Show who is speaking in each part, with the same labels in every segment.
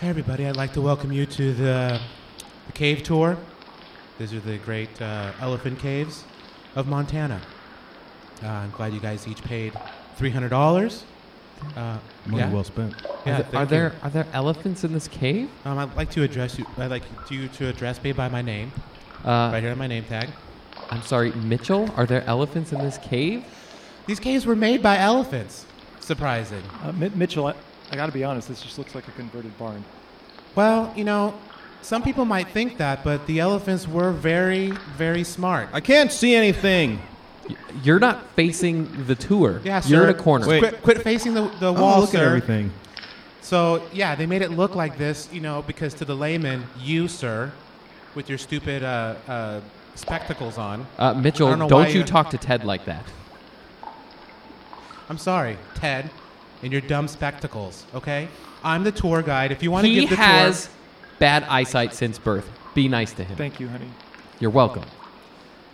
Speaker 1: Hey everybody, I'd like to welcome you to the, the cave tour. These are the great uh, elephant caves of Montana. Uh, I'm glad you guys each paid $300. Uh,
Speaker 2: Money
Speaker 1: yeah.
Speaker 2: well spent.
Speaker 1: Yeah,
Speaker 3: are,
Speaker 1: thank
Speaker 3: there, are
Speaker 1: you.
Speaker 3: there are there elephants in this cave?
Speaker 1: Um, I'd like to address you. I'd like you to address me by my name,
Speaker 3: Uh,
Speaker 1: right here on my name tag.
Speaker 3: I'm sorry, Mitchell. Are there elephants in this cave?
Speaker 1: These caves were made by elephants. Surprising.
Speaker 4: Uh, Mi- Mitchell, I, I got to be honest. This just looks like a converted barn.
Speaker 1: Well, you know, some people might think that, but the elephants were very, very smart.
Speaker 2: I can't see anything.
Speaker 3: Y- You're not facing the tour.
Speaker 1: Yeah, sir.
Speaker 3: You're in a corner.
Speaker 2: Wait.
Speaker 1: Quit, quit facing the, the
Speaker 2: Oh,
Speaker 1: wall,
Speaker 2: look
Speaker 1: sir.
Speaker 2: at everything.
Speaker 1: So yeah, they made it look like this, you know, because to the layman, you, sir, with your stupid uh, uh, spectacles on.
Speaker 3: Uh, Mitchell,
Speaker 1: I don't
Speaker 3: don't,
Speaker 1: know why
Speaker 3: you
Speaker 1: you-
Speaker 3: talk to Ted like that.
Speaker 1: I'm sorry, Ted, and your dumb spectacles. Okay, I'm the tour guide. If you want to
Speaker 3: He
Speaker 1: give the
Speaker 3: has
Speaker 1: tour,
Speaker 3: bad eyesight since birth. Be nice to him.
Speaker 4: Thank you, honey.
Speaker 3: You're welcome.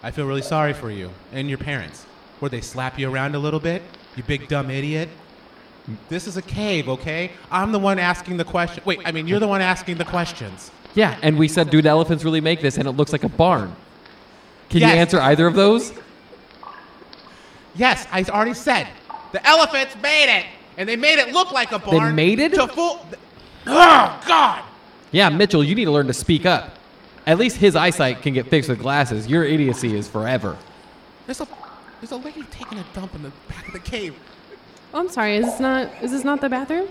Speaker 1: I feel really sorry for you and your parents. Where they slap you around a little bit, you big dumb idiot. This is a cave, okay? I'm the one asking the question. Wait, I mean, you're the one asking the questions.
Speaker 3: Yeah, and we said, dude, elephants really make this, and it looks like a barn. Can
Speaker 1: Yes.
Speaker 3: you answer either of those?
Speaker 1: Yes, I already said the elephants made it, and they made it look like a barn.
Speaker 3: made it?
Speaker 1: to fool. Oh God!
Speaker 3: Yeah, Mitchell, you need to learn to speak up. At least his eyesight can get fixed with glasses. Your idiocy is forever.
Speaker 1: There's a there's a lady taking a dump in the back of the cave.
Speaker 5: Oh, I'm sorry. Is this not? Is this not the bathroom?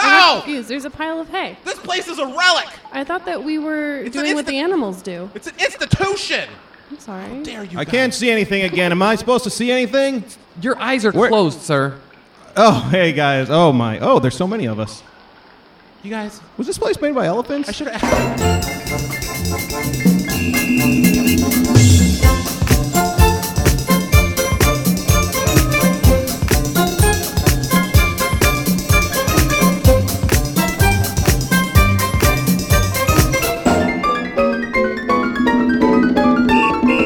Speaker 5: I'm
Speaker 1: No!
Speaker 5: confused. There's a pile of hay.
Speaker 1: This place is a relic.
Speaker 5: I thought that we were
Speaker 1: It's an
Speaker 5: doing what the
Speaker 1: insti-
Speaker 5: animals do.
Speaker 1: It's an institution.
Speaker 5: I'm sorry.
Speaker 1: Dare you?
Speaker 2: I
Speaker 1: guys.
Speaker 2: can't see anything again. Am I supposed to see anything?
Speaker 3: Your eyes are
Speaker 2: Where-
Speaker 3: closed, sir.
Speaker 2: Oh, hey guys. Oh my. Oh, there's so many of us.
Speaker 1: You guys,
Speaker 2: Was this place made by
Speaker 1: I
Speaker 2: elephants?
Speaker 1: should have. All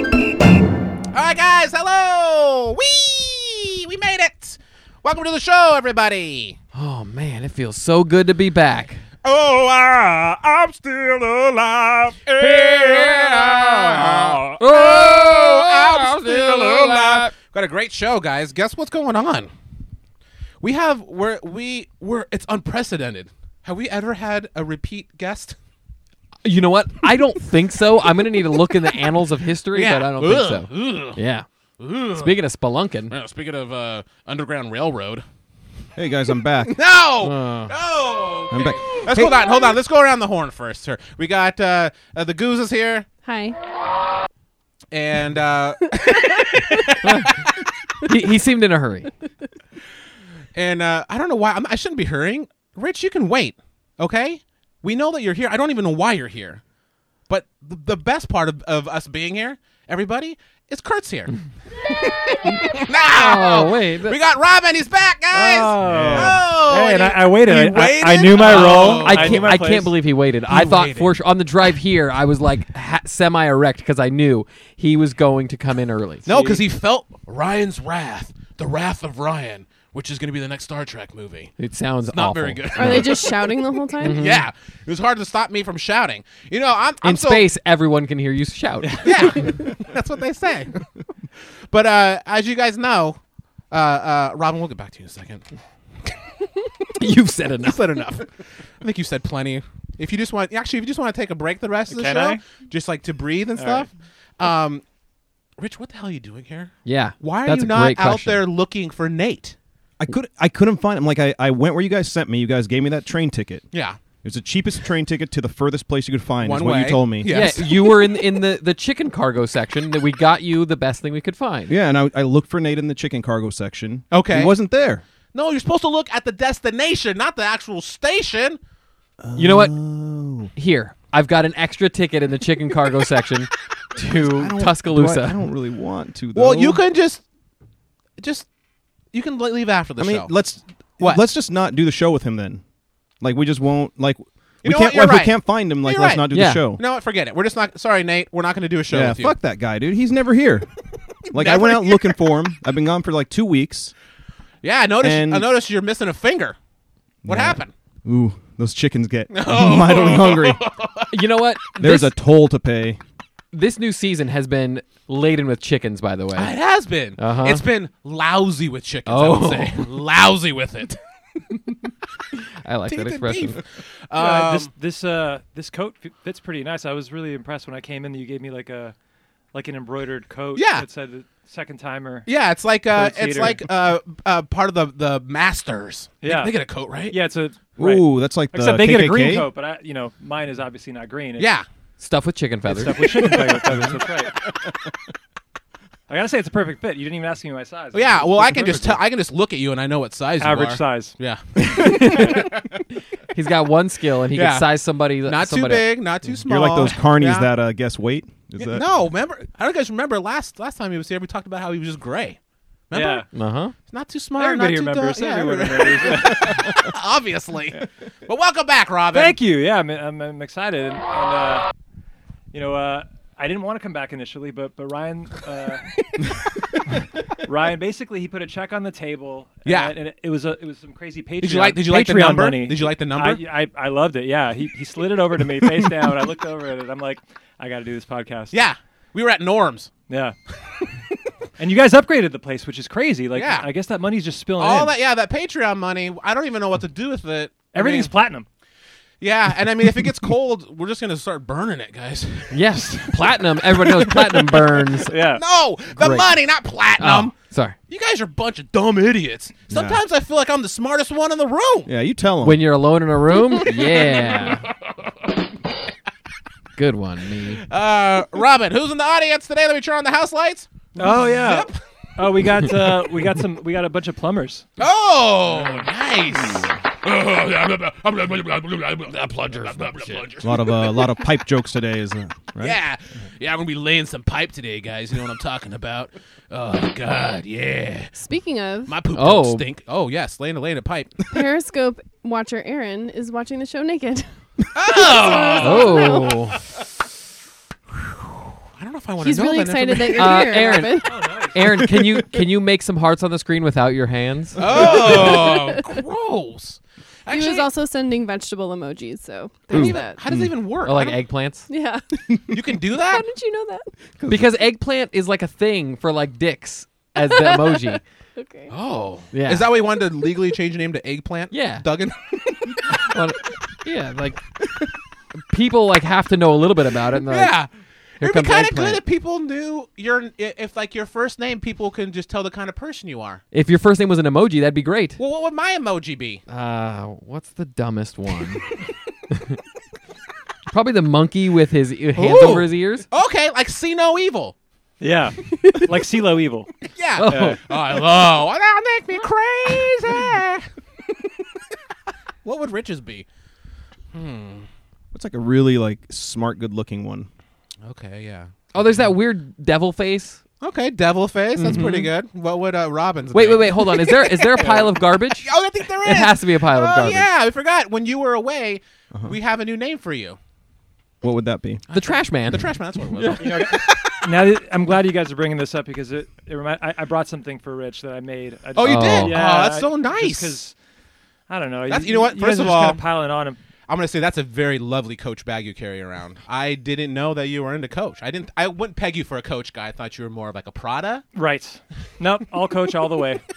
Speaker 1: right, guys. Hello. Wee. We made it. Welcome to the show, everybody.
Speaker 3: Oh, man, it feels so good to be back.
Speaker 6: Oh, I, I'm still alive. Yeah.
Speaker 3: Oh,
Speaker 1: I'm still alive. Got a great show, guys. Guess what's going on? We have we're we we're it's unprecedented. Have we ever had a repeat guest?
Speaker 3: You know what? I don't think so. I'm going to need to look in the annals of history, but I don't think so. Yeah. Speaking of spelunking,
Speaker 6: speaking of uh, Underground Railroad.
Speaker 2: Hey guys, I'm back.
Speaker 1: No.
Speaker 3: Uh.
Speaker 1: no. Oh,
Speaker 2: I'm
Speaker 1: okay.
Speaker 2: back.
Speaker 1: Let's hold on. Hold on. Let's go around the horn first, sir. We got uh, uh the goose is here
Speaker 5: Hi.
Speaker 1: and uh
Speaker 3: he, he seemed in a hurry.
Speaker 1: and uh I don't know why I'm, I shouldn't be hurrying. Rich, you can wait. Okay? We know that you're here. I don't even know why you're here. But the, the best part of, of us being here, everybody, is Kurt's here. no.
Speaker 3: Oh, wait.
Speaker 1: We got Robin. He's back, guys. Oh,
Speaker 7: Hey, and
Speaker 1: you-
Speaker 7: I, I waited.
Speaker 1: you
Speaker 7: I, I- I
Speaker 1: waited?
Speaker 7: knew my
Speaker 1: Oh.
Speaker 7: role.
Speaker 3: I
Speaker 7: knew
Speaker 3: can't,
Speaker 7: my
Speaker 3: I
Speaker 7: place.
Speaker 3: can't believe he waited. I thought
Speaker 1: waited.
Speaker 3: for sure on the drive here, I was like ha- semi erect because I knew he was going to come in early.
Speaker 1: no, because he
Speaker 6: Felt Ryan's Wrath, The Wrath of Ryan, which is going to be the next Star Trek movie.
Speaker 3: It sounds
Speaker 6: Not
Speaker 3: awful.
Speaker 6: very good.
Speaker 5: Are they just shouting the whole time?
Speaker 1: yeah. It was hard to stop me from shouting. You know, I'm, I'm
Speaker 3: In
Speaker 1: so-
Speaker 3: space, everyone can hear you shout.
Speaker 1: Yeah, that's what they say. but uh, as you guys know, uh, uh, Robin, we'll get back to you in a second.
Speaker 3: You've said enough.
Speaker 1: said enough. I think you said plenty. If you just want, actually, if you just want to take a break the rest of the
Speaker 7: Can
Speaker 1: show,
Speaker 7: I?
Speaker 1: just like to breathe and stuff. Um, Rich, what the hell are you doing here?
Speaker 3: Yeah.
Speaker 1: Why are
Speaker 3: that's
Speaker 1: you
Speaker 3: a great
Speaker 1: not out
Speaker 3: question.
Speaker 1: there looking for Nate?
Speaker 2: I could I couldn't find him. Like I, I went where you guys sent me. You guys gave me that train ticket.
Speaker 1: Yeah.
Speaker 2: It was the cheapest train ticket to the furthest place you could find.
Speaker 1: One
Speaker 2: is what
Speaker 1: way.
Speaker 2: you told me.
Speaker 1: Yeah. Yes.
Speaker 3: Yeah, you were in in the, the chicken cargo section that we got you the best thing we could find.
Speaker 2: Yeah, and I, I looked for Nate in the chicken cargo section.
Speaker 1: Okay.
Speaker 2: He wasn't there.
Speaker 1: No, you're supposed to look at the destination, not the actual station.
Speaker 3: You know what?
Speaker 2: Oh.
Speaker 3: Here, I've got an extra ticket in the chicken cargo section to
Speaker 2: I don't-
Speaker 3: Tuscaloosa.
Speaker 2: do I, I don't really want to. Though.
Speaker 1: Well, you can just, just, you can leave after the
Speaker 2: I mean,
Speaker 1: show.
Speaker 2: let's
Speaker 1: What?
Speaker 2: Let's just not do the show with him then. Like we just won't. Like we
Speaker 1: know what?
Speaker 2: can't.
Speaker 1: You're
Speaker 2: if
Speaker 1: right.
Speaker 2: we can't find him, like
Speaker 1: You're
Speaker 2: let's
Speaker 1: right.
Speaker 2: not do
Speaker 3: Yeah.
Speaker 2: the show.
Speaker 1: no, forget it. We're just not. Sorry, Nate. We're not going to do a show
Speaker 2: yeah,
Speaker 1: with you.
Speaker 2: fuck that guy, dude. He's never here. like I
Speaker 1: Never
Speaker 2: went out
Speaker 1: here.
Speaker 2: looking for him. I've been gone for like two weeks.
Speaker 1: Yeah, I noticed.
Speaker 2: And-
Speaker 1: I noticed you're missing a finger. What happened?
Speaker 2: Ooh, those chickens get mightily hungry.
Speaker 3: You know what?
Speaker 2: There's
Speaker 3: this,
Speaker 2: a toll to pay.
Speaker 3: this new season has been laden with chickens. By the way,
Speaker 1: It has been.
Speaker 3: Uh-huh.
Speaker 1: It's been lousy with chickens. I
Speaker 3: Oh.
Speaker 1: would say lousy with it.
Speaker 3: I like that
Speaker 1: Teeth and
Speaker 3: expression.
Speaker 4: Uh, this
Speaker 1: Um,
Speaker 4: this uh this coat f- fits pretty nice. I was really impressed when I came in. that You gave me like a like an embroidered coat.
Speaker 1: Yeah.
Speaker 4: that said the second timer.
Speaker 1: Yeah, it's like uh, it's
Speaker 4: Coat theater.
Speaker 1: like uh, uh, part of the the masters. They-
Speaker 4: Yeah.
Speaker 1: they, get a coat, right?
Speaker 4: Yeah, it's a right.
Speaker 2: Ooh, that's like the
Speaker 4: Except they get a green
Speaker 2: KKK?
Speaker 4: coat, but I, you know, mine is obviously not green. It's
Speaker 1: yeah.
Speaker 3: Stuff with chicken feathers.
Speaker 4: stuff with chicken feather feathers. That's right. I gotta say, it's a perfect fit. You didn't even ask me my size.
Speaker 1: Well, yeah. Well, I can just tell. I can just look at you and I know what size. you
Speaker 4: average
Speaker 1: are.
Speaker 4: size.
Speaker 1: Yeah.
Speaker 3: He's got one skill, and he
Speaker 1: Yeah.
Speaker 3: can size somebody.
Speaker 1: Not too
Speaker 3: somebody up.
Speaker 1: big. Not too small.
Speaker 2: You're like those carnies
Speaker 1: Yeah.
Speaker 2: that uh, guess weight. Is that
Speaker 1: No, remember? I don't guys remember last last time he was here. We talked about how he was just gray. Remember?
Speaker 4: Yeah.
Speaker 3: Uh huh.
Speaker 1: It's Not too smart.
Speaker 4: Everybody
Speaker 1: not too
Speaker 4: remembers.
Speaker 1: Dumb. Yeah,
Speaker 4: Everyone
Speaker 1: everybody-
Speaker 4: remembers.
Speaker 1: obviously. But welcome back, Robin.
Speaker 4: Thank you. Yeah, I'm, I'm, I'm excited. And, and, uh, you know, uh, I didn't want to come back initially, but but Ryan, uh, Ryan, basically he put a check on the table. and
Speaker 1: Yeah.
Speaker 4: I- and it, it was a, it was some crazy Patreon.
Speaker 1: Did you like? Did you like the
Speaker 4: Patreon
Speaker 1: number?
Speaker 4: Money.
Speaker 1: Did you like the number?
Speaker 4: I, I I loved it. Yeah, he he slid it over to me face down. I looked over at it. I'm like, I got to do this podcast.
Speaker 1: yeah. We were at Norm's.
Speaker 4: yeah. and you guys upgraded the place, which is crazy. Like,
Speaker 1: Yeah.
Speaker 4: I guess that money's just spilling.
Speaker 1: All
Speaker 4: in.
Speaker 1: that, yeah, that Patreon money. I don't even know what to do with it. I
Speaker 4: Everything's
Speaker 1: mean,
Speaker 4: platinum.
Speaker 1: yeah, and I mean, if it gets cold, we're just gonna start burning it, guys.
Speaker 3: Yes, platinum. Everybody knows platinum burns.
Speaker 4: Yeah.
Speaker 1: No, the
Speaker 3: Great.
Speaker 1: money, not platinum.
Speaker 3: Oh, sorry.
Speaker 1: You guys are a bunch of dumb idiots. Sometimes I feel like I'm the smartest one in the room.
Speaker 2: Yeah, you tell them.
Speaker 3: When you're alone in a room, yeah. Good one, me.
Speaker 1: Uh, Robin, who's in the audience today? Let me turn on the house lights.
Speaker 4: Oh yeah. Oh, we got uh, we got some we got a bunch of plumbers.
Speaker 1: Oh, nice.
Speaker 6: plunger. plunger.
Speaker 2: a lot of uh, a lot of pipe jokes today, isn't it? Right?
Speaker 1: Yeah, yeah, I'm gonna be laying some pipe today, guys. You know what I'm talking about? Oh God, yeah.
Speaker 5: Speaking of,
Speaker 1: My poop
Speaker 3: Oh.
Speaker 1: don't stink. Oh yes, laying a laying a pipe.
Speaker 5: Periscope watcher Aaron is watching the show naked.
Speaker 3: Oh,
Speaker 1: I don't know if I want to
Speaker 5: He's
Speaker 1: know.
Speaker 5: really
Speaker 1: that
Speaker 5: excited
Speaker 1: information. Oh,
Speaker 5: that you're
Speaker 3: Uh,
Speaker 5: here,
Speaker 3: Aaron.
Speaker 5: Robin.
Speaker 3: Aaron, can you can you make some hearts on the screen without your hands?
Speaker 1: Uh, Oh, gross.
Speaker 5: he
Speaker 1: Actually,
Speaker 5: was also sending vegetable emojis, so
Speaker 1: how
Speaker 5: there's
Speaker 1: does
Speaker 5: that.
Speaker 1: it- how does it even work?
Speaker 3: Or like
Speaker 1: I don't-
Speaker 3: eggplants?
Speaker 5: Yeah.
Speaker 1: You can do
Speaker 5: How
Speaker 1: that?
Speaker 5: did you know that?
Speaker 3: Because eggplant is like a thing for like dicks as the emoji.
Speaker 5: Okay.
Speaker 1: Oh,
Speaker 3: Yeah.
Speaker 1: Is that why you wanted to legally change your name to eggplant?
Speaker 3: Yeah.
Speaker 1: Duggan.
Speaker 3: But, yeah, like people like have to know a little bit about it. And they're like,
Speaker 1: yeah. It'd
Speaker 3: here
Speaker 1: be
Speaker 3: comes
Speaker 1: kind of
Speaker 3: eggplant.
Speaker 1: good if people knew your i- if like your first name, people can just tell the kind of person you are.
Speaker 3: if your first name was an emoji, that'd be great.
Speaker 1: Well, what would my emoji be?
Speaker 3: Uh, what's the dumbest one? Probably the monkey with his e- hands
Speaker 1: Ooh.
Speaker 3: over his ears.
Speaker 1: Okay, like see no evil.
Speaker 4: Yeah, like CeeLo Evil.
Speaker 1: Yeah. Oh, I love. That make me crazy. what would Rich's be?
Speaker 2: It's like a really like smart, good-looking one.
Speaker 1: Okay, yeah.
Speaker 3: Oh, there's that weird devil face.
Speaker 1: Okay, devil face. That's pretty good. What would uh, Robin's?
Speaker 3: Mm-hmm. Wait,
Speaker 1: be?
Speaker 3: wait, wait. Hold on. Is there is there a pile of garbage?
Speaker 1: Oh, I think there is.
Speaker 3: It has to be a pile
Speaker 1: Oh
Speaker 3: of garbage. Uh-huh.
Speaker 1: yeah, I forgot. When you were away, we have a new name for you.
Speaker 2: What would that be?
Speaker 3: The trash man.
Speaker 1: The trash man. That's what it was.
Speaker 4: Now that, I'm glad you guys are bringing this up because it, it remind, I, I brought something for Rich that I made. I,
Speaker 1: Oh, you
Speaker 3: Oh.
Speaker 1: did.
Speaker 4: Yeah,
Speaker 1: oh, that's so
Speaker 4: I- just
Speaker 1: nice.
Speaker 4: 'cause, I don't know.
Speaker 1: That's- you know what?
Speaker 4: guys
Speaker 1: First of
Speaker 4: are just kinda
Speaker 1: all-
Speaker 4: piling on him.
Speaker 1: I'm gonna say that's a very lovely coach bag you carry around. I didn't know that you were into coach. I didn't. I wouldn't peg you for a coach guy. I thought you were more of like a Prada.
Speaker 4: Right? Nope. All coach all the way.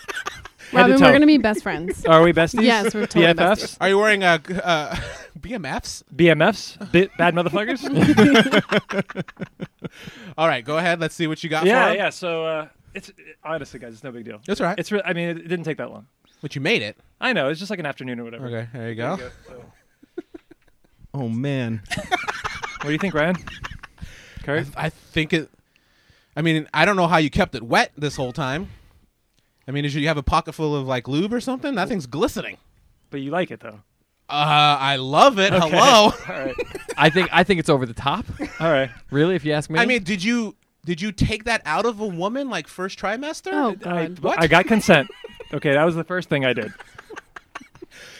Speaker 5: Robin,
Speaker 4: toe.
Speaker 5: we're gonna be best friends.
Speaker 4: Are we besties?
Speaker 5: Yes, we're totally
Speaker 4: BFFs,
Speaker 1: Are you wearing a uh, BMFs?
Speaker 4: BMFs, Bi- bad motherfuckers.
Speaker 1: All right, go ahead. Let's see what you got.
Speaker 4: yeah,
Speaker 1: for him.
Speaker 4: yeah. So uh, it's honestly, guys, it's no big deal.
Speaker 1: That's all right.
Speaker 4: It's. Re- I mean, it, it didn't take that long.
Speaker 1: But you made it.
Speaker 4: I know. It's just like an afternoon or whatever.
Speaker 1: Okay, there you go.
Speaker 2: Oh man,
Speaker 4: What do you think, Ryan? Kurt?
Speaker 1: I think it. I mean, I don't know how you kept it wet this whole time. I mean, did you have a pocket full of like lube or something? That thing's glistening.
Speaker 4: But you like it though.
Speaker 1: Uh, I love it. Hello.
Speaker 4: All right.
Speaker 3: I think I think it's over the top.
Speaker 4: All right.
Speaker 3: Really, if you ask me.
Speaker 1: I mean, did you did you take that out of a woman like first trimester?
Speaker 5: Oh
Speaker 4: I,
Speaker 5: god.
Speaker 1: What?
Speaker 4: I got consent. Okay, that was the first thing I did.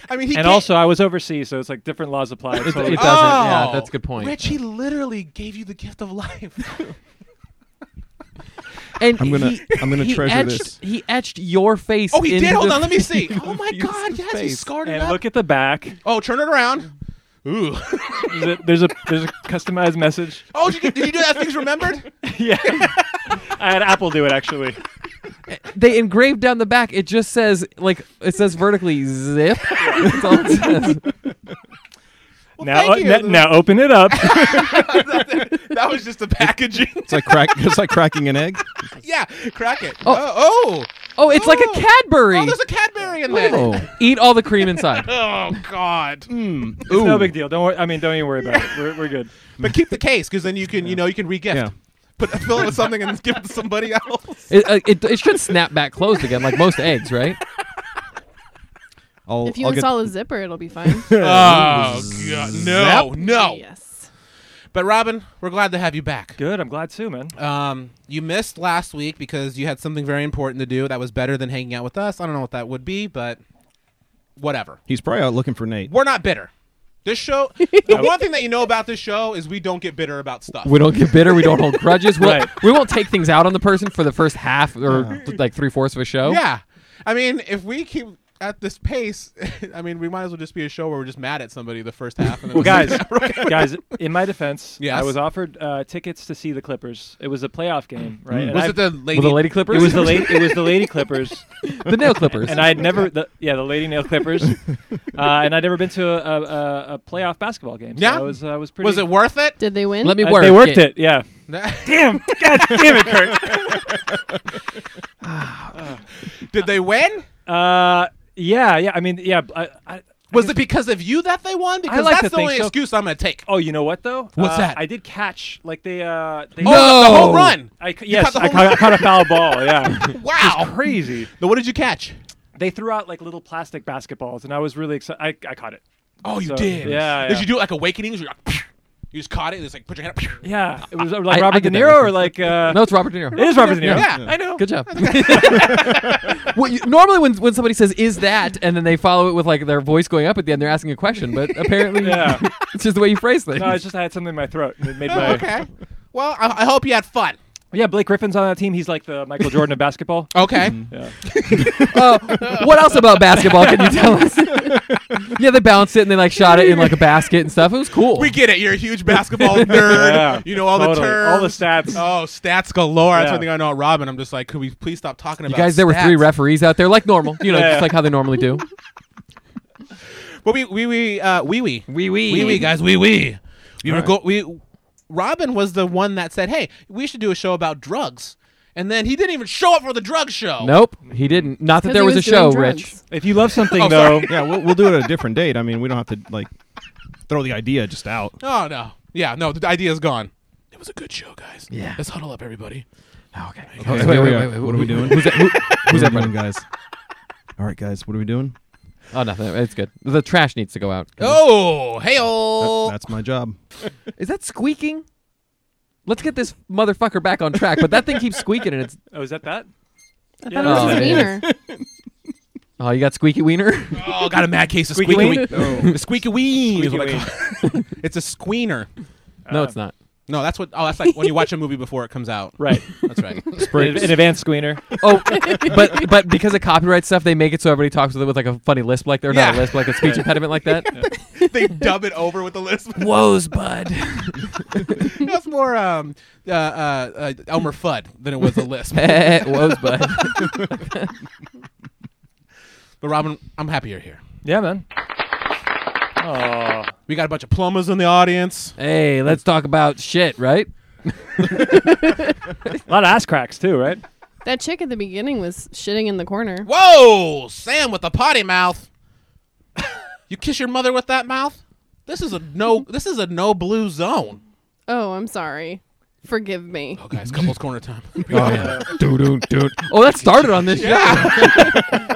Speaker 1: I mean, he
Speaker 4: And
Speaker 1: gave-
Speaker 4: also, I was overseas, so it's like different laws apply. It's totally
Speaker 3: it
Speaker 4: fine.
Speaker 3: does- doesn't. Yeah,
Speaker 1: Oh,
Speaker 3: that's a good point.
Speaker 1: Rich, he literally gave you the gift of life.
Speaker 3: And
Speaker 2: I'm gonna-
Speaker 3: he,
Speaker 2: I'm gonna
Speaker 3: he
Speaker 2: treasure
Speaker 3: etched,
Speaker 2: this.
Speaker 3: He etched your face.
Speaker 1: Oh, he
Speaker 3: into
Speaker 1: did. Hold
Speaker 3: the
Speaker 1: on, let me see.
Speaker 3: fucking
Speaker 1: Oh my god,
Speaker 3: confused's
Speaker 1: yes, he
Speaker 3: face.
Speaker 1: scarred it
Speaker 4: And
Speaker 1: up.
Speaker 4: look at the back.
Speaker 1: oh, turn it around. Ooh.
Speaker 4: There's a there's a, there's a customized message.
Speaker 1: oh, did you, did you do that? Things remembered.
Speaker 4: yeah. I had Apple do it actually.
Speaker 3: They engraved down the back. It just says like it says vertically zip. That's all it says.
Speaker 4: now
Speaker 1: thank
Speaker 4: uh,
Speaker 1: you.
Speaker 4: now open it up.
Speaker 1: That was just the packaging.
Speaker 2: It's like crack. It's like cracking an egg.
Speaker 1: yeah, crack it. Oh, oh,
Speaker 3: Oh, it's like
Speaker 1: Oh.
Speaker 3: a Cadbury.
Speaker 1: oh, there's a Cadbury in there. Oh,
Speaker 3: Eat all the cream inside.
Speaker 1: God.
Speaker 2: Hmm.
Speaker 4: It's no big deal. Don't worry. I mean, don't even worry about it. We're, we're good.
Speaker 1: But keep the case because then you can, you know, you can regift.
Speaker 2: Yeah.
Speaker 1: Put fill it with something and give it to somebody else.
Speaker 3: It, uh, it, it should snap back closed again, like most eggs, right?
Speaker 2: I'll,
Speaker 5: If you
Speaker 2: I'll
Speaker 5: install a zipper, it'll be fine.
Speaker 1: Oh God, no, no.
Speaker 5: Yes.
Speaker 1: But Robin, we're glad to have you back.
Speaker 4: Good. I'm glad too, man.
Speaker 1: Um, you missed last week because you had something very important to do that was better than hanging out with us. I don't know what that would be, but whatever.
Speaker 2: He's probably out looking for Nate.
Speaker 1: We're not bitter. This show, the one thing that you know about this show is we don't get bitter about stuff.
Speaker 3: We don't get bitter. We don't hold grudges. We'll,
Speaker 4: Right.
Speaker 3: We won't take things out on the person for the first half or th- like three fourths of a show.
Speaker 1: Yeah. I mean, if we keep at this pace, I mean, we might as well just be a show where we're just mad at somebody the first half. And then
Speaker 4: Well,
Speaker 1: the
Speaker 4: guys,
Speaker 1: second
Speaker 4: guys. In my defense,
Speaker 1: Yes.
Speaker 4: I was offered uh, tickets to see the Clippers. It was a playoff game, right? And
Speaker 1: half. was
Speaker 4: I've-
Speaker 1: it the lady?
Speaker 3: With the lady clippers?
Speaker 4: It was the lady. It was the lady Clippers,
Speaker 3: the nail clippers.
Speaker 4: and I had never. The, yeah, the lady nail Clippers, uh, and I'd never been to a, a, a- a playoff basketball game. So
Speaker 1: Yeah?
Speaker 4: I was. I was pretty.
Speaker 1: Was it worth it?
Speaker 5: Did they win?
Speaker 3: Let me
Speaker 4: Uh,
Speaker 3: work.
Speaker 4: they worked it. Yeah.
Speaker 1: Damn! God damn it, Kurt. Did they win?
Speaker 4: Uh, yeah. Yeah. I mean, yeah. I, I,
Speaker 1: Was it because of you that they won? Because
Speaker 4: like to
Speaker 1: that's the
Speaker 4: think
Speaker 1: only
Speaker 4: so.
Speaker 1: excuse I'm going to take.
Speaker 4: oh, you know what though?
Speaker 1: What's
Speaker 4: Uh,
Speaker 1: that?
Speaker 4: I did catch. Like they. Uh, they
Speaker 1: Oh, the, the whole run.
Speaker 4: I, ca-
Speaker 1: You
Speaker 4: yes,
Speaker 1: caught the
Speaker 4: I,
Speaker 1: whole
Speaker 4: ca- I
Speaker 1: run?
Speaker 4: caught a foul ball. Yeah.
Speaker 1: Wow.
Speaker 4: Crazy.
Speaker 1: Now, what did you catch?
Speaker 4: They threw out like little plastic basketballs, and I was really excited. I, I caught it.
Speaker 1: Oh, you
Speaker 4: So-
Speaker 1: did.
Speaker 4: yeah,
Speaker 1: Did
Speaker 4: yeah.
Speaker 1: you do like awakenings? You're like, you just caught it and it's like, put your hand up.
Speaker 4: Yeah. It was uh,
Speaker 3: I-
Speaker 4: like
Speaker 3: I
Speaker 4: Robert De
Speaker 3: get that
Speaker 4: Niro or
Speaker 3: reference.
Speaker 4: like. Uh,
Speaker 3: No, it's Robert De
Speaker 4: It
Speaker 3: Niro.
Speaker 4: is Robert De Niro.
Speaker 1: Yeah.
Speaker 4: I know.
Speaker 3: Good job. well, you, normally when when somebody says "Is that?" and then they follow it with like their voice going up at the end, they're asking a question. But apparently,
Speaker 4: Yeah.
Speaker 3: it's just the way you phrase things.
Speaker 4: No, it's just I had something in my throat. and It made my
Speaker 1: Oh, Okay. Well, I, I hope you had fun.
Speaker 4: yeah. Blake Griffin's on that team. He's like the Michael Jordan of basketball.
Speaker 1: Okay.
Speaker 4: Yeah.
Speaker 3: Uh, what else about basketball can you tell us? yeah, they bounced it and they like shot it in like a basket and stuff. It was cool.
Speaker 1: We get it. You're a huge basketball nerd.
Speaker 4: Yeah.
Speaker 1: You know all the
Speaker 4: Totally.
Speaker 1: terms,
Speaker 4: All the stats.
Speaker 1: Oh, stats galore. That's
Speaker 4: Yeah.
Speaker 1: one thing I know. About Robin, I'm just like, could we please stop talking
Speaker 3: you
Speaker 1: about?
Speaker 3: guys, there were three
Speaker 1: stats?
Speaker 3: referees out there, like normal. You know,
Speaker 4: Yeah.
Speaker 3: just like how they normally do.
Speaker 1: But we we we uh, we we
Speaker 3: Wee wee.
Speaker 1: we we guys we we. We were
Speaker 2: All right.
Speaker 1: go we. Robin was the one that said, "Hey, we should do a show about drugs," and then he didn't even show up for the drug show.
Speaker 3: Nope, he didn't. Not that
Speaker 5: 'Cause
Speaker 3: there
Speaker 5: he
Speaker 3: was, a
Speaker 5: doing
Speaker 3: show,
Speaker 5: drugs.
Speaker 3: Rich.
Speaker 4: If you love something
Speaker 1: Oh,
Speaker 4: though,
Speaker 1: sorry.
Speaker 2: Yeah, we'll, we'll do it at a different date. I mean, we don't have to like throw the idea just out.
Speaker 1: Oh no. Yeah. No. The idea's gone.
Speaker 6: It was a good show, guys.
Speaker 3: Yeah.
Speaker 6: Let's huddle up, everybody.
Speaker 3: Oh, okay.
Speaker 2: Okay, here we are. What are we doing?
Speaker 3: Who's that? Who,
Speaker 2: Who's
Speaker 3: who's
Speaker 2: that
Speaker 3: that?
Speaker 2: doing, guys? All right, guys, what are we doing?
Speaker 3: Oh, nothing. It's good. The trash needs to go out.
Speaker 1: Oh, hey, oh.
Speaker 2: That's my job.
Speaker 3: Is that squeaking? Let's get this motherfucker back on track. But that thing keeps squeaking, and it's
Speaker 4: oh, is that that?
Speaker 5: I thought
Speaker 3: Oh,
Speaker 5: it was his
Speaker 3: yeah.
Speaker 5: wiener.
Speaker 3: oh, you got squeaky wiener.
Speaker 1: Oh, got a mad case of
Speaker 4: Squeaky
Speaker 1: squeaky
Speaker 4: ween?
Speaker 1: ween.
Speaker 3: Oh.
Speaker 1: The squeaky ween is what I
Speaker 4: Squeaky
Speaker 1: call it. It's a squeener.
Speaker 3: no,
Speaker 4: Um.
Speaker 3: it's not.
Speaker 1: No, that's what. Oh, that's like when you watch a movie before it comes out.
Speaker 4: Right.
Speaker 1: That's right.
Speaker 4: An, an advanced screener.
Speaker 3: Oh, but but because of copyright stuff, they make it so everybody talks with it with like a funny lisp, like they're not
Speaker 1: Yeah.
Speaker 3: a lisp, like a speech impediment, like that.
Speaker 1: they dub it over with the list.
Speaker 3: Woes, bud.
Speaker 1: That's more um, uh, uh, uh, Elmer Fudd than it was a lisp.
Speaker 3: Woes, bud.
Speaker 1: But Robin, I'm happy you're here.
Speaker 4: Yeah, man. Oh,
Speaker 1: We got a bunch of plumbers in the audience.
Speaker 3: Hey, let's talk about shit, right?
Speaker 4: a lot of ass cracks too, right?
Speaker 5: That chick at the beginning was shitting in the corner.
Speaker 1: Whoa, Sam with the potty mouth. you kiss your mother with that mouth? This is a no. This is a no blue zone.
Speaker 5: Oh, I'm sorry. Forgive me.
Speaker 1: Oh, guys, couples corner time.
Speaker 2: Oh yeah, dude, dude, dude.
Speaker 3: Oh, that started on this show.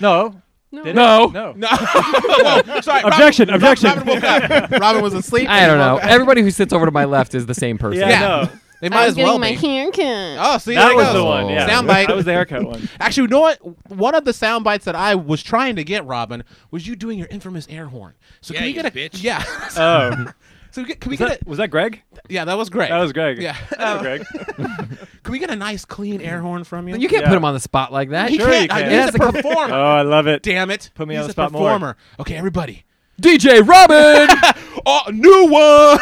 Speaker 4: No.
Speaker 5: No.
Speaker 4: Did it?
Speaker 3: No.
Speaker 4: No.
Speaker 1: no, Whoa, sorry.
Speaker 4: Objection,
Speaker 1: Robin,
Speaker 4: objection.
Speaker 1: Robin, woke up. Robin was asleep.
Speaker 3: I don't know. Everybody who sits over to my left is the same person.
Speaker 4: Yeah.
Speaker 1: Yeah.
Speaker 4: No.
Speaker 1: They might
Speaker 5: I
Speaker 1: as
Speaker 5: was
Speaker 1: well
Speaker 5: getting my
Speaker 1: be.
Speaker 5: hair cut.
Speaker 1: Oh, see, there
Speaker 4: That
Speaker 1: it
Speaker 4: was
Speaker 1: goes.
Speaker 4: the one. Yeah.
Speaker 1: Soundbite.
Speaker 4: That was the haircut one.
Speaker 1: Actually, you know what? One of the sound bites that I was trying to get, Robin, was you doing your infamous air horn. So
Speaker 6: Yeah,
Speaker 1: can you
Speaker 6: you
Speaker 1: get a
Speaker 6: bitch.
Speaker 1: yeah?
Speaker 4: Oh.
Speaker 1: So we get, can we
Speaker 4: Was
Speaker 1: get?
Speaker 4: that, was that Greg?
Speaker 1: a, yeah, that was Greg.
Speaker 4: That was Greg.
Speaker 1: Yeah. Oh.
Speaker 4: That was Greg.
Speaker 1: Can we get a nice clean air horn from you?
Speaker 3: You can't
Speaker 4: Yeah.
Speaker 3: put him on the spot like that.
Speaker 1: He
Speaker 4: Sure
Speaker 1: can't.
Speaker 4: you can.
Speaker 1: I, he's
Speaker 3: That's
Speaker 1: a
Speaker 3: a couple-
Speaker 4: Oh,
Speaker 1: performer.
Speaker 4: I love it.
Speaker 1: Damn it!
Speaker 4: Put me
Speaker 1: he's
Speaker 4: on the
Speaker 1: a
Speaker 4: spot more.
Speaker 1: performer. Okay, everybody.
Speaker 3: DJ Robin.
Speaker 1: Oh, new one. no,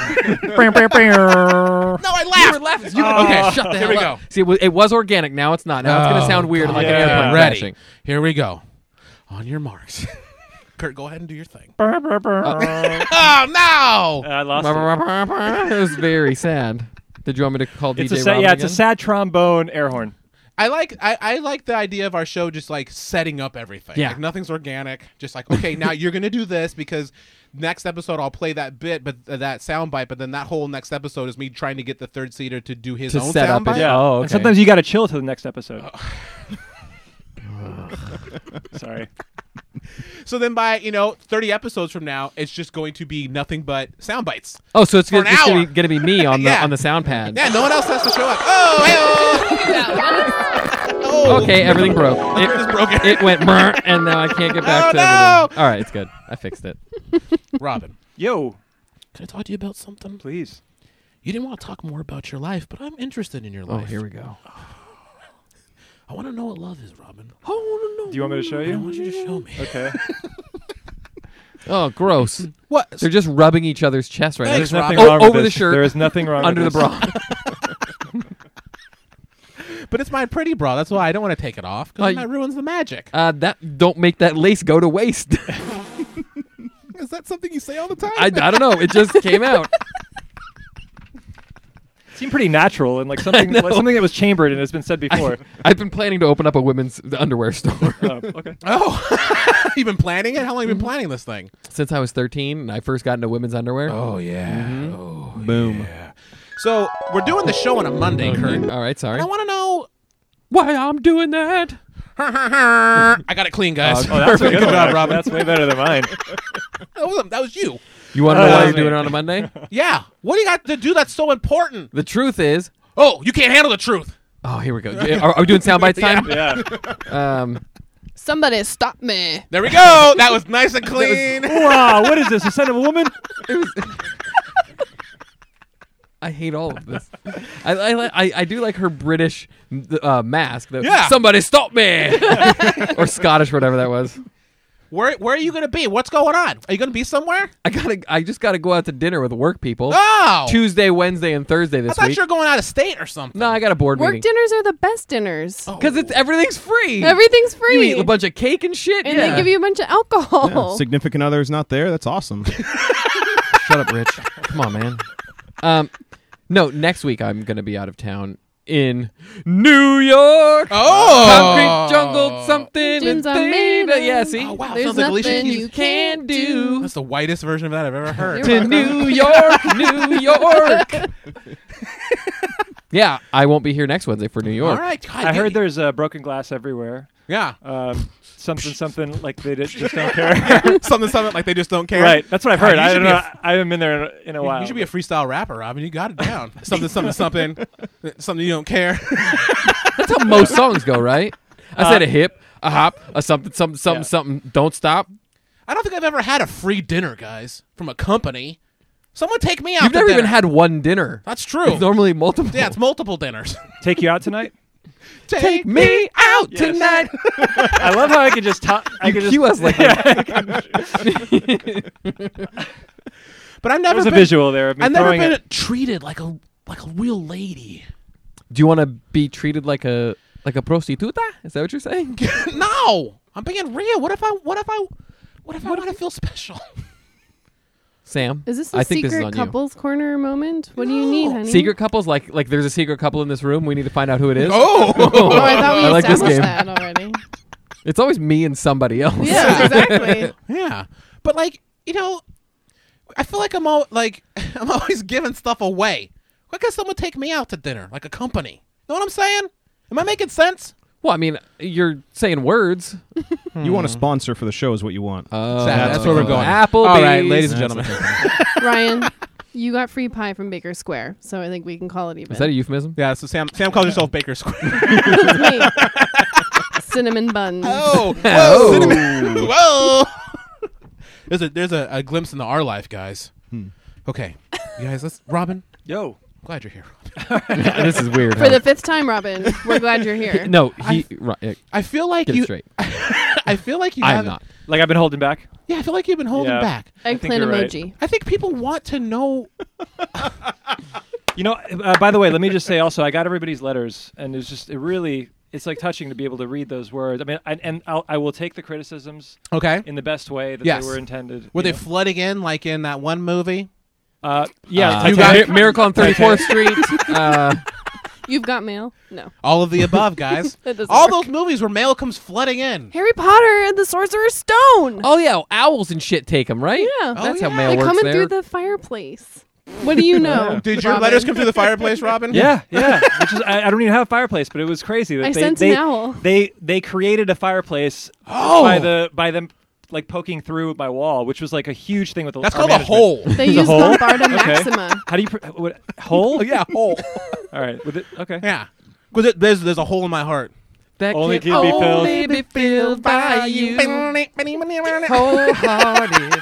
Speaker 1: I laughed.
Speaker 3: left.
Speaker 1: okay,
Speaker 3: shut
Speaker 1: Ah.
Speaker 3: the
Speaker 1: here
Speaker 3: hell
Speaker 1: we
Speaker 3: up.
Speaker 1: go.
Speaker 3: See, it was, it was organic. Now it's not. Now it's going to sound weird, like
Speaker 4: Oh, Yeah.
Speaker 3: an airplane
Speaker 1: Ready.
Speaker 3: crashing.
Speaker 1: Here we go. On your marks. Kurt, go ahead and do your thing. Oh, no!
Speaker 4: I Uh, lost it.
Speaker 3: it was very sad. Did you want me to call
Speaker 4: It's
Speaker 3: DJ
Speaker 4: a sad,
Speaker 3: Robin
Speaker 4: yeah, it's a
Speaker 3: again?
Speaker 4: sad trombone air horn.
Speaker 1: I like I, I like the idea of our show just like setting up everything.
Speaker 3: Yeah.
Speaker 1: Like nothing's organic. Just like, okay, now you're gonna do this because next episode I'll play that bit but uh, that sound bite, but then that whole next episode is me trying to get the third seater to do his
Speaker 3: To
Speaker 1: own
Speaker 3: set up
Speaker 1: sound bite.
Speaker 3: his- Yeah. Oh, okay.
Speaker 4: And sometimes you got to chill till the next episode. Sorry.
Speaker 1: So then by, you know, thirty episodes from now, it's just going to be nothing but sound bites.
Speaker 3: Oh, so it's,
Speaker 1: For
Speaker 3: gonna-
Speaker 1: an
Speaker 3: it's
Speaker 1: hour.
Speaker 3: going to be me on the
Speaker 1: Yeah.
Speaker 3: on the sound pad.
Speaker 1: Yeah, no one else has to show up. Oh, hey oh.
Speaker 3: Okay,
Speaker 6: uh,
Speaker 3: everything broke. It,
Speaker 1: It's broken.
Speaker 3: it went brr, and now I can't get back
Speaker 1: Oh,
Speaker 3: to
Speaker 1: no.
Speaker 3: everything. All right, it's good. I fixed it.
Speaker 1: Robin.
Speaker 4: Yo,
Speaker 6: Can I talk to you about something?
Speaker 4: please.
Speaker 6: You didn't want to talk more about your life, but I'm interested in your
Speaker 3: Oh,
Speaker 6: life.
Speaker 3: here we go.
Speaker 6: I want to know what love is, Robin.
Speaker 4: Do you want me to show
Speaker 6: I want
Speaker 4: you?
Speaker 6: you to show me.
Speaker 4: Okay.
Speaker 3: Oh, gross.
Speaker 1: What
Speaker 3: They're just rubbing each other's chest right
Speaker 1: Thanks,
Speaker 3: now.
Speaker 1: Rob.
Speaker 4: Nothing
Speaker 3: Oh,
Speaker 4: wrong with
Speaker 3: over the
Speaker 4: this.
Speaker 3: shirt.
Speaker 4: There is nothing wrong
Speaker 3: Under the
Speaker 4: with this.
Speaker 3: bra.
Speaker 1: But it's my pretty bra. That's why I don't want to take it off because
Speaker 3: Uh,
Speaker 1: then that ruins the magic.
Speaker 3: Uh, that don't make that lace go to waste.
Speaker 1: Is that something you say all the time?
Speaker 3: I, I don't know. It just came out.
Speaker 4: It seemed pretty natural and like something like something that was chambered and has been said before.
Speaker 3: I've been planning to open up a women's underwear store
Speaker 4: Oh, okay.
Speaker 1: oh, you've been planning it. How long have you
Speaker 3: Mm-hmm.
Speaker 1: been planning this thing?
Speaker 3: since I was 13 and I first got into women's underwear.
Speaker 6: Oh, yeah.
Speaker 3: Oh.
Speaker 2: Boom.
Speaker 1: Mm-hmm. So we're doing the show on a Monday, Kurt.
Speaker 3: All right, sorry.
Speaker 1: I want to know.
Speaker 3: Why I'm doing that?
Speaker 1: I got it clean, guys.
Speaker 4: Oh, that's a good,
Speaker 1: Good
Speaker 4: one.
Speaker 1: job, Robin.
Speaker 4: That's way better than mine.
Speaker 1: that, was, that was you.
Speaker 3: You want to know
Speaker 4: Uh,
Speaker 3: why
Speaker 4: me.
Speaker 3: you're doing it on a Monday?
Speaker 1: Yeah. What do you got to do that's so important?
Speaker 3: The truth is,
Speaker 1: Oh, you can't handle the truth.
Speaker 3: oh, here we go. Yeah, Are, are we doing sound bites time?
Speaker 4: Yeah.
Speaker 3: Um,
Speaker 5: Somebody stop me.
Speaker 1: There we go. That was nice and clean.
Speaker 4: wow, what is this? The son of a woman?
Speaker 3: I hate all of this. I, I, li- I, I do like her British uh, mask. The,
Speaker 1: Yeah.
Speaker 3: Somebody stop me! or Scottish, whatever that was.
Speaker 1: Where Where are you going to be? What's going on? Are you going to be somewhere?
Speaker 3: I gotta. I just gotta go out to dinner with work people.
Speaker 1: Oh,
Speaker 3: Tuesday, Wednesday, and Thursday
Speaker 1: I
Speaker 3: this
Speaker 1: thought
Speaker 3: week.
Speaker 1: you were going out of state or something. Oh.
Speaker 3: No, I got a board
Speaker 5: Work
Speaker 3: meeting
Speaker 5: dinners are the best dinners.
Speaker 3: because it's everything's free.
Speaker 5: Everything's free.
Speaker 3: You eat a bunch of cake and shit.
Speaker 5: and
Speaker 3: yeah.
Speaker 5: they give you a bunch of
Speaker 2: Yeah,
Speaker 5: alcohol.
Speaker 2: significant other is not there. That's awesome.
Speaker 3: Shut up, Rich. Come on, man. Um, no, next week I'm gonna be out of town in New York.
Speaker 1: Oh,
Speaker 3: Concrete jungle something and
Speaker 5: Dungeons are made
Speaker 3: thing.
Speaker 5: of-
Speaker 3: Yeah, see.
Speaker 1: Oh, wow.
Speaker 5: There's
Speaker 1: sounds like
Speaker 5: nothing
Speaker 1: Alicia Keys.
Speaker 5: you can do.
Speaker 1: That's the whitest version of that I've ever heard.
Speaker 5: You're
Speaker 3: to New York, New York. yeah, I won't be here next Wednesday for New
Speaker 1: All
Speaker 3: York.
Speaker 1: right. God,
Speaker 4: I
Speaker 1: you-
Speaker 4: heard there's uh, broken glass everywhere.
Speaker 1: Yeah.
Speaker 4: Um, something, something like they di- just don't care.
Speaker 1: something, something like they just don't care.
Speaker 4: right. That's what I've
Speaker 1: God,
Speaker 4: heard.
Speaker 1: you
Speaker 4: I
Speaker 1: should
Speaker 4: don't
Speaker 1: be
Speaker 4: know.
Speaker 1: a
Speaker 4: I I haven't been there in a, in a
Speaker 1: You-
Speaker 4: while.
Speaker 1: You should be a freestyle rapper, Robin. You got it down. something, something, something. Something you don't care.
Speaker 3: That's how most songs go, right? I said
Speaker 4: Uh,
Speaker 3: a hip, a hop, a something, something, something,
Speaker 4: Yeah.
Speaker 3: something. Don't stop.
Speaker 1: I don't think I've ever had a free dinner, guys, from a company. Someone take me out.
Speaker 3: You've
Speaker 1: to
Speaker 3: never
Speaker 1: dinner.
Speaker 3: even had one dinner.
Speaker 1: That's true.
Speaker 3: It's normally multiple.
Speaker 1: yeah, it's multiple dinners.
Speaker 4: Take you out tonight?
Speaker 1: take,
Speaker 3: Take me out
Speaker 4: Yes.
Speaker 3: tonight.
Speaker 4: I love how I could just talk. I could just.
Speaker 3: Cue us like
Speaker 1: But I've
Speaker 4: There
Speaker 1: never
Speaker 4: was a
Speaker 1: been,
Speaker 4: visual there. Of me
Speaker 1: I've never
Speaker 4: throwing
Speaker 1: been
Speaker 4: it.
Speaker 1: treated like a like a real lady.
Speaker 3: Do you want to be treated like a like a prostituta? Is that what you're saying?
Speaker 1: no, I'm being real. What if I? What if I? What if I want to feel special?
Speaker 3: Sam,
Speaker 5: Is this a
Speaker 3: I think
Speaker 5: secret
Speaker 3: this is on
Speaker 5: couples corner moment? What do you need, honey?
Speaker 3: you. Secret couples, like like there's a secret couple in this room. We need to find out who it is.
Speaker 1: Oh,
Speaker 5: Oh, I thought we
Speaker 3: I like this
Speaker 5: established
Speaker 3: game.
Speaker 5: that already.
Speaker 3: It's always me and somebody else.
Speaker 5: Yeah, exactly.
Speaker 1: yeah. But like you know, I feel like I'm all like I'm always giving stuff away. Why can't someone take me out to dinner like a company? Know what I'm saying? Am I making sense?
Speaker 3: Well, I mean, you're saying words.
Speaker 2: you want a sponsor for the show is what you want.
Speaker 3: Uh,
Speaker 1: That's where we're going.
Speaker 3: Applebee's.
Speaker 1: All right, ladies and gentlemen.
Speaker 5: Ryan, you got free pie from Baker Square, so I think we can call it even.
Speaker 3: Is that a euphemism?
Speaker 1: Yeah, so Sam Sam calls herself Baker Square.
Speaker 5: It's me. Cinnamon buns.
Speaker 1: oh, whoa,
Speaker 3: Oh.
Speaker 1: cinnamon-
Speaker 3: Hmm.
Speaker 1: whoa. there's a there's a, a glimpse into our life, guys. Okay, You guys, let's. Robin,
Speaker 4: Yo,
Speaker 1: glad you're here. Robin.
Speaker 3: this is weird.
Speaker 5: For the fifth time, Robin, we're glad you're here.
Speaker 3: no, he right, yeah,
Speaker 1: I feel like
Speaker 3: get it
Speaker 1: you.
Speaker 3: straight.
Speaker 1: I feel like you.
Speaker 3: I am
Speaker 1: haven't-
Speaker 3: not.
Speaker 4: like I've been holding back.
Speaker 1: Yeah, I feel like you've been holding
Speaker 4: Yeah.
Speaker 1: back.
Speaker 4: think
Speaker 5: Eggplant
Speaker 4: you're right.
Speaker 5: emoji.
Speaker 1: I think people want to know.
Speaker 4: You know, uh, by the way, let me just say also, I got everybody's letters, and it's just it really it's like touching to be able to read those words. I mean, I, and I'll, I will take the criticisms
Speaker 1: Okay.
Speaker 4: in the best way that
Speaker 1: Yes.
Speaker 4: they were intended.
Speaker 1: Were they
Speaker 4: you
Speaker 1: flooding in like in that one movie?
Speaker 4: know? uh, yeah,
Speaker 3: Uh,
Speaker 1: You
Speaker 4: Titanic.
Speaker 1: got
Speaker 3: Mi- Miracle on 34th Street. Uh,
Speaker 5: You've got mail? No.
Speaker 1: All of the above, guys.
Speaker 5: That doesn't
Speaker 1: All
Speaker 5: work.
Speaker 1: those movies where mail comes flooding in.
Speaker 5: Harry Potter and the Sorcerer's Stone.
Speaker 3: oh yeah, owls and shit take them, right?
Speaker 5: Yeah.
Speaker 1: Oh,
Speaker 3: that's
Speaker 1: yeah.
Speaker 3: how mail
Speaker 5: They're
Speaker 3: works
Speaker 5: coming
Speaker 3: there.
Speaker 5: through the fireplace. What do you know?
Speaker 1: Did your
Speaker 5: Robin?
Speaker 1: letters come through the fireplace, Robin?
Speaker 4: Yeah, yeah. Which is, I, I don't even have a fireplace, but it was crazy. That
Speaker 5: I
Speaker 4: they,
Speaker 5: sent
Speaker 4: they,
Speaker 5: an owl.
Speaker 4: They they created a fireplace
Speaker 1: Oh.
Speaker 4: by the by them like poking through my wall, which was like a huge thing with the.
Speaker 1: That's
Speaker 4: our
Speaker 1: called a
Speaker 4: management.
Speaker 1: hole.
Speaker 5: They
Speaker 4: The
Speaker 5: use
Speaker 4: hole?
Speaker 5: Bombarda
Speaker 4: Okay.
Speaker 5: Maxima.
Speaker 4: How do you pr- what, hole?
Speaker 1: Oh, yeah, hole.
Speaker 4: All right. With it, okay.
Speaker 1: yeah. Because there's, there's a hole in my heart.
Speaker 3: that
Speaker 4: Only
Speaker 3: can
Speaker 4: can be filled.
Speaker 3: only be filled by you. Wholehearted.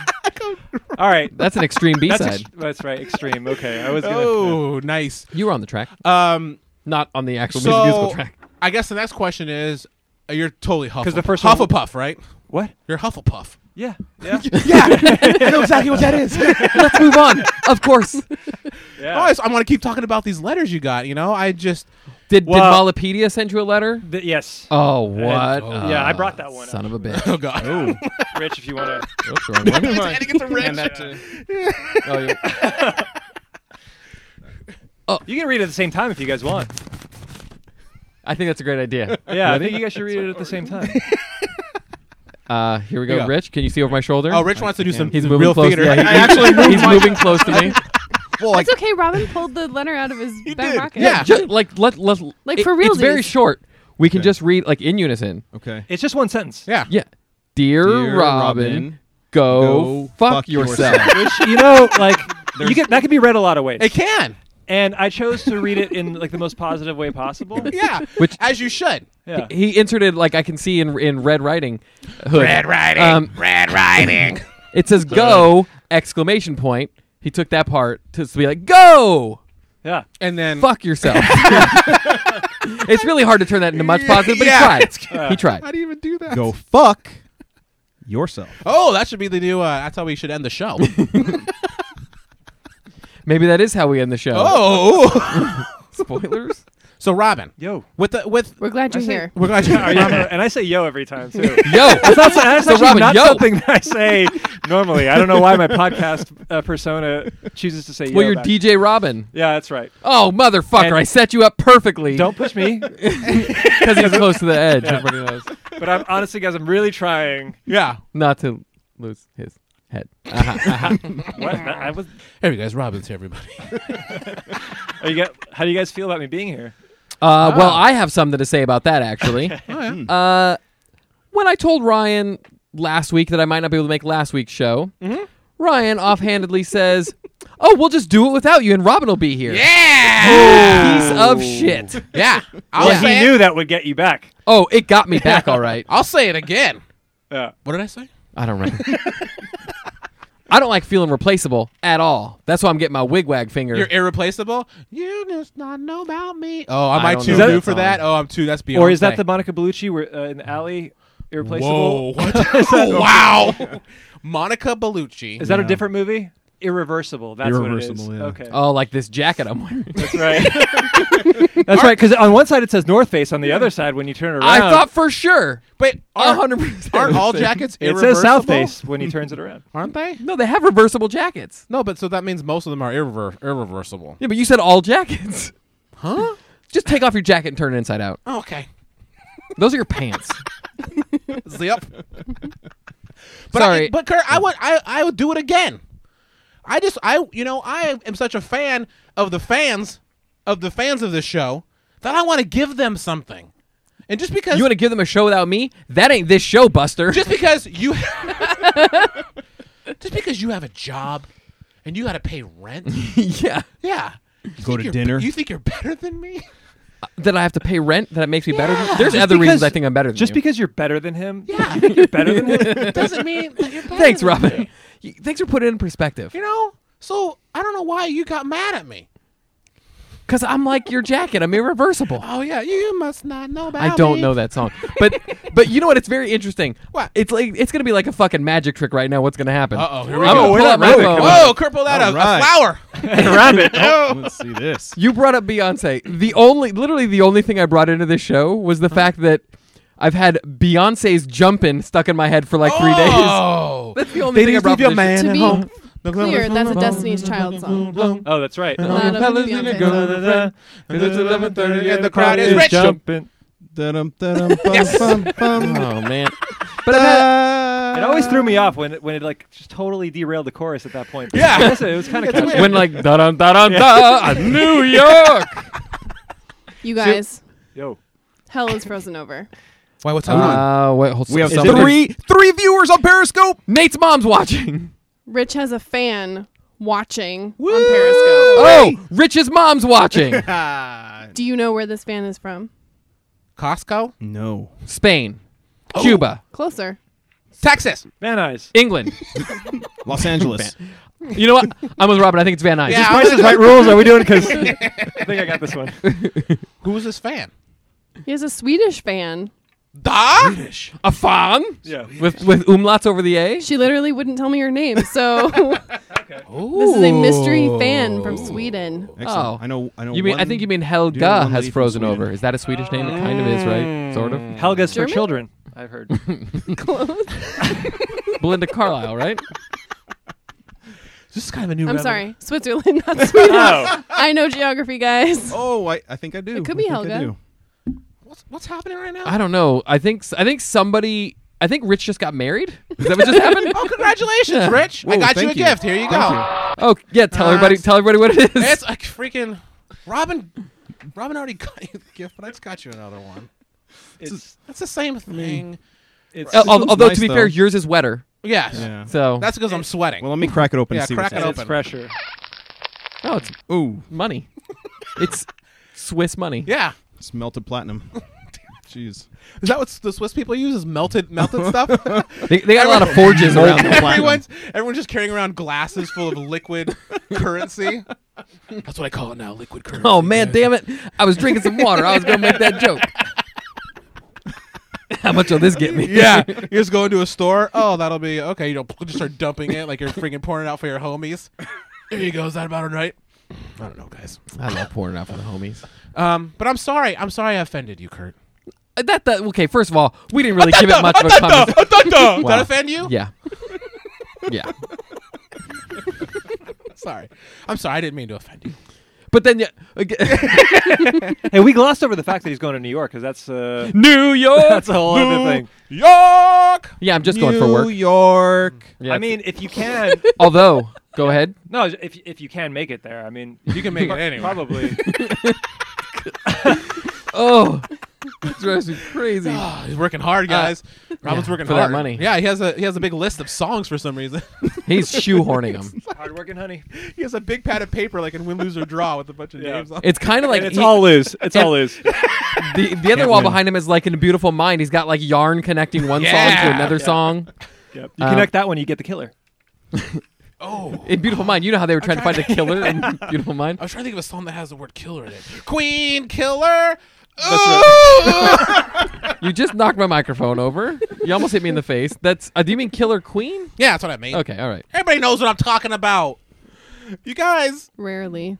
Speaker 4: All right.
Speaker 3: That's an extreme B
Speaker 4: That's
Speaker 3: side.
Speaker 4: ex- that's right. Extreme. Okay. I was gonna.
Speaker 1: Oh, nice.
Speaker 3: you were on the track,
Speaker 1: Um,
Speaker 3: not on the actual musical
Speaker 1: so
Speaker 3: track.
Speaker 1: I guess the next question is, uh, you're totally Hufflepuff.
Speaker 4: 'Cause the first one-
Speaker 1: Hufflepuff, right?
Speaker 4: What?
Speaker 1: You're Hufflepuff.
Speaker 4: Yeah. Yeah.
Speaker 1: I know exactly what that is.
Speaker 3: Let's move on. Of course.
Speaker 4: yeah.
Speaker 1: I want to keep talking about these letters you got. You know, I just
Speaker 3: Did
Speaker 4: Well-
Speaker 3: did Malopedia send you a letter?
Speaker 4: Th- yes.
Speaker 3: Oh what?
Speaker 4: oh, yeah, I brought that one
Speaker 3: Son
Speaker 4: up.
Speaker 3: of a bitch.
Speaker 1: oh god.
Speaker 4: Rich, if you want to.
Speaker 3: Oops, wrong one.
Speaker 1: had to get the wrench.
Speaker 3: Oh, yeah.
Speaker 4: You can read it at the same time if you guys want.
Speaker 3: I think that's a great idea.
Speaker 4: Yeah, I think you guys should read it at the same time.
Speaker 3: Uh, here we go.
Speaker 1: Here you go.
Speaker 3: Rich, can you see over my shoulder?
Speaker 1: Oh, Rich wants to do some
Speaker 3: He's
Speaker 1: some
Speaker 3: moving
Speaker 1: real
Speaker 3: close.
Speaker 1: theater.
Speaker 3: Yeah, he-
Speaker 1: I actually moved
Speaker 3: he's
Speaker 1: my-
Speaker 3: moving close to me.
Speaker 1: well, like,
Speaker 5: It's okay. Robin pulled the letter out of his back
Speaker 1: did.
Speaker 5: pocket.
Speaker 1: Yeah.
Speaker 3: Ju- like let let
Speaker 5: Like,
Speaker 3: it-
Speaker 5: for
Speaker 3: It's very
Speaker 5: realsies.
Speaker 3: short. We can
Speaker 2: Okay.
Speaker 3: just read like in unison.
Speaker 2: Okay.
Speaker 4: It's just one sentence.
Speaker 1: yeah.
Speaker 3: Yeah. Dear,
Speaker 2: Dear
Speaker 3: Robin,
Speaker 2: Robin,
Speaker 3: go,
Speaker 2: go
Speaker 3: fuck,
Speaker 2: fuck
Speaker 3: yourself.
Speaker 2: yourself.
Speaker 4: Which you know, like you can, that can be read a lot of ways,
Speaker 1: It can.
Speaker 4: and I chose to read it in like the most positive way possible.
Speaker 1: Yeah.
Speaker 3: Which-
Speaker 1: as you should.
Speaker 4: Yeah.
Speaker 3: He inserted like I can see in in red writing. Hood. Red
Speaker 1: writing.
Speaker 3: Um,
Speaker 1: Red Riding.
Speaker 3: It says go exclamation point. He took that part to be like go
Speaker 4: Yeah.
Speaker 1: and then
Speaker 3: fuck yourself. it's really hard to turn that into much positive, but
Speaker 1: Yeah.
Speaker 3: he tried. he
Speaker 1: How
Speaker 3: tried.
Speaker 1: do you even do that?
Speaker 2: Go fuck yourself.
Speaker 1: Oh, that should be the new. Uh, that's how we should end the show.
Speaker 3: Maybe that is how we end the show.
Speaker 1: oh.
Speaker 3: Spoilers.
Speaker 1: so Robin,
Speaker 4: Yo.
Speaker 1: with the with
Speaker 5: We're glad you're
Speaker 4: say-
Speaker 5: here.
Speaker 1: we're glad
Speaker 4: Are you-
Speaker 1: you.
Speaker 4: and I say yo every time too.
Speaker 3: Yo,
Speaker 4: That's not, that's
Speaker 3: So,
Speaker 4: actually
Speaker 3: Robin,
Speaker 4: not
Speaker 3: yo.
Speaker 4: something that I say normally. I don't know why my podcast uh, persona chooses to say yo.
Speaker 3: well, you're
Speaker 4: back.
Speaker 3: DJ Robin.
Speaker 4: Yeah, that's right.
Speaker 3: Oh, motherfucker!
Speaker 4: And-
Speaker 3: I set you up perfectly.
Speaker 4: Don't push me.
Speaker 3: because he's close to the edge. Everybody knows
Speaker 4: But I'm honestly, guys, I'm really trying.
Speaker 1: yeah.
Speaker 3: not to lose his head. Uh-huh, uh-huh.
Speaker 4: What? I was.
Speaker 1: Hey, you guys, Robin's here, everybody.
Speaker 4: Are you guys, how do you guys feel about me being here?
Speaker 3: Uh, Well,
Speaker 1: Ah.
Speaker 3: I have something to say about that actually.
Speaker 1: Oh, yeah.
Speaker 3: Uh, when I told Ryan last week that I might not be able to make last week's show,
Speaker 1: Mm-hmm.
Speaker 3: Ryan offhandedly says, "Oh, we'll just do it without you, and Robin will be here."
Speaker 1: Yeah.
Speaker 3: Piece of shit.
Speaker 1: Yeah. I'll
Speaker 4: Well,
Speaker 1: say
Speaker 4: he
Speaker 1: it.
Speaker 4: knew that would get you back.
Speaker 3: Oh, it got me back all right.
Speaker 1: I'll say it again.
Speaker 4: Yeah.
Speaker 1: What did I say?
Speaker 3: I don't remember. I don't like feeling replaceable at all. That's why I'm getting my wigwag finger.
Speaker 1: You're irreplaceable. You just not know about me. Oh, am
Speaker 3: I
Speaker 1: I,
Speaker 3: don't
Speaker 1: too
Speaker 3: know
Speaker 1: new
Speaker 3: that
Speaker 1: for
Speaker 3: song.
Speaker 1: that? Oh, I'm too. That's Beyonce.
Speaker 4: Or is that the Monica Bellucci where, uh, in the alley, irreplaceable?
Speaker 1: Whoa! What? wow! Monica Bellucci.
Speaker 4: Is that a different movie? Irreversible. That's
Speaker 2: Irreversible,
Speaker 4: what it is.
Speaker 2: yeah.
Speaker 4: Okay.
Speaker 3: oh, like this jacket I'm wearing.
Speaker 4: That's right. That's right. Because on one side it says North Face, on the other side when you turn around,
Speaker 3: I thought for sure.
Speaker 1: Wait,
Speaker 3: A
Speaker 1: aren't,
Speaker 3: hundred percent.
Speaker 1: aren't all jackets
Speaker 4: it
Speaker 1: irreversible?
Speaker 4: says South Face when he turns it around.
Speaker 1: aren't they?
Speaker 3: No, they have reversible jackets.
Speaker 1: No, but so that means most of them are irrever- irreversible.
Speaker 3: Yeah, but you said all jackets.
Speaker 1: Huh?
Speaker 3: Just take off your jacket and turn it inside out.
Speaker 1: Okay.
Speaker 3: Those are your pants.
Speaker 1: Zip. but
Speaker 3: Sorry.
Speaker 1: I, but Kurt, I would I I would do it again. I just I you know I am such a fan of the fans of the fans of this show that I want to give them something, and just because
Speaker 3: You want to give them a show without me? That ain't this show, Buster.
Speaker 1: just because you just because you have a job and you got to pay rent
Speaker 3: yeah.
Speaker 1: yeah You
Speaker 2: Go
Speaker 1: think
Speaker 2: to
Speaker 1: you're
Speaker 2: dinner.
Speaker 1: be- you think you're better than me
Speaker 3: That I have to pay rent. That it makes me better. Than,
Speaker 1: Yeah.
Speaker 3: there's
Speaker 4: Just
Speaker 3: other reasons
Speaker 4: because-
Speaker 3: I think I'm better than
Speaker 4: Just
Speaker 3: you.
Speaker 4: because you're better than him,
Speaker 1: Yeah.
Speaker 4: you think you're better than him.
Speaker 1: doesn't mean that you're better
Speaker 3: Thanks,
Speaker 1: than me.
Speaker 3: Robin. You- Thanks for putting it in perspective.
Speaker 1: you know So I don't know why you got mad at me.
Speaker 3: Because I'm like your jacket. I'm irreversible.
Speaker 1: Oh yeah, you must not know about.
Speaker 3: I don't
Speaker 1: me.
Speaker 3: know that song, but but you know what? It's very interesting.
Speaker 1: What?
Speaker 3: It's like it's gonna be like a fucking magic trick right now. What's gonna happen?
Speaker 1: Uh-oh, here we
Speaker 3: I'm
Speaker 1: go.
Speaker 3: gonna
Speaker 1: We're
Speaker 3: pull
Speaker 1: not
Speaker 3: out my
Speaker 2: really
Speaker 3: phone.
Speaker 2: coming.
Speaker 1: Whoa, curl that
Speaker 2: All
Speaker 1: a,
Speaker 2: right.
Speaker 1: a flower.
Speaker 4: rabbit.
Speaker 2: Let's see this.
Speaker 3: You brought up Beyonce. The only, literally, the only thing I brought into this show was the fact that I've had Beyonce's "Jumpin'" stuck in my head for like three days.
Speaker 1: Oh,
Speaker 3: That's the only thing I brought. up.
Speaker 5: To be clear, that's a Destiny's Child song.
Speaker 4: Oh, that's right.
Speaker 5: all you fellas need to go
Speaker 1: and the crowd is rich.
Speaker 4: Jumping.
Speaker 2: Da-dum, da-dum, bum, bum, bum.
Speaker 3: Oh man! But I've had,
Speaker 4: It always threw me off when it, when it like just totally derailed the chorus at that point.
Speaker 1: Yeah.
Speaker 4: Yes, it was kind of catchy.
Speaker 3: when like da dum da dum da New York.
Speaker 5: You guys,
Speaker 4: Yo,
Speaker 5: hell is frozen over.
Speaker 1: Why? What's going on?
Speaker 3: Uh, wait, hold,
Speaker 2: We have
Speaker 3: someone-
Speaker 2: something-
Speaker 3: three three viewers on Periscope. Nate's mom's watching.
Speaker 5: Rich has a fan watching on Periscope.
Speaker 3: Oh, Rich's mom's watching.
Speaker 5: Do you know where this fan is from?
Speaker 1: Costco,
Speaker 2: Hmm. No.
Speaker 3: Spain, Cuba,
Speaker 5: Closer.
Speaker 1: Texas.
Speaker 4: Van Eyes.
Speaker 3: England.
Speaker 2: Los Angeles.
Speaker 3: You know what? I'm with Robin. I think it's Van Nuys.
Speaker 1: Yeah.
Speaker 4: Price is Right rules. Are we doing? Because I think I got this one.
Speaker 1: Who's this fan?
Speaker 5: He has a Swedish fan.
Speaker 1: Da.
Speaker 3: A fan
Speaker 4: Yeah.
Speaker 3: with with umlauts over the a.
Speaker 5: She literally wouldn't tell me her name, so this is a mystery fan from Sweden.
Speaker 3: Oh.
Speaker 2: Excellent. I know. I know.
Speaker 3: You mean? I
Speaker 2: one-
Speaker 3: think you mean
Speaker 2: Yeah,
Speaker 3: Helga
Speaker 2: one
Speaker 3: has
Speaker 2: lady from
Speaker 3: frozen
Speaker 2: Sweden. Mm.
Speaker 3: over. Is that a Swedish name? It kind of is, right? Sort of.
Speaker 4: Helga's
Speaker 5: German?
Speaker 4: for children. I've heard.
Speaker 5: Close.
Speaker 3: Belinda Carlisle, right?
Speaker 1: This is kind of a new.
Speaker 5: I'm
Speaker 1: rhythm.
Speaker 5: sorry, Switzerland, not Sweden.
Speaker 4: oh,
Speaker 5: I know geography, guys.
Speaker 2: Oh, I, I think I do.
Speaker 5: It could be
Speaker 2: I think I
Speaker 5: Helga.
Speaker 2: do.
Speaker 1: What's, what's happening right now?
Speaker 3: I don't know. I think I think somebody. I think Rich just got married. Is that what just happened?
Speaker 1: Oh, congratulations, Rich! I
Speaker 2: Whoa,
Speaker 1: got you a
Speaker 2: thank you.
Speaker 1: gift. Here you go.
Speaker 2: Thank
Speaker 3: Oh yeah, tell
Speaker 1: Uh,
Speaker 3: everybody. Tell everybody what it is.
Speaker 1: It's like freaking Robin. Robin already got you a gift, but I just got you another one.
Speaker 4: it's
Speaker 1: That's the same thing.
Speaker 4: it's
Speaker 3: Al- al-
Speaker 2: sounds
Speaker 3: although
Speaker 2: nice,
Speaker 3: to be
Speaker 2: though.
Speaker 3: fair, yours is wetter.
Speaker 1: Yes.
Speaker 2: Yeah.
Speaker 3: So
Speaker 1: That's because I'm sweating.
Speaker 2: Well, let me crack it open.
Speaker 1: Yeah,
Speaker 2: and see
Speaker 1: crack
Speaker 2: what's
Speaker 1: it
Speaker 2: in
Speaker 4: it's
Speaker 1: open.
Speaker 4: pressure.
Speaker 3: oh, it's
Speaker 2: Ooh,
Speaker 3: money. it's Swiss money.
Speaker 1: yeah.
Speaker 2: it's melted platinum. Jeez.
Speaker 1: Is that what s- the Swiss people use? Is melted melted stuff?
Speaker 3: They, they got a lot of forges around. them.
Speaker 1: Everyone's everyone's just carrying around glasses full of liquid currency.
Speaker 6: That's what I call it now, liquid currency.
Speaker 3: Oh man, damn it! I was drinking some water. I was gonna make that joke. How much will this get me?
Speaker 1: Yeah, you just go into a store. Oh, that'll be okay. You know, just start dumping it like you're freaking pouring it out for your homies.
Speaker 6: There you go. Is that about it, right?
Speaker 1: I don't know, guys.
Speaker 3: I love pouring out for the homies.
Speaker 1: Um, but I'm sorry. I'm sorry I offended you, Kurt.
Speaker 3: Uh, That, that okay. First of all, we didn't really give it much of a comment.
Speaker 1: Did
Speaker 3: Wow.
Speaker 1: that offend you?
Speaker 3: Yeah, yeah.
Speaker 1: Sorry. I'm sorry. I didn't mean to offend you.
Speaker 3: But then, yeah, aga-
Speaker 4: Hey, we glossed over the fact that he's going to New York because that's uh,
Speaker 3: New York.
Speaker 4: that's a whole other thing.
Speaker 1: York.
Speaker 3: Yeah, I'm just going for work.
Speaker 2: New York.
Speaker 3: Yeah,
Speaker 4: I mean, if you can,
Speaker 3: although, go ahead.
Speaker 4: no, if if you can make it there, I mean,
Speaker 1: You can make it anyway.
Speaker 4: probably.
Speaker 3: Oh, it drives me crazy.
Speaker 1: Ah, he's working hard, guys. Robin's
Speaker 3: yeah,
Speaker 1: working
Speaker 3: for that
Speaker 1: hard.
Speaker 3: money.
Speaker 1: Yeah, he has a he has a big list of songs for some reason.
Speaker 3: He's shoehorning them.
Speaker 4: Hardworking, honey.
Speaker 1: he has a big pad of paper, like in win, lose, or draw, with a bunch of
Speaker 4: Yeah.
Speaker 1: names on. it.
Speaker 3: It's kind of like
Speaker 4: and it's
Speaker 3: he-
Speaker 4: all loose. It's
Speaker 3: and-
Speaker 4: all loose.
Speaker 3: the, the other wall
Speaker 2: win.
Speaker 3: behind him is like in a beautiful mind. He's got like yarn connecting one song
Speaker 1: Yeah.
Speaker 3: to another song.
Speaker 4: Yep. You
Speaker 3: Um,
Speaker 4: connect that one, you get the killer.
Speaker 3: In Beautiful Mind, you know how they were trying to find a killer in Beautiful Mind.
Speaker 1: Oh, I was trying to think of a song that has the word killer in it. Queen Killer. Ooh!
Speaker 3: You just knocked my microphone over. You almost hit me in the face. That's. Uh, do you mean Killer Queen?
Speaker 1: yeah, that's what I mean.
Speaker 3: Okay, all right.
Speaker 1: Everybody knows what I'm talking about. You guys,
Speaker 5: Rarely.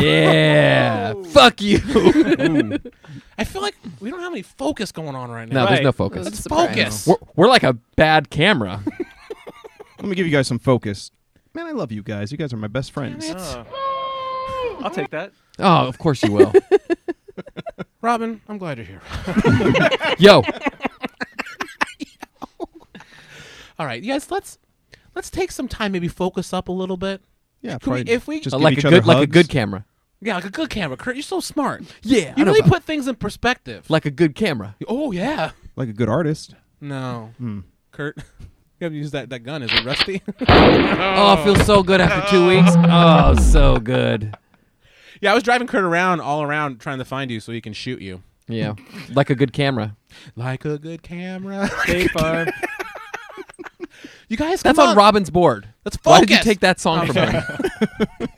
Speaker 3: Yeah. Fuck you.
Speaker 1: I feel like we don't have any focus going on right
Speaker 3: No,
Speaker 1: now.
Speaker 3: there's no
Speaker 4: Right.
Speaker 5: It
Speaker 3: focus.
Speaker 5: was a surprise.
Speaker 1: Focus.
Speaker 3: We're, we're like a bad camera.
Speaker 2: Let me give you guys some focus. Man, I love you guys. You guys are my best friends.
Speaker 4: Oh. I'll take that.
Speaker 3: Oh, of course you will.
Speaker 1: Robin, I'm glad you're here.
Speaker 3: Yo,
Speaker 1: All right, you guys, let's let's take some time, maybe focus up a little bit.
Speaker 2: Yeah,
Speaker 1: Could we-
Speaker 2: probably
Speaker 1: if we-
Speaker 2: just
Speaker 3: uh,
Speaker 2: give
Speaker 3: like a
Speaker 2: each other
Speaker 3: good, like a
Speaker 2: hugs.
Speaker 3: good camera.
Speaker 1: Yeah, like a good camera, Kurt. You're so smart.
Speaker 3: Yeah.
Speaker 1: You really put things in perspective.
Speaker 3: like a good camera.
Speaker 1: oh yeah.
Speaker 2: like a good artist.
Speaker 1: No.
Speaker 3: Hmm.
Speaker 1: Kurt, you haven't used that, that gun. Is it rusty?
Speaker 3: Oh, it feels so good after two weeks. Oh, so good.
Speaker 1: yeah, I was driving Kurt around all around trying to find you so he can shoot you.
Speaker 3: Yeah, like a good camera.
Speaker 1: Like a good camera.
Speaker 4: State Farm.
Speaker 1: you guys,
Speaker 3: That's
Speaker 1: come
Speaker 3: on
Speaker 1: on.
Speaker 3: Robin's board.
Speaker 1: Let's focus.
Speaker 3: Why did you take that song from me?
Speaker 1: You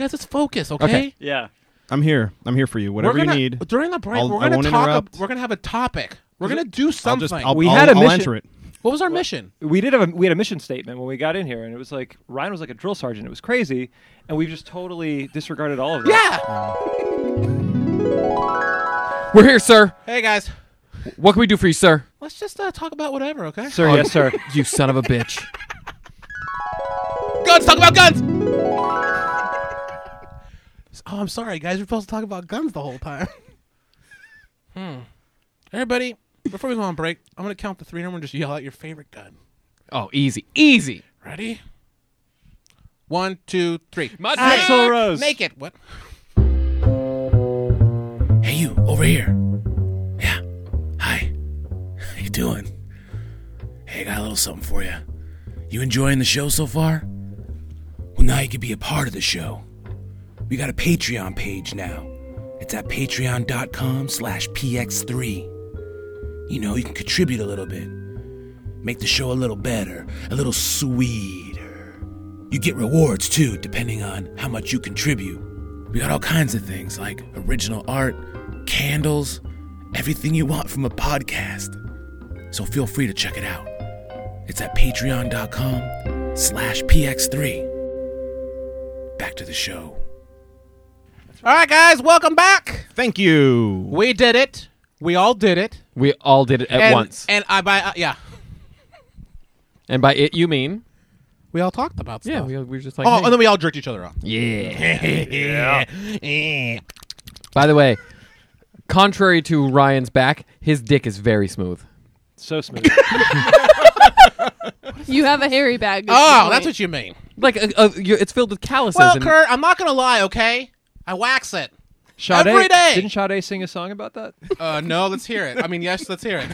Speaker 1: guys, let's focus, okay?
Speaker 3: Okay.
Speaker 4: Yeah.
Speaker 2: I'm here. I'm here for you. Whatever
Speaker 1: we're gonna,
Speaker 2: you need.
Speaker 1: During the break,
Speaker 2: I'll-
Speaker 1: we're
Speaker 2: I
Speaker 1: gonna
Speaker 2: won't
Speaker 1: talk.
Speaker 2: interrupt.
Speaker 1: ab- we're gonna have a topic. We're gonna do
Speaker 2: I'll
Speaker 1: something.
Speaker 2: just. I'll,
Speaker 4: We
Speaker 2: I'll-
Speaker 4: had a
Speaker 2: I'll
Speaker 4: mission-
Speaker 2: enter it.
Speaker 1: what was our mission?
Speaker 4: we did have a, we had a mission statement when we got in here, and it was like Ryan was like a drill sergeant. It was crazy, and we've just totally disregarded all of that.
Speaker 1: Yeah.
Speaker 3: We're here, sir.
Speaker 1: Hey guys,
Speaker 3: What can we do for you, sir?
Speaker 1: let's just uh, talk about whatever, okay?
Speaker 4: sir. yes, sir.
Speaker 3: You son of a bitch.
Speaker 1: Guns. Talk about guns. Oh, I'm sorry, guys. We're supposed to talk about guns the whole time. hmm.
Speaker 2: Hmm.
Speaker 1: Everybody, before we go on break, I'm gonna count the three, and everyone just yell out your favorite gun.
Speaker 3: Oh, easy, easy.
Speaker 1: Ready? One, two, three.
Speaker 3: My
Speaker 4: Axl Rose.
Speaker 1: Make it. What?
Speaker 6: Hey, you over here. Yeah. Hi. How you doing? Hey, I got a little something for you. You enjoying the show so far? Well, now you can be a part of the show. We got a Patreon page now. It's at patreon.com slash px3. You know, you can contribute a little bit. Make the show a little better, a little sweeter. You get rewards too, depending on how much you contribute. We got all kinds of things like original art, candles, everything you want from a podcast. So feel free to check it out. It's at patreon.com slash px3. Back to the show.
Speaker 1: All right, guys. Welcome back.
Speaker 2: Thank you.
Speaker 1: We did it. We all did it.
Speaker 3: We all did it at
Speaker 1: and,
Speaker 3: once,
Speaker 1: And I by uh, yeah,
Speaker 3: and by it you mean
Speaker 1: we all talked about stuff.
Speaker 3: yeah. We, we were just like,
Speaker 1: oh,
Speaker 3: hey.
Speaker 1: and then we all jerked each other off.
Speaker 3: By the way, contrary to Ryan's back, his dick is very smooth.
Speaker 4: So smooth.
Speaker 5: You have a hairy bag.
Speaker 1: Oh, that's what you mean.
Speaker 3: Like uh, uh, you- it's filled with calluses.
Speaker 1: Well,
Speaker 3: and
Speaker 1: Kurt, I'm not gonna lie. Okay, I wax it.
Speaker 4: Sade,
Speaker 1: Every day.
Speaker 4: Didn't Sade sing a song about that?
Speaker 1: Uh, no, let's hear it. I mean, yes, let's hear it.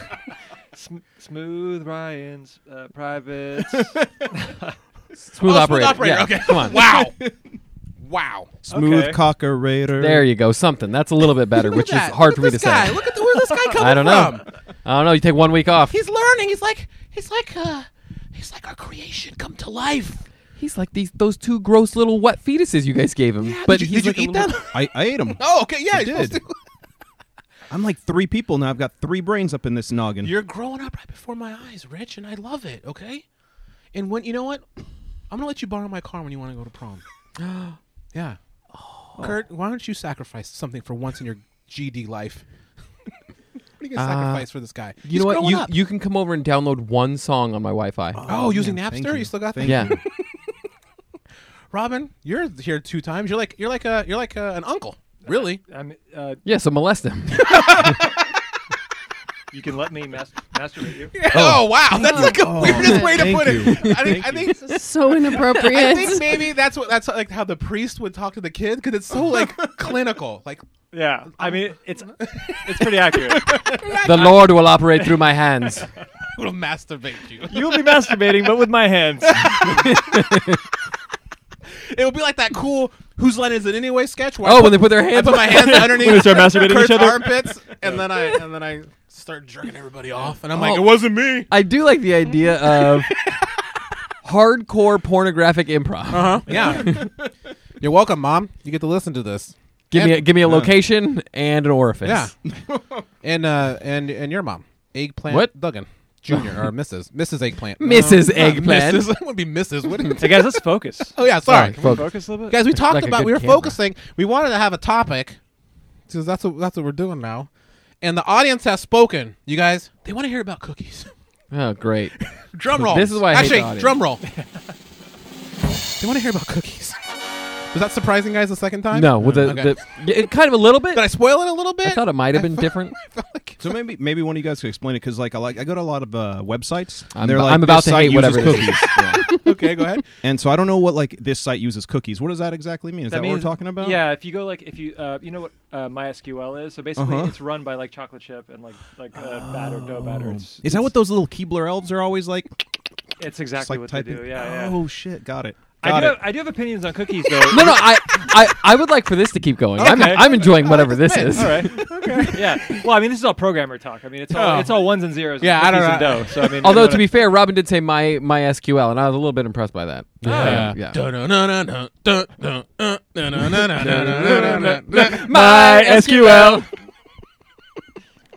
Speaker 4: Sm- smooth Ryan's uh, private.
Speaker 3: smooth
Speaker 1: Oh,
Speaker 3: operator.
Speaker 1: operator,
Speaker 3: Yeah,
Speaker 1: Okay.
Speaker 3: come on.
Speaker 1: Wow. wow.
Speaker 2: Smooth
Speaker 4: Okay.
Speaker 2: cockerator.
Speaker 3: There you go. Something that's a little bit better, which is
Speaker 1: That-
Speaker 3: hard for
Speaker 1: look
Speaker 3: me
Speaker 1: at
Speaker 3: to
Speaker 1: this guy.
Speaker 3: say.
Speaker 1: Look at the, where's this guy coming
Speaker 3: I don't know.
Speaker 1: from?
Speaker 3: I don't know. You take one week off.
Speaker 1: He's learning. He's like he's like uh he's like our creation come to life.
Speaker 3: He's like these those two gross little wet fetuses you guys gave him.
Speaker 1: Yeah,
Speaker 3: but
Speaker 1: did you,
Speaker 3: he's
Speaker 1: did you
Speaker 3: like a
Speaker 1: eat
Speaker 3: little-
Speaker 1: them?
Speaker 2: I, I ate them.
Speaker 1: Oh, okay. Yeah,
Speaker 2: I
Speaker 1: you're supposed
Speaker 2: did.
Speaker 1: to.
Speaker 2: I'm like three people now. I've got three brains up in this noggin.
Speaker 1: You're growing up right before my eyes, Rich, and I love it, okay? And when you know what? I'm gonna let you borrow my car when you wanna go to prom. yeah. Kurt, why don't you sacrifice something for once in your GD life? what are you gonna sacrifice for this guy?
Speaker 3: You know what? You you can come over and download one song on my Wi-Fi.
Speaker 1: Oh, using
Speaker 2: man, thank
Speaker 1: Napster? You.
Speaker 2: you.
Speaker 1: still got that?
Speaker 2: Thank
Speaker 3: yeah.
Speaker 1: Robin, you're here two times. You're like you're like a you're like a, an uncle. Really?
Speaker 4: I'm, uh,
Speaker 3: Yeah, so molest him.
Speaker 4: you can let me mas- masturbate you.
Speaker 1: Oh, wow, that's like the weirdest way to
Speaker 2: thank
Speaker 1: put
Speaker 2: you.
Speaker 1: it. I think, I think
Speaker 5: so inappropriate.
Speaker 1: I think maybe that's what that's like how the priest would talk to the kid because it's so like clinical. Like
Speaker 4: Yeah. I mean, it's it's pretty accurate.
Speaker 3: the Lord will operate through my hands.
Speaker 1: it'll masturbate you.
Speaker 4: You'll be masturbating, but with my hands.
Speaker 1: It would be like that cool "Whose Line Is It Anyway" sketch. Where I
Speaker 3: Oh,
Speaker 1: put,
Speaker 3: when they put their
Speaker 1: I
Speaker 3: hands
Speaker 1: put my hands underneath
Speaker 4: When they start masturbating
Speaker 1: Kurt's
Speaker 4: each other?
Speaker 1: armpits, and then I and then I start jerking everybody off, and I'm like,
Speaker 3: Oh.
Speaker 1: "It wasn't me."
Speaker 3: I do like the idea of hardcore pornographic improv.
Speaker 1: Huh? Yeah. You're welcome, mom. You get to listen to this.
Speaker 3: Give me a, give me a location and an orifice.
Speaker 1: Yeah. and uh and and your mom, eggplant
Speaker 3: What?
Speaker 1: Duggan Junior or Mrs. Mrs. Eggplant.
Speaker 3: Mrs.
Speaker 1: not
Speaker 3: Eggplant.
Speaker 1: Mrs. It would be Mrs. Wouldn't
Speaker 4: hey
Speaker 1: it?
Speaker 4: guys, let's focus.
Speaker 1: Oh yeah, sorry.
Speaker 3: Sorry, folks.
Speaker 4: Focus a little bit.
Speaker 1: guys we talked
Speaker 3: like a
Speaker 1: about
Speaker 3: good
Speaker 1: we were
Speaker 3: camera.
Speaker 1: focusing we wanted to have a topic because that's what that's what we're doing now and the audience has spoken you guys they want to hear about cookies
Speaker 3: Oh, great.
Speaker 1: drum roll
Speaker 3: This is why I hate the
Speaker 1: actually
Speaker 3: audience.
Speaker 1: drum roll they want to hear about cookies was that surprising guys the second time
Speaker 3: No, with the,
Speaker 1: Okay.
Speaker 3: the yeah, it kind of a little bit.
Speaker 1: did i spoil it a little bit
Speaker 3: I thought it might have been different.
Speaker 1: felt like-
Speaker 2: So maybe maybe one of you guys could explain it because like I like I go to a lot of uh, websites and
Speaker 3: I'm
Speaker 2: they're
Speaker 3: ab-
Speaker 2: like
Speaker 3: I'm about
Speaker 2: this
Speaker 3: to
Speaker 2: site
Speaker 3: hate whatever
Speaker 2: uses
Speaker 3: this
Speaker 2: cookies. Yeah.
Speaker 1: okay go ahead
Speaker 2: and so I don't know what like this site uses cookies. What does that exactly mean? Is that, what
Speaker 4: means-
Speaker 2: we're talking about?
Speaker 4: Yeah, if you go like if you uh, you know what uh, MySQL is, so basically
Speaker 2: Uh-huh.
Speaker 4: it's run by like chocolate chip and like like uh, batter dough batter. It's,
Speaker 2: Oh. Is that what those little Keebler elves are always like?
Speaker 4: It's exactly
Speaker 2: like
Speaker 4: what they
Speaker 2: typing.
Speaker 4: do. Yeah, yeah.
Speaker 2: Oh shit, got it.
Speaker 4: I
Speaker 2: Got
Speaker 4: do,
Speaker 2: it.
Speaker 4: have, I do have opinions on cookies, though. no,
Speaker 3: No, no, I, I, I would like for this to keep going. I'm,
Speaker 4: Okay.
Speaker 3: I'm enjoying whatever this is.
Speaker 4: All right. okay. Yeah. Well, I mean, this is all programmer talk. I mean, it's all
Speaker 1: Oh.
Speaker 4: it's all ones and zeros.
Speaker 1: Yeah,
Speaker 4: and
Speaker 1: I don't
Speaker 4: cookies
Speaker 1: know.
Speaker 4: And dough, so I mean,
Speaker 3: Although
Speaker 4: you know,
Speaker 3: to be fair, Robin did say my my SQL, and I was a little bit impressed by that.
Speaker 1: Ah. Yeah.
Speaker 3: yeah.
Speaker 4: my SQL.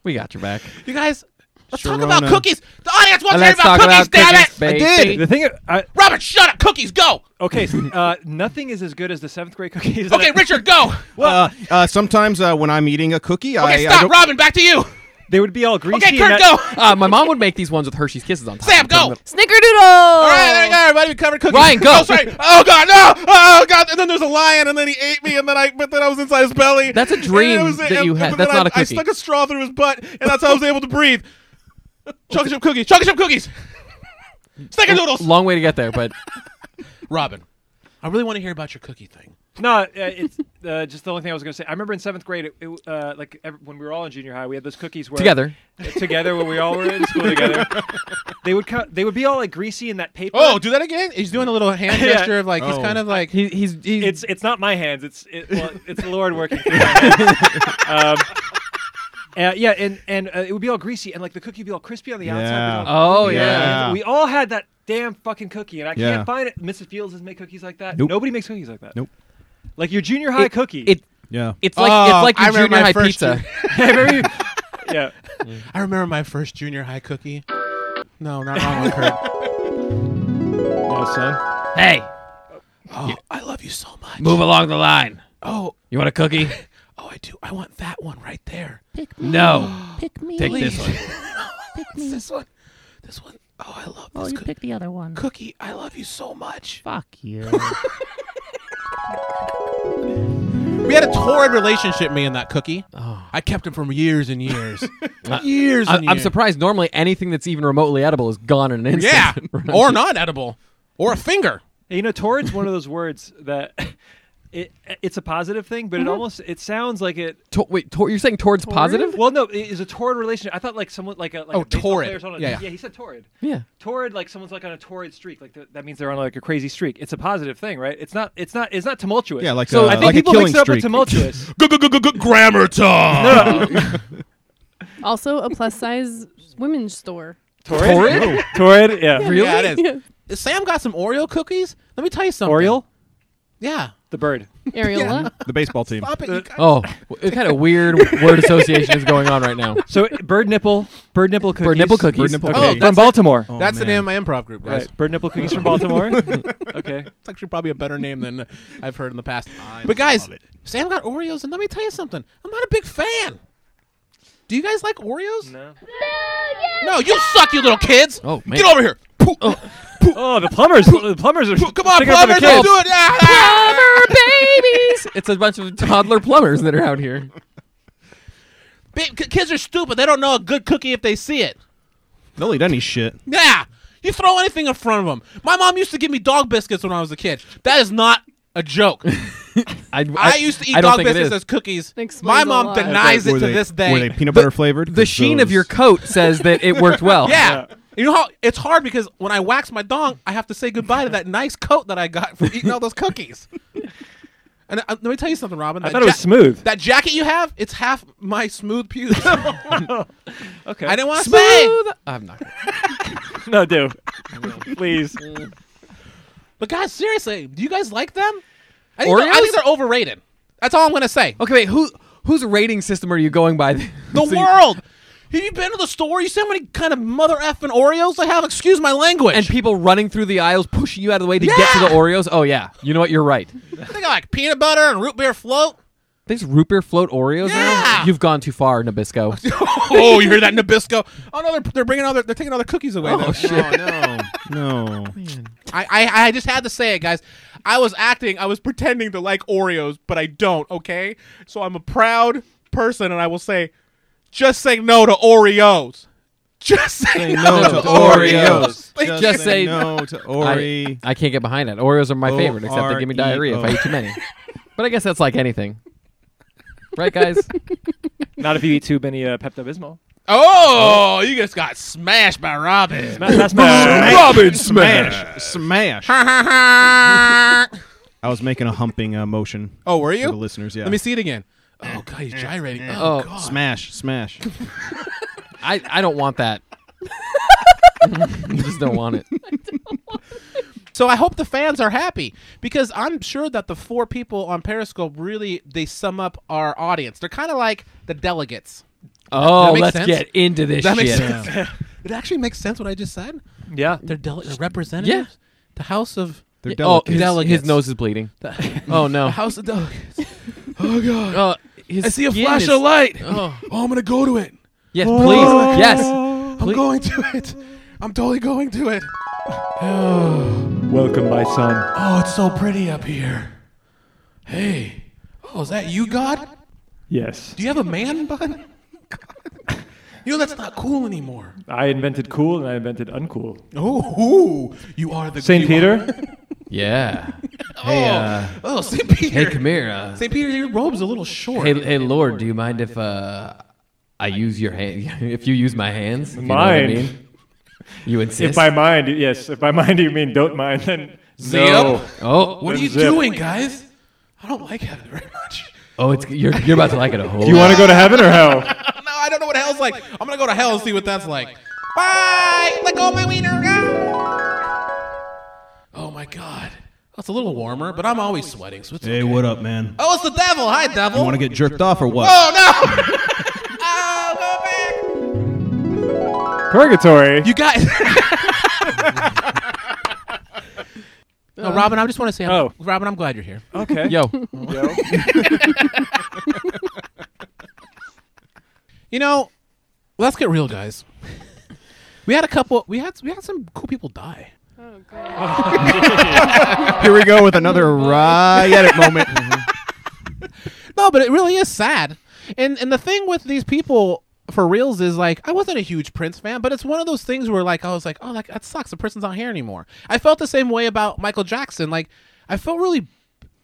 Speaker 3: we got your back.
Speaker 1: You guys, let's talk about
Speaker 2: Sharona.
Speaker 1: cookies. The audience wants
Speaker 3: And
Speaker 1: to hear
Speaker 3: let's
Speaker 1: about
Speaker 3: talk
Speaker 1: cookies.
Speaker 3: about
Speaker 1: Damn
Speaker 3: cookies,
Speaker 1: it,
Speaker 3: baby.
Speaker 4: The thing, I,
Speaker 1: Robert, shut up. Cookies, go.
Speaker 4: okay, so, uh, nothing is as good as the seventh grade cookies. that
Speaker 1: Okay,
Speaker 4: I-
Speaker 1: Richard, go.
Speaker 2: Uh, uh, sometimes uh, when I'm eating a cookie, I,
Speaker 1: Okay,
Speaker 2: I
Speaker 1: stop.
Speaker 2: don't-
Speaker 1: Robin, back to you.
Speaker 4: They would be all greasy.
Speaker 1: Okay,
Speaker 4: and
Speaker 1: Kurt, go.
Speaker 4: that-
Speaker 3: Uh, my mom would make these ones with Hershey's Kisses on top.
Speaker 1: Sam, go.
Speaker 5: Snickerdoodle.
Speaker 1: All right, there you go, everybody. We covered cookies.
Speaker 3: Oh. Ryan, go.
Speaker 1: Oh, sorry. Oh God, no. Oh God. And then there's a lion, and then he ate me, and then I, but then I was inside his belly.
Speaker 3: That's a
Speaker 1: And
Speaker 3: dream
Speaker 1: it was-
Speaker 3: that you
Speaker 1: and-
Speaker 3: had.
Speaker 1: but
Speaker 3: That's
Speaker 1: then I-
Speaker 3: not a cookie.
Speaker 1: I stuck a straw through his butt, and that's how I was able to breathe. Chocolate chip cookies. Chocolate chip cookies. Snicker noodles.
Speaker 3: Long way to get there, but
Speaker 1: Robin, I really want to hear about your cookie thing.
Speaker 4: No, uh, it's uh, just the only thing I was going to say. I remember in seventh grade, it, it, uh, like ev when we were all in junior high, we had those cookies where
Speaker 3: together.
Speaker 4: together when we all were in school together. They would cut. They would be all like greasy in that paper.
Speaker 1: Oh, do that again. Oh. He's doing a little hand
Speaker 4: Yeah.
Speaker 1: gesture of like he's kind of like
Speaker 3: He, he's he's
Speaker 4: it's it's not my hands. It's it, well, it's the Lord working. Through my hands. um, uh, yeah, and and uh, it would be all greasy, and like the cookie would be all crispy on the outside. but
Speaker 2: Yeah.
Speaker 4: all-
Speaker 3: oh
Speaker 2: Yeah.
Speaker 3: yeah.
Speaker 4: We all had that damn fucking cookie, and I
Speaker 2: Yeah.
Speaker 4: can't find it. Mrs. Fields doesn't make cookies like that.
Speaker 2: Nope.
Speaker 4: Nobody makes cookies like that.
Speaker 2: Nope.
Speaker 4: Like your junior high
Speaker 3: It-
Speaker 4: cookie.
Speaker 3: It
Speaker 2: Yeah.
Speaker 3: it's like
Speaker 1: Oh,
Speaker 3: it's like
Speaker 1: I
Speaker 3: your
Speaker 1: remember
Speaker 3: junior
Speaker 1: my
Speaker 3: high
Speaker 1: first
Speaker 3: pizza.
Speaker 4: Yeah, very- yeah.
Speaker 1: I remember my first junior high cookie. No, not wrong with Kurt.
Speaker 4: No, son.
Speaker 3: hey,
Speaker 1: Oh, I love you so much.
Speaker 3: move along the line.
Speaker 1: Oh,
Speaker 3: You want a cookie?
Speaker 1: oh, I do. I want that one right there.
Speaker 3: no.
Speaker 7: Pick me.
Speaker 3: Take
Speaker 1: Please.
Speaker 3: this one.
Speaker 7: Pick
Speaker 1: It's
Speaker 7: me.
Speaker 1: this one. This one. Oh, I love
Speaker 7: Oh,
Speaker 1: this
Speaker 7: you
Speaker 1: coo-
Speaker 7: pick the other one.
Speaker 1: cookie. I love you so much.
Speaker 7: Fuck you.
Speaker 1: We had a torrid relationship, me and that cookie. I kept him from years and years. years
Speaker 3: Oh. Uh, I,
Speaker 1: and
Speaker 3: I'm
Speaker 1: years.
Speaker 3: surprised. Normally, anything that's even remotely edible is gone in an instant.
Speaker 1: Yeah.
Speaker 3: Right.
Speaker 1: or not edible. Or a finger.
Speaker 4: You know, torrid's one of those words that it it's a positive thing, but it almost it sounds like it.
Speaker 3: To- wait, to- you're saying towards positive?
Speaker 4: Well, no, it is a torrid relationship. I thought like someone like a like
Speaker 1: Oh,
Speaker 4: a baseball
Speaker 1: torrid.
Speaker 4: player's on a-
Speaker 1: Yeah, yeah.
Speaker 4: yeah, he said torrid.
Speaker 3: Yeah.
Speaker 4: torrid like someone's like on a torrid streak like th- that means they're on like a crazy streak it's a positive thing right it's not it's not it's not tumultuous
Speaker 2: Yeah, like
Speaker 4: so
Speaker 2: a-
Speaker 4: I think
Speaker 2: like a
Speaker 4: people mix
Speaker 2: killing
Speaker 4: it up with
Speaker 2: streak.
Speaker 4: tumultuous
Speaker 1: Grammar time.
Speaker 5: Also, a plus size women's store.
Speaker 4: torrid torrid yeah,
Speaker 3: Really?
Speaker 1: Yeah, it is. Sam got some Oreo cookies. Let me tell you something.
Speaker 4: Oriole
Speaker 1: Yeah.
Speaker 4: the bird
Speaker 5: Areola.
Speaker 2: the baseball team.
Speaker 1: Stop it. you guys.
Speaker 3: Uh, Oh, what kind of weird word association is going on right now?
Speaker 4: so bird nipple bird nipple cookies
Speaker 3: Bird nipple cookies.
Speaker 2: Bird nipple
Speaker 4: okay.
Speaker 1: Oh,
Speaker 2: cookies.
Speaker 1: that's
Speaker 4: from
Speaker 1: it.
Speaker 4: Baltimore
Speaker 2: Oh,
Speaker 1: That's the
Speaker 2: man.
Speaker 1: name of my improv group, guys.
Speaker 4: right bird nipple cookies from Baltimore okay
Speaker 1: It's actually probably a better name than I've heard in the past. but guys, Sam got Oreos, and let me tell you something. I'm not a big fan. Do you guys like Oreos?
Speaker 4: no
Speaker 1: No, you suck, you little kids.
Speaker 3: Oh, man.
Speaker 1: Get over here. Poo.
Speaker 4: oh the plumbers the plumbers are
Speaker 1: Come on,
Speaker 4: sticking up for
Speaker 1: plumbers,
Speaker 4: the
Speaker 1: let's
Speaker 4: kids.
Speaker 1: do it. Yeah, yeah.
Speaker 3: babies. It's a bunch of toddler plumbers that are out here.
Speaker 1: Big- k- Kids are stupid. They don't know a good cookie if they see it.
Speaker 2: They'll eat any shit.
Speaker 1: Yeah. You throw anything in front of them. My mom used to give me dog biscuits when I was a kid. That is not a joke.
Speaker 3: I,
Speaker 1: I, used to eat
Speaker 3: I don't
Speaker 1: dog
Speaker 3: think it
Speaker 1: biscuits
Speaker 3: is.
Speaker 1: as cookies.
Speaker 5: Explains
Speaker 1: My
Speaker 5: a
Speaker 1: mom
Speaker 5: lot.
Speaker 1: denies it
Speaker 2: Were
Speaker 1: to
Speaker 2: they-
Speaker 1: this day.
Speaker 2: Were they peanut butter flavored?
Speaker 3: The sheen of your coat says that it worked well.
Speaker 1: Yeah. You know how it's hard because when I wax my dong, I have to say goodbye to that nice coat that I got for eating all those cookies. And uh, let me tell you something, Robin.
Speaker 4: I
Speaker 1: That
Speaker 4: thought it was
Speaker 1: ja-
Speaker 4: smooth
Speaker 1: That jacket you have, it's half my smooth pubes. I
Speaker 4: okay
Speaker 1: didn't want to say.
Speaker 3: Smooth. I'm not.
Speaker 4: no do please
Speaker 1: But guys, seriously, do you guys like them? I think, they're, I
Speaker 3: Oreos?
Speaker 1: think they're overrated. That's all I'm going to say.
Speaker 4: Oh,
Speaker 3: Okay, wait. Who whose rating system are you going by? The
Speaker 1: The world. Have you been to the store? You see how many kind of mother effing Oreos they have? Excuse my language.
Speaker 3: and people running through the aisles, pushing you out of the way to get to
Speaker 1: Yeah.
Speaker 3: the Oreos. Oh yeah. You know what? You're right.
Speaker 1: they got like peanut butter and root beer float.
Speaker 3: These root beer float Oreos. now?
Speaker 1: Yeah.
Speaker 3: You've gone too far, Nabisco.
Speaker 1: oh, you hear that Nabisco? Oh no, they're, they're bringing all their, they're taking all their cookies away. though.
Speaker 2: Oh no, no.
Speaker 1: I, I I just had to say it, guys. I was acting, I was pretending to like Oreos, but I don't. Okay, so I'm a proud person, and I will say, just say no to Oreos. Just say, no,
Speaker 2: no
Speaker 1: to
Speaker 2: to
Speaker 1: Oreos.
Speaker 2: Oreos.
Speaker 1: Thank
Speaker 2: Just
Speaker 1: you.
Speaker 3: Just
Speaker 2: say
Speaker 3: say-
Speaker 2: no to
Speaker 3: I,
Speaker 2: Ori.
Speaker 3: I can't get behind it. Oreos are my favorite, except they give
Speaker 1: E
Speaker 3: me diarrhea if I eat too many. But I guess that's like anything, right, guys?
Speaker 4: not if you eat too many uh, Pepto Bismol
Speaker 1: Oh, you just got smashed by Robin.
Speaker 4: That- That's my
Speaker 2: Robin smash, smash. I was making a humping uh, motion.
Speaker 1: oh, were you?
Speaker 2: For the listeners, yeah.
Speaker 1: Let me see it again. Oh god, he's gyrating. Oh,
Speaker 3: Oh,
Speaker 1: god.
Speaker 2: Smash, smash.
Speaker 3: I, I don't want that. I just don't want it.
Speaker 1: So I hope the fans are happy because I'm sure that the four people on Periscope really they sum up our audience. They're kind of like the delegates.
Speaker 3: Oh,
Speaker 1: makes
Speaker 3: let's
Speaker 1: sense.
Speaker 3: get into this
Speaker 1: That
Speaker 3: shit.
Speaker 1: makes sense. it actually makes sense what I just said.
Speaker 4: yeah.
Speaker 1: They're, dele- they're representatives.
Speaker 3: Yeah.
Speaker 1: The House of
Speaker 2: They're
Speaker 3: Oh,
Speaker 2: delicate.
Speaker 3: his,
Speaker 1: Delegates.
Speaker 3: his nose is bleeding.
Speaker 1: the,
Speaker 3: Oh no.
Speaker 1: the House of Delegates. oh god.
Speaker 3: Uh, his
Speaker 1: I see a
Speaker 3: skin
Speaker 1: flash
Speaker 3: is-
Speaker 1: of light.
Speaker 3: Oh.
Speaker 1: Oh, I'm gonna go to it.
Speaker 3: Yes, please. Yes.
Speaker 1: I'm
Speaker 3: Please.
Speaker 1: going to it. I'm totally going to it. Oh,
Speaker 4: Welcome, my son.
Speaker 1: oh, it's so pretty up here. Hey. Oh, is that you, God?
Speaker 4: Yes.
Speaker 1: Do you have a man bun? You know that's not cool anymore.
Speaker 4: I invented cool and I invented uncool.
Speaker 1: Oh, you are the
Speaker 4: St.
Speaker 1: you
Speaker 4: Peter?
Speaker 3: Yeah.
Speaker 1: Are,
Speaker 3: Hey, uh,
Speaker 1: oh, oh, Saint Peter.
Speaker 3: hey, come here. Uh,
Speaker 1: Saint Peter, your robe's a little short.
Speaker 3: hey, hey, Lord, do you mind if uh, I use your hand? If you use my hands, if you know what I
Speaker 4: Mine.
Speaker 3: mean? You
Speaker 4: If
Speaker 3: insist.
Speaker 4: by mind, yes. If by mind you mean don't mind, then
Speaker 1: Zip.
Speaker 4: no.
Speaker 3: oh,
Speaker 1: what are you
Speaker 4: Zip.
Speaker 1: doing, guys? I don't like heaven very much.
Speaker 3: oh, it's you're you're about to like it a whole.
Speaker 4: Do you want to go to heaven or hell?
Speaker 1: No, I don't know what hell's like. I'm gonna go to hell and see what that's like. Bye. Let go of my wiener. Ah. Oh my god. That's a little warmer, but I'm always sweating. So it's
Speaker 2: Hey, what up, man?
Speaker 1: oh, it's the devil. Hi, devil.
Speaker 2: Want to get jerked off or what?
Speaker 1: oh no. oh, go back.
Speaker 4: Purgatory.
Speaker 1: You guys. no, Robin, I just want to say, I'm,
Speaker 4: Oh.
Speaker 1: Robin, I'm glad you're here.
Speaker 4: okay.
Speaker 3: Yo,
Speaker 4: Yo.
Speaker 1: You know, let's get real, guys. We had a couple. We had we had some cool people die.
Speaker 5: Oh, God.
Speaker 2: Here we go with another riot moment.
Speaker 1: No, but it really is sad. And and the thing with these people for reals is like I wasn't a huge Prince fan, but it's one of those things where like I was like, oh, like that sucks. The person's not here anymore. I felt the same way about Michael Jackson. Like I felt really,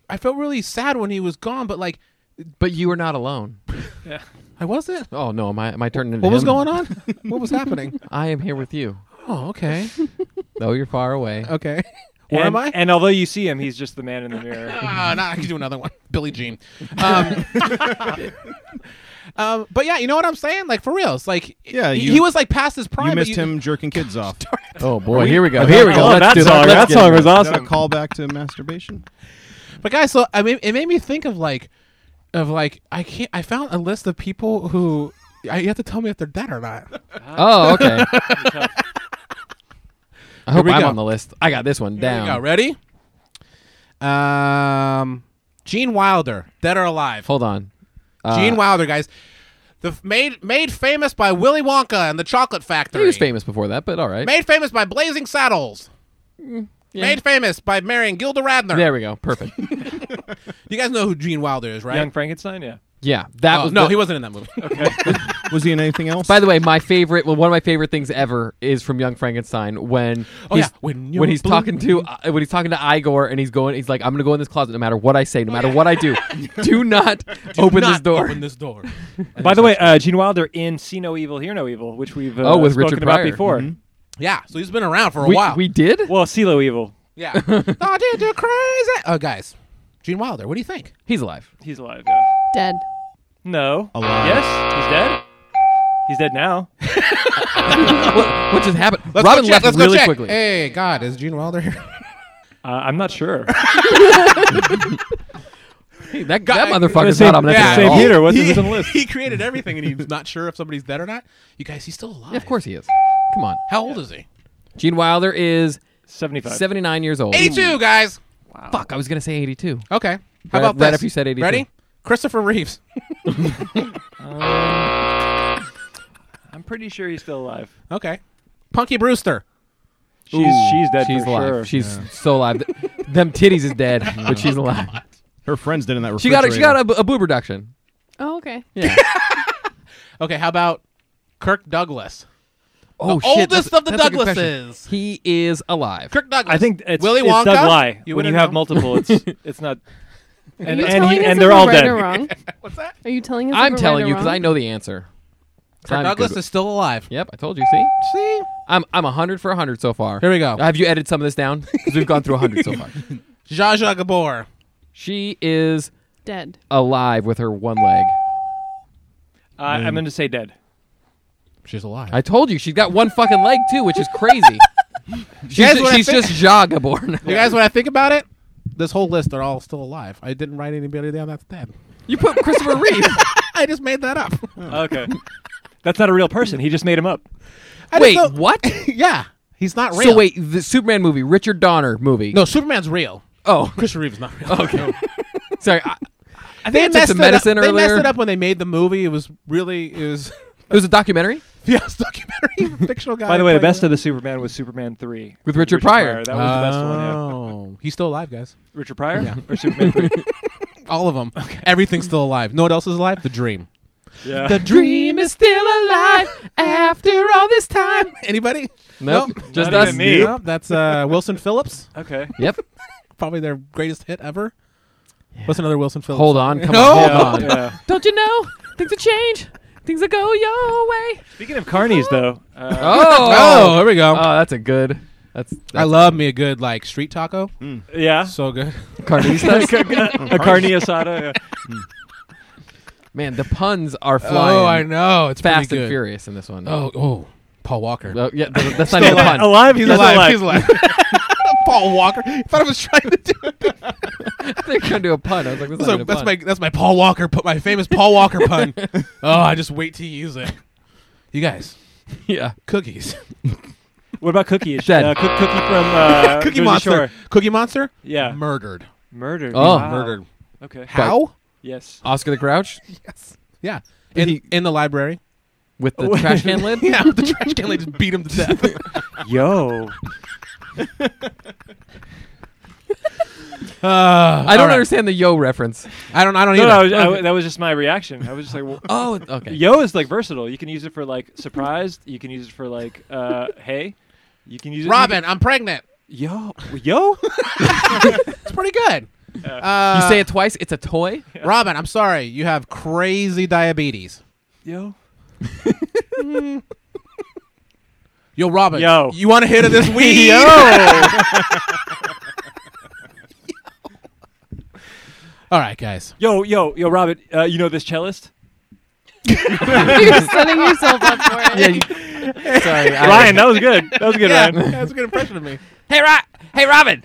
Speaker 1: I felt really sad when he was gone. But like
Speaker 3: but you were not alone.
Speaker 1: I wasn't.
Speaker 3: Oh no, am I am I turning into
Speaker 1: What was
Speaker 3: him?
Speaker 1: going on? what was happening?
Speaker 3: I am here with you,
Speaker 1: Oh, okay,
Speaker 3: though you're far away.
Speaker 1: okay. Where
Speaker 4: and,
Speaker 1: am I?
Speaker 4: And although you see him, he's just the man in the mirror.
Speaker 1: Uh, nah, I could do another one. Billie Jean. Um, um, but yeah, you know what I'm saying? Like for real, it's like
Speaker 2: Yeah,
Speaker 1: he,
Speaker 2: you-
Speaker 1: he was like past his prime.
Speaker 2: You
Speaker 1: but
Speaker 2: missed him jerking kids off.
Speaker 3: Oh boy, here we go. Oh, Here we go.
Speaker 4: love
Speaker 3: Let's
Speaker 4: that
Speaker 3: do
Speaker 4: song.
Speaker 3: Let's
Speaker 4: That
Speaker 3: get
Speaker 4: song
Speaker 3: into
Speaker 4: was
Speaker 3: it.
Speaker 2: Is that a
Speaker 4: awesome.
Speaker 2: call back to masturbation?
Speaker 1: But guys, so I mean, it made me think of like, of like I can't. I found a list of people who I, you have to tell me if they're dead or not.
Speaker 3: Oh, okay. I hope
Speaker 1: we
Speaker 3: I'm
Speaker 1: go.
Speaker 3: on the list. I got this one
Speaker 1: Here we go.
Speaker 3: down.
Speaker 1: Ready? Um, Gene Wilder, dead or alive?
Speaker 3: Hold on. Uh,
Speaker 1: Gene Wilder, guys. The f- made made famous by Willy Wonka and the Chocolate Factory.
Speaker 3: He was famous before that, but all right.
Speaker 1: Made famous by Blazing Saddles. Made famous by marrying Gilda Radner.
Speaker 3: Mm, There we go. Perfect.
Speaker 1: You guys know who Gene Wilder is, right?
Speaker 4: Young Frankenstein, yeah.
Speaker 3: Yeah, that
Speaker 1: Oh,
Speaker 3: was
Speaker 1: no,
Speaker 3: the-
Speaker 1: he wasn't in that movie.
Speaker 2: Was he in anything else?
Speaker 3: By the way, my favorite, well, one of my favorite things ever is from Young Frankenstein when
Speaker 1: Oh,
Speaker 3: he's,
Speaker 1: yeah. When
Speaker 3: when
Speaker 1: you're
Speaker 3: he's
Speaker 1: blue.
Speaker 3: talking to uh, when he's talking to Igor and he's going, he's like, I'm gonna go in this closet no matter what I say, no matter what I do. do not open
Speaker 1: Not
Speaker 3: this door.
Speaker 1: Open this door.
Speaker 4: By the way, uh, Gene Wilder in See No Evil, Hear No Evil, which we've uh,
Speaker 3: Oh, with
Speaker 4: spoken
Speaker 3: Richard
Speaker 4: about
Speaker 3: Pryor. Mm-hmm.
Speaker 4: before.
Speaker 1: yeah, so he's been around for a
Speaker 3: we,
Speaker 1: while.
Speaker 3: we did.
Speaker 4: Well, CeeLo Evil,
Speaker 1: yeah. oh, dude, you're crazy. Oh, guys, Gene Wilder. What do you think?
Speaker 3: He's alive.
Speaker 4: he's alive. Yeah.
Speaker 5: Dead.
Speaker 4: No.
Speaker 2: Alive.
Speaker 4: Yes, he's dead. He's dead now.
Speaker 3: What, what just happened?
Speaker 1: Let's
Speaker 3: Robin
Speaker 1: go check.
Speaker 3: left
Speaker 1: Let's
Speaker 3: really
Speaker 1: go check.
Speaker 3: quickly.
Speaker 1: Hey, God, is Gene Wilder here?
Speaker 4: Uh, I'm not sure.
Speaker 3: Hey, that, that
Speaker 1: God,
Speaker 3: motherfucker's
Speaker 4: same-
Speaker 3: not on that
Speaker 4: yeah,
Speaker 3: at
Speaker 4: same
Speaker 3: all.
Speaker 4: here. Peter, what's
Speaker 1: he,
Speaker 4: his list?
Speaker 1: He created everything, and he's not sure if somebody's dead or not. You guys, he's still alive.
Speaker 3: Yeah, of course he is. Come on,
Speaker 1: How old is he?
Speaker 3: Gene Wilder is
Speaker 4: 75.
Speaker 3: 79 years old.
Speaker 1: 82, guys.
Speaker 3: Fuck, I was gonna say 82.
Speaker 1: Okay. How
Speaker 3: Right-
Speaker 1: about
Speaker 3: right
Speaker 1: this?
Speaker 3: if you said 82.
Speaker 1: Ready? Christopher Reeves.
Speaker 4: I'm pretty sure he's still alive.
Speaker 1: Okay. Punky Brewster.
Speaker 4: She's she's dead
Speaker 3: She's
Speaker 4: for
Speaker 3: alive.
Speaker 4: sure.
Speaker 3: She's so alive. Th- Them titties is dead, but she's alive.
Speaker 2: her friends did in that
Speaker 3: She got a,
Speaker 2: refrigerator.
Speaker 3: she got a, bo- a boob reduction.
Speaker 5: Oh, okay.
Speaker 3: Yeah.
Speaker 1: Okay, how about Kirk Douglas? The
Speaker 3: oh shit. that's-
Speaker 1: oldest of the
Speaker 3: that's a good question.
Speaker 1: Douglases.
Speaker 3: He is alive.
Speaker 1: Kirk Douglas.
Speaker 4: I think it's,
Speaker 1: Willy
Speaker 4: it's
Speaker 1: Wonka.
Speaker 4: Doug Lie. when you
Speaker 1: wouldn't
Speaker 4: have
Speaker 1: know.
Speaker 4: multiple, it's it's not.
Speaker 5: Are
Speaker 4: And
Speaker 5: you
Speaker 4: and,
Speaker 5: telling
Speaker 4: he,
Speaker 5: us
Speaker 4: and
Speaker 5: if
Speaker 4: they're
Speaker 5: we're
Speaker 4: all
Speaker 5: right
Speaker 4: dead.
Speaker 5: or wrong?
Speaker 1: What's that?
Speaker 5: Are you telling us?
Speaker 3: I'm
Speaker 5: if we're
Speaker 3: telling
Speaker 5: right
Speaker 3: you
Speaker 5: or
Speaker 3: because
Speaker 5: wrong?
Speaker 3: I know the answer.
Speaker 1: Kirk
Speaker 3: I'm
Speaker 1: Douglas
Speaker 3: good-
Speaker 1: is still alive.
Speaker 3: Yep, I told you. See,
Speaker 1: See,
Speaker 3: I'm I'm hundred for hundred so far.
Speaker 1: Here we go.
Speaker 3: Have you edited some of this down? Because we've gone through hundred so far.
Speaker 1: Zsa Zsa Gabor.
Speaker 3: She is
Speaker 5: Dead.
Speaker 3: alive with her one leg.
Speaker 4: Uh, I'm going to say dead.
Speaker 1: She's alive.
Speaker 3: I told you she's got one fucking leg too, which is crazy. she's
Speaker 1: guys what I
Speaker 3: she's
Speaker 1: think-
Speaker 3: just Jaga born.
Speaker 1: you guys, when I think about it, this whole list they're all still alive. I didn't write anybody down that's dead.
Speaker 3: you put Christopher Reeve.
Speaker 1: I just made that up.
Speaker 4: Okay. That's not a real person. He just made him up.
Speaker 1: I just
Speaker 3: Wait,
Speaker 1: don't-
Speaker 3: what?
Speaker 1: yeah, he's not real.
Speaker 3: So wait, the Superman movie, Richard Donner movie.
Speaker 1: no, Superman's real.
Speaker 3: Oh,
Speaker 1: Christian Reeve's not real. Okay,
Speaker 3: sorry. I, I
Speaker 1: they
Speaker 3: think I
Speaker 1: messed
Speaker 3: took some
Speaker 1: it up.
Speaker 3: medicine
Speaker 1: They messed
Speaker 3: earlier.
Speaker 1: it up when they made the movie. It was really it was
Speaker 3: It was a documentary.
Speaker 1: yeah, it's a documentary fictional guy.
Speaker 4: By the way, the best of the Superman was Superman 3.
Speaker 3: With Richard Pryor.
Speaker 4: That was the best one, yeah.
Speaker 1: Oh, he's still alive, guys.
Speaker 4: Richard Pryor? Or Superman 3?
Speaker 1: All of them. Everything's still alive. No one else is alive. The dream.
Speaker 4: yeah.
Speaker 1: The
Speaker 3: Dream is still alive after all this time.
Speaker 1: Anybody?
Speaker 3: Nope, just
Speaker 4: Not even
Speaker 3: us.
Speaker 4: me. Yep.
Speaker 1: Nope, that's uh, Wilson Phillips.
Speaker 4: okay.
Speaker 3: Yep.
Speaker 1: Probably their greatest hit ever. What's another Wilson Phillips?
Speaker 3: Hold on. Come
Speaker 1: No.
Speaker 3: on. Hold
Speaker 4: Yeah,
Speaker 3: on.
Speaker 4: yeah.
Speaker 3: Don't you know things have changed? Things that go your way.
Speaker 4: Speaking of carnies, though, uh,
Speaker 1: Oh,
Speaker 3: Oh,
Speaker 1: here we go.
Speaker 3: oh, that's a good. That's, that's
Speaker 1: I love me a good like street taco.
Speaker 4: Mm. yeah,
Speaker 1: So good.
Speaker 3: carnistas.
Speaker 4: a carne asada. yeah.
Speaker 3: Man, the puns are flying.
Speaker 1: know. It's
Speaker 3: Fast and furious in this one.
Speaker 1: Oh, oh, Paul Walker.
Speaker 3: Oh, yeah, th- that's not even a pun.
Speaker 4: Alive,
Speaker 1: He's
Speaker 4: that's
Speaker 1: alive. He's alive. Paul Walker. I thought I was trying to do.
Speaker 3: They're gonna do a pun. I was like, that's,
Speaker 1: So
Speaker 3: not even a
Speaker 1: that's
Speaker 3: pun.
Speaker 1: my that's my Paul Walker put my famous Paul Walker pun. oh, I just wait to use it. You guys,
Speaker 3: yeah.
Speaker 1: cookies,
Speaker 4: What about Cookie? Is she-
Speaker 3: Dead.
Speaker 4: Uh, cook, cookie from uh,
Speaker 1: Cookie
Speaker 4: Jersey
Speaker 1: Monster,
Speaker 4: Shore.
Speaker 1: Cookie Monster,
Speaker 4: Yeah,
Speaker 1: murdered,
Speaker 4: murdered.
Speaker 3: Oh.
Speaker 4: Wow.
Speaker 1: murdered.
Speaker 4: Okay.
Speaker 1: How?
Speaker 4: Yes.
Speaker 3: Oscar the Grouch
Speaker 1: Yeah, in
Speaker 3: He-
Speaker 1: in the library.
Speaker 3: with the trash can lid.
Speaker 1: yeah, the trash can lady just beat him to death.
Speaker 4: Yo.
Speaker 1: Uh, I
Speaker 3: I don't understand the yo reference.
Speaker 1: I don't. I don't
Speaker 4: No, no, I was-
Speaker 1: either.
Speaker 4: I w- that was just my reaction. I was just like, well,
Speaker 3: Oh, okay.
Speaker 4: Yo is like versatile. You can use it for like surprised. You can use it for like uh, hey. You can use it.
Speaker 1: Robin, I'm pregnant.
Speaker 4: Yo. Yo.
Speaker 1: It's pretty good. Uh,
Speaker 3: you say it twice. It's a toy.
Speaker 1: Robin, I'm sorry. You have crazy diabetes.
Speaker 4: Yo.
Speaker 1: Yo, Robin.
Speaker 4: Yo.
Speaker 1: You want a hit of this weed? All right, guys.
Speaker 4: Yo. Yo. Yo. Robin. Uh, you know this cellist?
Speaker 5: You're setting yourself up for it.
Speaker 3: Yeah. You, sorry, I-
Speaker 4: Ryan, that was good. That was good, Ryan.
Speaker 1: that's a good impression of me.
Speaker 3: Hey, Ro- hey, Robin.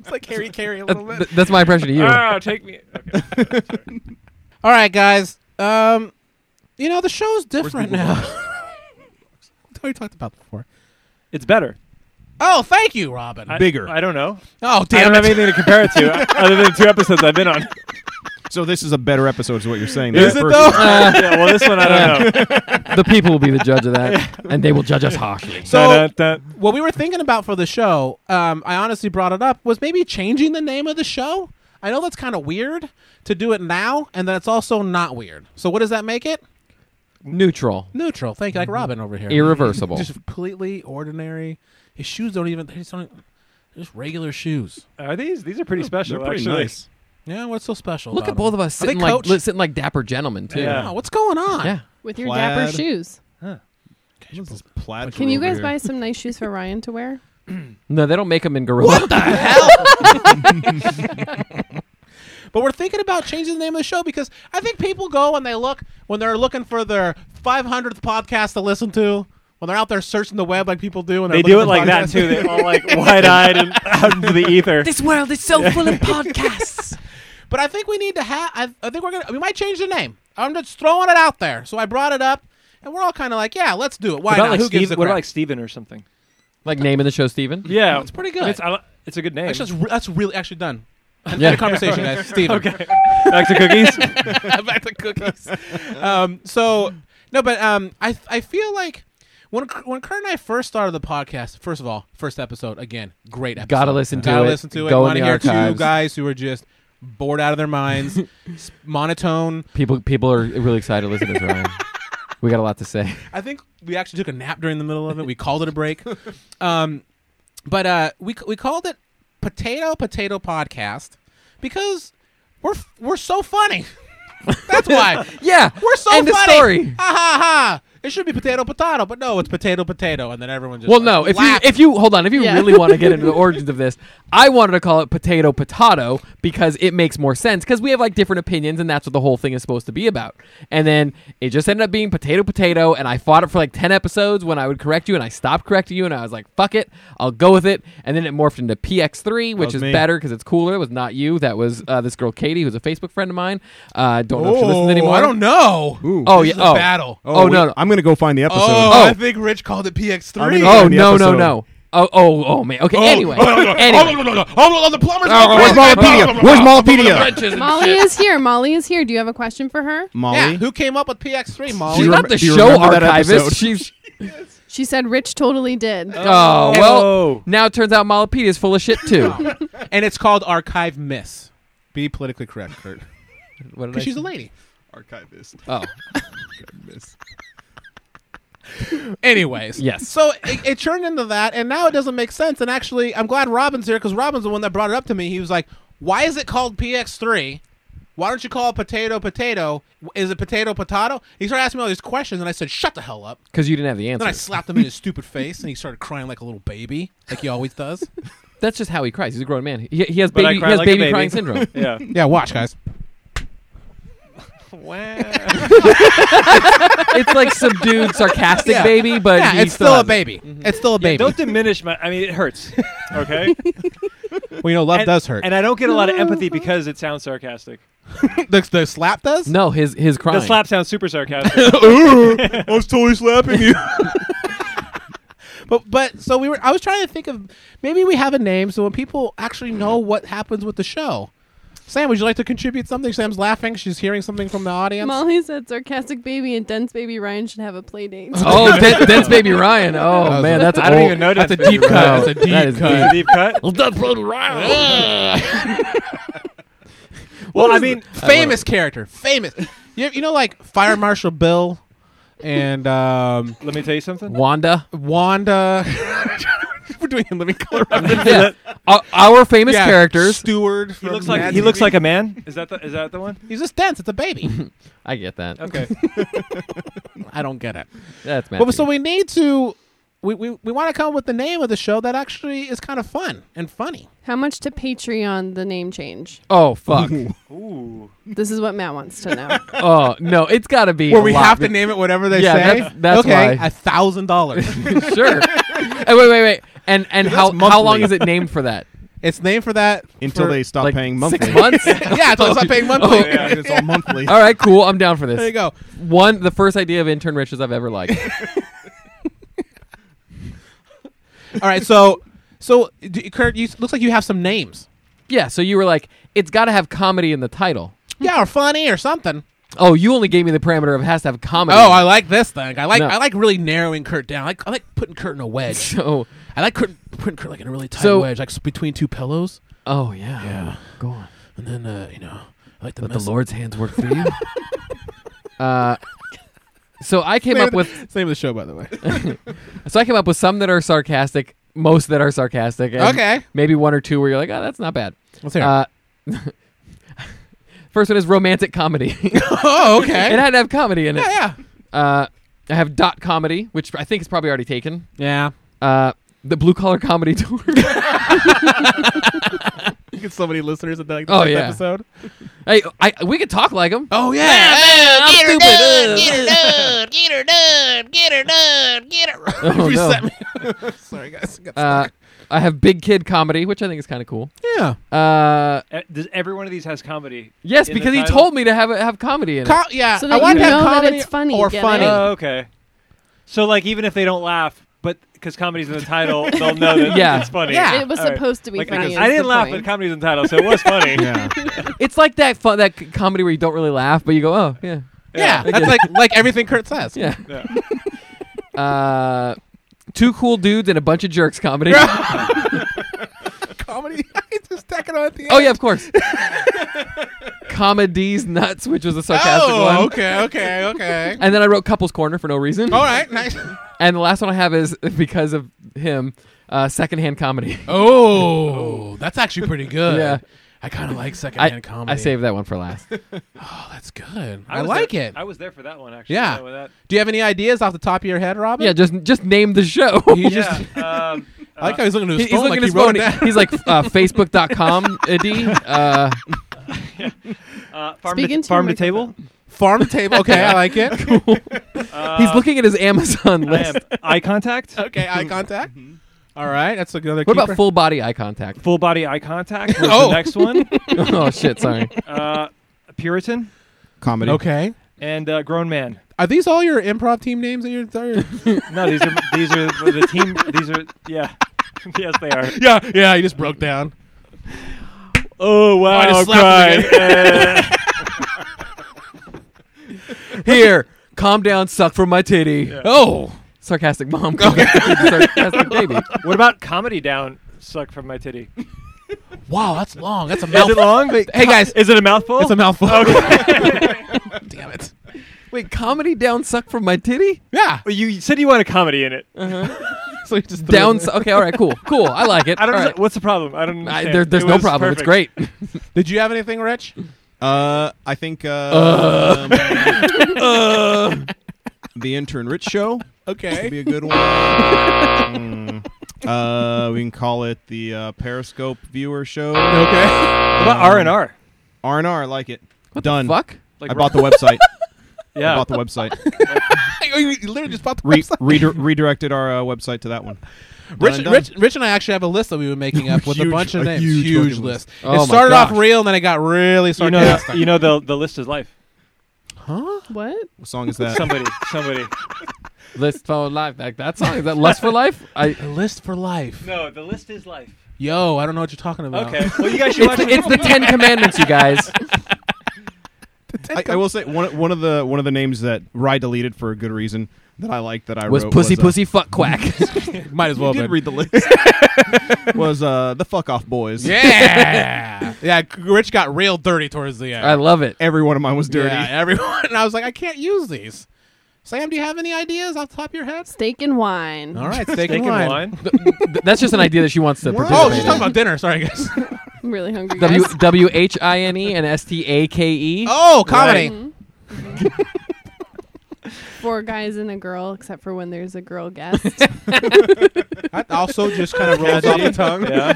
Speaker 1: It's like Harry Carey a little
Speaker 3: Th- that's my impression of you.
Speaker 4: Ah, take me. Okay.
Speaker 1: All right, guys. Um, you know the show's different now. we talked about before.
Speaker 4: It's better.
Speaker 1: Oh, thank you, Robin.
Speaker 4: I-
Speaker 2: Bigger.
Speaker 4: I, don't know.
Speaker 1: oh,
Speaker 4: I
Speaker 1: damn
Speaker 4: don't
Speaker 1: it.
Speaker 4: have anything to compare it to other than two episodes I've been on.
Speaker 2: So this is a better episode, is what you're saying.
Speaker 1: Is
Speaker 2: That
Speaker 1: it
Speaker 2: first-
Speaker 1: though?
Speaker 4: yeah, well, this one I don't know.
Speaker 3: the people will be the judge of that, and they will judge us harshly.
Speaker 1: So-
Speaker 4: Dun, dun, dun.
Speaker 1: what we were thinking about for the show, um, I honestly brought it up, was maybe changing the name of the show. I know that's kind of weird to do it now, and that's also not weird. So what does that make it?
Speaker 3: Neutral,
Speaker 1: Neutral. Thank you, like Robin over here.
Speaker 3: Mm-hmm. irreversible.
Speaker 1: Just completely ordinary. His shoes don't even. They just don't. they're Just regular shoes.
Speaker 4: Are these? These are pretty special.
Speaker 2: They're pretty
Speaker 4: actually.
Speaker 2: nice.
Speaker 1: Yeah, what's so special?
Speaker 3: Look
Speaker 1: about
Speaker 3: at both
Speaker 1: them?
Speaker 3: of us
Speaker 1: Are they
Speaker 3: sitting like
Speaker 1: coach?
Speaker 3: li- sitting like dapper gentlemen too.
Speaker 4: Yeah.
Speaker 1: Yeah, what's going on?
Speaker 3: Yeah.
Speaker 5: With your dapper
Speaker 2: Plaid.
Speaker 5: shoes.
Speaker 2: What's this plaid
Speaker 5: Can you
Speaker 2: over
Speaker 5: guys
Speaker 2: here?
Speaker 5: buy some nice shoes for Ryan to wear?
Speaker 3: No, they don't make them in gorilla.
Speaker 1: But we're thinking about changing the name of the show because I think people go and they look when they're looking for their 500th podcast to listen to. When they're out there searching the web like people do, and
Speaker 4: They do it like that too. They're all like wide-eyed and out into the ether.
Speaker 3: This world is so full of podcasts.
Speaker 1: But I think we need to have. I, I think we're gonna. We might change the name. I'm just throwing it out there. So I brought it up, and we're all kind of like, yeah, let's do it. Why
Speaker 4: What about
Speaker 1: not?
Speaker 4: like
Speaker 1: Who gives
Speaker 4: Steve,
Speaker 1: a
Speaker 4: what about
Speaker 1: crap?
Speaker 4: like Steven or something?
Speaker 3: like naming the show, Steven.
Speaker 4: Yeah,
Speaker 1: It's pretty good.
Speaker 4: It's, I li- it's a good name.
Speaker 1: Actually, that's, re- that's really actually done. End
Speaker 3: Yeah.
Speaker 1: of conversation, guys. Steven.
Speaker 4: okay. Back to cookies.
Speaker 1: back to cookies. um, so no, but um, I I feel like when when Kurt and I first started the podcast, first of all, first episode again, great episode.
Speaker 3: Gotta listen to
Speaker 1: Gotta
Speaker 3: it.
Speaker 1: listen to it.
Speaker 3: Go in
Speaker 1: Want to
Speaker 3: the
Speaker 1: hear two
Speaker 3: archives.
Speaker 1: guys who are just bored out of their minds, s- monotone.
Speaker 3: People, people are really excited to listen to this, Ryan. We got a lot to say.
Speaker 1: I think we actually took a nap during the middle of it. We called it a break. Um, but uh, we we called it Potato Potato Podcast because we're f- we're so funny. That's why.
Speaker 3: Yeah.
Speaker 1: We're so
Speaker 3: End of
Speaker 1: funny.
Speaker 3: story.
Speaker 1: Ha ha ha. It should be potato potato, but no, it's potato potato, and then everyone just
Speaker 3: Well, no. If you
Speaker 1: laugh.
Speaker 3: if you hold on, if you
Speaker 5: Yeah.
Speaker 3: really want to get into the origins of this, I wanted to call it potato potato because it makes more sense because we have like different opinions and that's what the whole thing is supposed to be about. And then it just ended up being potato potato, and I fought it for like ten episodes when I would correct you, and I stopped correcting you, and I was like, fuck it, I'll go with it. And then it morphed into PX3, which
Speaker 2: was
Speaker 3: is
Speaker 2: me.
Speaker 3: better because it's cooler. It was not you. That was uh, this girl Katie, who's a Facebook friend of mine. Uh, don't know if she listens
Speaker 1: Oh,
Speaker 3: anymore.
Speaker 1: I don't know.
Speaker 2: Ooh.
Speaker 3: Oh
Speaker 1: This
Speaker 3: yeah.
Speaker 1: is a
Speaker 3: oh.
Speaker 1: battle.
Speaker 3: Oh,
Speaker 2: wait,
Speaker 3: no, no.
Speaker 2: I'm gonna go find the episode.
Speaker 1: Oh,
Speaker 3: Oh.
Speaker 1: I think Rich called it PX3.
Speaker 2: I
Speaker 3: Oh
Speaker 2: mean, the
Speaker 3: no no
Speaker 2: episode.
Speaker 3: no. Oh oh oh man. Okay.
Speaker 1: Oh,
Speaker 3: Anyway.
Speaker 1: oh, no, no, no.
Speaker 3: anyway.
Speaker 1: Oh, no, no, no, no. Oh, no, the plumber's
Speaker 2: Oh, where's Mollypedia? Where's Mollypedia?
Speaker 3: Wrenches and
Speaker 5: Molly
Speaker 3: shit.
Speaker 5: is here. Molly is here. Do you have a question for her?
Speaker 2: Molly.
Speaker 1: Yeah, who came up with PX3, Molly?
Speaker 2: Do
Speaker 3: She's
Speaker 2: you
Speaker 3: not
Speaker 2: remem-
Speaker 3: the
Speaker 2: do you
Speaker 3: show
Speaker 2: remember that
Speaker 3: archivist.
Speaker 2: episode?
Speaker 3: She's
Speaker 5: She said Rich totally did.
Speaker 3: oh well.
Speaker 4: Oh.
Speaker 3: Now it turns out Malapedia is full of shit too.
Speaker 1: and it's called Archive Miss. Be politically correct, Kurt.
Speaker 3: What did I
Speaker 1: Because she's
Speaker 3: say?
Speaker 1: a lady.
Speaker 2: Archivist.
Speaker 3: Oh
Speaker 1: Anyways,
Speaker 3: Yes.
Speaker 1: So it, it turned into that, and now it doesn't make sense. And actually, I'm glad Robin's here because Robin's the one that brought it up to me. He was like, "Why is it called PX3? Why don't you call it potato potato? Is it potato potato?" He started asking me all these questions, and I said, "Shut the hell up."
Speaker 3: because you didn't have the answer.
Speaker 1: Then I slapped him in his stupid face, and he started crying like a little baby, like he always does.
Speaker 3: That's just how he cries. He's a grown man. He, he has
Speaker 4: But I
Speaker 3: baby. He
Speaker 4: cry
Speaker 3: has
Speaker 4: like a
Speaker 3: baby,
Speaker 4: baby.
Speaker 3: crying syndrome.
Speaker 4: Yeah.
Speaker 1: yeah, watch, guys.
Speaker 3: it's like subdued, sarcastic
Speaker 1: Yeah.
Speaker 3: baby, but
Speaker 1: yeah,
Speaker 3: he
Speaker 1: it's still Mm-hmm. a
Speaker 3: has it.
Speaker 1: baby. It's still a
Speaker 4: Yeah,
Speaker 1: baby.
Speaker 4: don't diminish my. I mean, it hurts. Okay.
Speaker 1: well, you know, love
Speaker 4: And-
Speaker 1: does hurt.
Speaker 4: And I don't get a lot of empathy because it sounds sarcastic.
Speaker 1: the, the slap does.
Speaker 3: No, his his crying.
Speaker 4: The slap sounds super sarcastic.
Speaker 1: I was totally slapping you. but but so we were. I was trying to think of maybe we have a name so when people actually know what happens with the show. Sam, would you like to contribute something? Sam's laughing. She's hearing something from the audience.
Speaker 5: Molly said sarcastic baby and dense baby Ryan should have a play date.
Speaker 3: Oh, Den- Dense baby Ryan.
Speaker 1: That was
Speaker 3: Oh
Speaker 1: a-
Speaker 3: man, that's
Speaker 4: I don't
Speaker 3: old.
Speaker 4: even know
Speaker 1: that's a
Speaker 4: Dense Baby
Speaker 1: deep cut.
Speaker 4: Ryan.
Speaker 1: That's a deep
Speaker 3: That is
Speaker 1: cut.
Speaker 4: That's a deep cut.
Speaker 6: Well, that's Ryan.
Speaker 4: Well, I mean,
Speaker 1: famous character, famous. You, you know, like Fire Marshal Bill and um,
Speaker 4: let me tell you something.
Speaker 3: Wanda.
Speaker 1: Wanda. We're doing in living color.
Speaker 3: Yeah. Our, our famous
Speaker 1: Yeah,
Speaker 3: characters.
Speaker 1: Steward.
Speaker 4: He looks like he looks like a man. Is that the is that the one?
Speaker 1: he's just dense. It's a baby.
Speaker 3: I get that.
Speaker 4: Okay.
Speaker 1: I don't get it.
Speaker 3: That's Matthew.
Speaker 1: Well, so we need to we, we, we want to come up with the name of the show that actually is kind of fun and funny.
Speaker 5: How much to Patreon the name change?
Speaker 3: oh fuck.
Speaker 4: Ooh.
Speaker 5: This is what Matt wants to know.
Speaker 3: oh no, it's got to be
Speaker 1: Where
Speaker 3: a
Speaker 1: we
Speaker 3: lot.
Speaker 1: have to name it whatever they
Speaker 3: Yeah,
Speaker 1: say.
Speaker 3: that's- that's
Speaker 1: okay,
Speaker 3: why.
Speaker 1: a thousand dollars.
Speaker 3: sure. And wait, wait, wait. And and how how long is it named for that?
Speaker 1: It's named for that
Speaker 2: Until
Speaker 1: for-
Speaker 2: they stop
Speaker 3: like
Speaker 2: paying monthly.
Speaker 3: six months.
Speaker 1: yeah, until they stop paying monthly.
Speaker 3: Oh,
Speaker 1: yeah.
Speaker 2: it's all monthly.
Speaker 3: All right, cool. I'm down for this.
Speaker 1: There you go.
Speaker 3: One, the first idea of intern riches I've ever liked.
Speaker 1: All right, so so d- Kurt, you looks like you have some names.
Speaker 3: yeah. So you were like, it's got to have comedy in the title.
Speaker 1: Yeah, or funny or something.
Speaker 3: Oh, you only gave me the parameter of it has to have comedy.
Speaker 1: Oh, I like this thing. I like
Speaker 3: No.
Speaker 1: I like really narrowing Kurt down. I like, I like putting Kurt in a wedge.
Speaker 3: so.
Speaker 1: I like Kurt, putting Kurt like in a really tight
Speaker 3: So-
Speaker 1: wedge, like s- between two pillows.
Speaker 3: Oh yeah. Yeah. Go on.
Speaker 1: And then uh, you know, I like the
Speaker 3: Let the
Speaker 1: mess-
Speaker 3: Lord's hands work for you. uh, so I came up with
Speaker 1: It's the name of the show, by the way.
Speaker 3: so I came up with some that are sarcastic, most that are sarcastic. and
Speaker 1: okay,
Speaker 3: Maybe one or two where you're like, oh, that's not bad.
Speaker 1: let's hear. it.
Speaker 3: Uh, first one is romantic comedy.
Speaker 1: Oh, okay.
Speaker 3: it had to have comedy in it.
Speaker 1: yeah,
Speaker 3: Uh, I have dot comedy, which I think is probably already taken.
Speaker 1: yeah.
Speaker 3: Uh, the blue collar comedy tour.
Speaker 1: You get so many listeners in that
Speaker 3: Oh, yeah.
Speaker 1: episode.
Speaker 3: hey, I we could talk like them.
Speaker 1: Oh yeah.
Speaker 3: I'm stupid. Ugh.
Speaker 6: Get her done. Get her done. Get her.
Speaker 3: Oh, no.
Speaker 1: Reset me. Sorry guys. I got
Speaker 3: Uh,
Speaker 1: stuck.
Speaker 3: I have big kid comedy, which I think is kind of cool.
Speaker 1: yeah.
Speaker 3: Uh,
Speaker 4: E- Does every one of these has comedy?
Speaker 3: yes,
Speaker 4: In the
Speaker 3: because he
Speaker 4: title?
Speaker 3: told me to have it- have comedy in it.
Speaker 1: Co- yeah.
Speaker 5: So
Speaker 1: I
Speaker 5: that
Speaker 1: want
Speaker 5: you
Speaker 1: to have
Speaker 5: know that
Speaker 1: comedy
Speaker 5: it's funny,
Speaker 1: or
Speaker 5: get
Speaker 1: funny.
Speaker 5: it?
Speaker 4: Oh, okay. So like, even if they don't laugh, but because comedy's in the title, they'll know that
Speaker 3: Yeah.
Speaker 4: it's funny.
Speaker 1: Yeah.
Speaker 5: It was
Speaker 4: All right.
Speaker 5: supposed to be
Speaker 4: Like,
Speaker 5: funny.
Speaker 4: I
Speaker 5: is
Speaker 4: didn't
Speaker 5: the
Speaker 4: laugh,
Speaker 5: point.
Speaker 4: but comedy's in the title, so it was funny.
Speaker 1: yeah.
Speaker 3: It's like that fun that c- comedy where you don't really laugh, but you go, oh yeah,
Speaker 1: Yeah.
Speaker 3: I get
Speaker 1: That's
Speaker 3: it.
Speaker 1: like like everything Kurt says.
Speaker 3: yeah.
Speaker 4: Yeah.
Speaker 3: Uh, two cool dudes and a bunch of jerks comedy.
Speaker 1: Comedy. I just tack it on at the end.
Speaker 3: oh yeah, of course. Comedies nuts, which was a sarcastic
Speaker 1: Oh,
Speaker 3: one.
Speaker 1: okay, Oh. okay, okay.
Speaker 3: And then I wrote couples corner for no reason.
Speaker 1: All right, nice.
Speaker 3: And the last one I have is because of him, uh, secondhand comedy.
Speaker 1: Oh, that's actually pretty good.
Speaker 3: Yeah.
Speaker 1: I kind of like
Speaker 3: I,
Speaker 1: secondhand comedy.
Speaker 3: I saved that one for last.
Speaker 1: Oh, that's good.
Speaker 4: I
Speaker 1: I,
Speaker 4: was
Speaker 1: like
Speaker 4: there-
Speaker 1: it.
Speaker 4: I was there for that one actually.
Speaker 1: yeah.
Speaker 4: so that-
Speaker 1: Do you have any ideas off the top of your head, Robin?
Speaker 3: yeah, just just name the show.
Speaker 1: He just.
Speaker 4: yeah. um,
Speaker 1: I like how he's looking at his
Speaker 3: He- he's
Speaker 1: phone. like
Speaker 3: looking at his
Speaker 1: he wrote
Speaker 3: phone.
Speaker 1: it down.
Speaker 3: He's like uh, Facebook.com, Eddie. Uh,
Speaker 4: uh, farm
Speaker 5: Speak
Speaker 4: to,
Speaker 5: into
Speaker 4: farm
Speaker 5: your
Speaker 4: to table.
Speaker 1: Farm to table. Okay, I like it.
Speaker 4: Uh,
Speaker 3: he's looking at his Amazon
Speaker 4: I am.
Speaker 3: list.
Speaker 4: Eye contact.
Speaker 1: Okay, eye contact. Mm-hmm. All right, that's another.
Speaker 3: What about
Speaker 1: keeper.
Speaker 3: full body eye contact?
Speaker 4: Full body eye contact. Was
Speaker 1: Oh.
Speaker 4: the next one.
Speaker 3: oh shit! Sorry.
Speaker 4: Uh, Puritan
Speaker 2: Comedy.
Speaker 1: Okay,
Speaker 4: and uh, grown man.
Speaker 1: are these all your improv team names? That you're, that you're-
Speaker 4: No, these are these are the team. These are yeah. Yes, they are.
Speaker 1: yeah, yeah. You just broke down.
Speaker 4: Oh wow!
Speaker 1: I just slapped him
Speaker 4: Cry.
Speaker 3: Here, calm down. Suck from my titty.
Speaker 1: Oh,
Speaker 3: Sarcastic mom. Sarcastic baby.
Speaker 4: Uh, what about comedy down? Suck from my titty.
Speaker 1: wow, that's long. That's a
Speaker 4: Is it
Speaker 1: mouthful.
Speaker 4: long?
Speaker 1: Hey guys,
Speaker 4: Is it a mouthful?
Speaker 1: it's a mouthful. Damn it.
Speaker 3: Wait, comedy down. Suck from my titty.
Speaker 1: Yeah.
Speaker 4: Well, you said you want a comedy in it.
Speaker 3: Uh,
Speaker 1: So you just threw
Speaker 3: Down.
Speaker 1: it in.
Speaker 3: su- Okay. All right. Cool. Cool. I like it.
Speaker 4: I don't.
Speaker 3: All
Speaker 4: know
Speaker 3: right.
Speaker 4: What's the problem? I don't.
Speaker 3: I,
Speaker 4: understand.
Speaker 3: there, there's
Speaker 4: It
Speaker 3: no
Speaker 4: was
Speaker 3: problem. It's
Speaker 4: perfect.
Speaker 3: great.
Speaker 1: Did you have anything, Rich?
Speaker 2: Uh, I think uh, um, the intern Rich show would be
Speaker 1: Okay.
Speaker 2: a good one. Mm. Uh, we can call it the uh, Periscope viewer show.
Speaker 1: okay.
Speaker 4: What about R and R?
Speaker 2: R and R, I like it.
Speaker 3: What
Speaker 2: Done.
Speaker 3: the fuck?
Speaker 4: Like
Speaker 2: I bought the website. I
Speaker 4: Yeah.
Speaker 2: bought the website.
Speaker 1: you literally just bought the
Speaker 2: Re-
Speaker 1: website.
Speaker 2: redir- redirected our uh, website to that one.
Speaker 1: Rich,
Speaker 2: Done, done.
Speaker 1: Rich, Rich, and I actually have a list that we were making up with a
Speaker 2: Huge-
Speaker 1: bunch of
Speaker 2: a
Speaker 1: names.
Speaker 2: huge fucking
Speaker 1: list.
Speaker 2: list.
Speaker 3: Oh my
Speaker 1: it started off
Speaker 3: gosh.
Speaker 1: real, and then it got really
Speaker 4: You know.
Speaker 1: sarcastic.
Speaker 4: You know the the list is life.
Speaker 5: What?
Speaker 2: What song is that?
Speaker 4: Somebody. Somebody.
Speaker 3: List for life. Like that song. Is that lust for life? I.
Speaker 1: a list for life.
Speaker 4: No, the list is life.
Speaker 1: Yo, I don't know what you're talking about.
Speaker 4: Okay. Well, you guys should
Speaker 3: It's
Speaker 4: watch.
Speaker 3: the, it's the Ten Commandments, you guys.
Speaker 2: I, I will say one one of the one of the names that Rye deleted for a good reason that I liked that I
Speaker 3: Was
Speaker 2: wrote
Speaker 3: pussy
Speaker 2: was, uh,
Speaker 3: pussy fuck quack.
Speaker 1: Might as well.
Speaker 2: did
Speaker 1: have been.
Speaker 2: read the list. was uh, the fuck off boys?
Speaker 1: Yeah. yeah. Rich got real dirty towards the end.
Speaker 3: I love it.
Speaker 2: every one of mine was dirty.
Speaker 1: Yeah, everyone. And I was like, I can't use these. Sam, do you have any ideas off the top of your head?
Speaker 5: Steak and wine.
Speaker 1: All right, steak,
Speaker 4: Taking
Speaker 1: and wine.
Speaker 4: wine.
Speaker 3: Th- That's just an idea that she wants to participate.
Speaker 1: Oh, she's
Speaker 3: in.
Speaker 1: talking about dinner. Sorry, guys.
Speaker 5: I'm really hungry.
Speaker 3: W
Speaker 5: guys.
Speaker 3: W H I N E and S T A K E.
Speaker 1: Oh, comedy.
Speaker 5: Four guys and a girl, except for when there's a girl guest.
Speaker 1: That also just kind of rolls off the tongue.
Speaker 4: Yeah.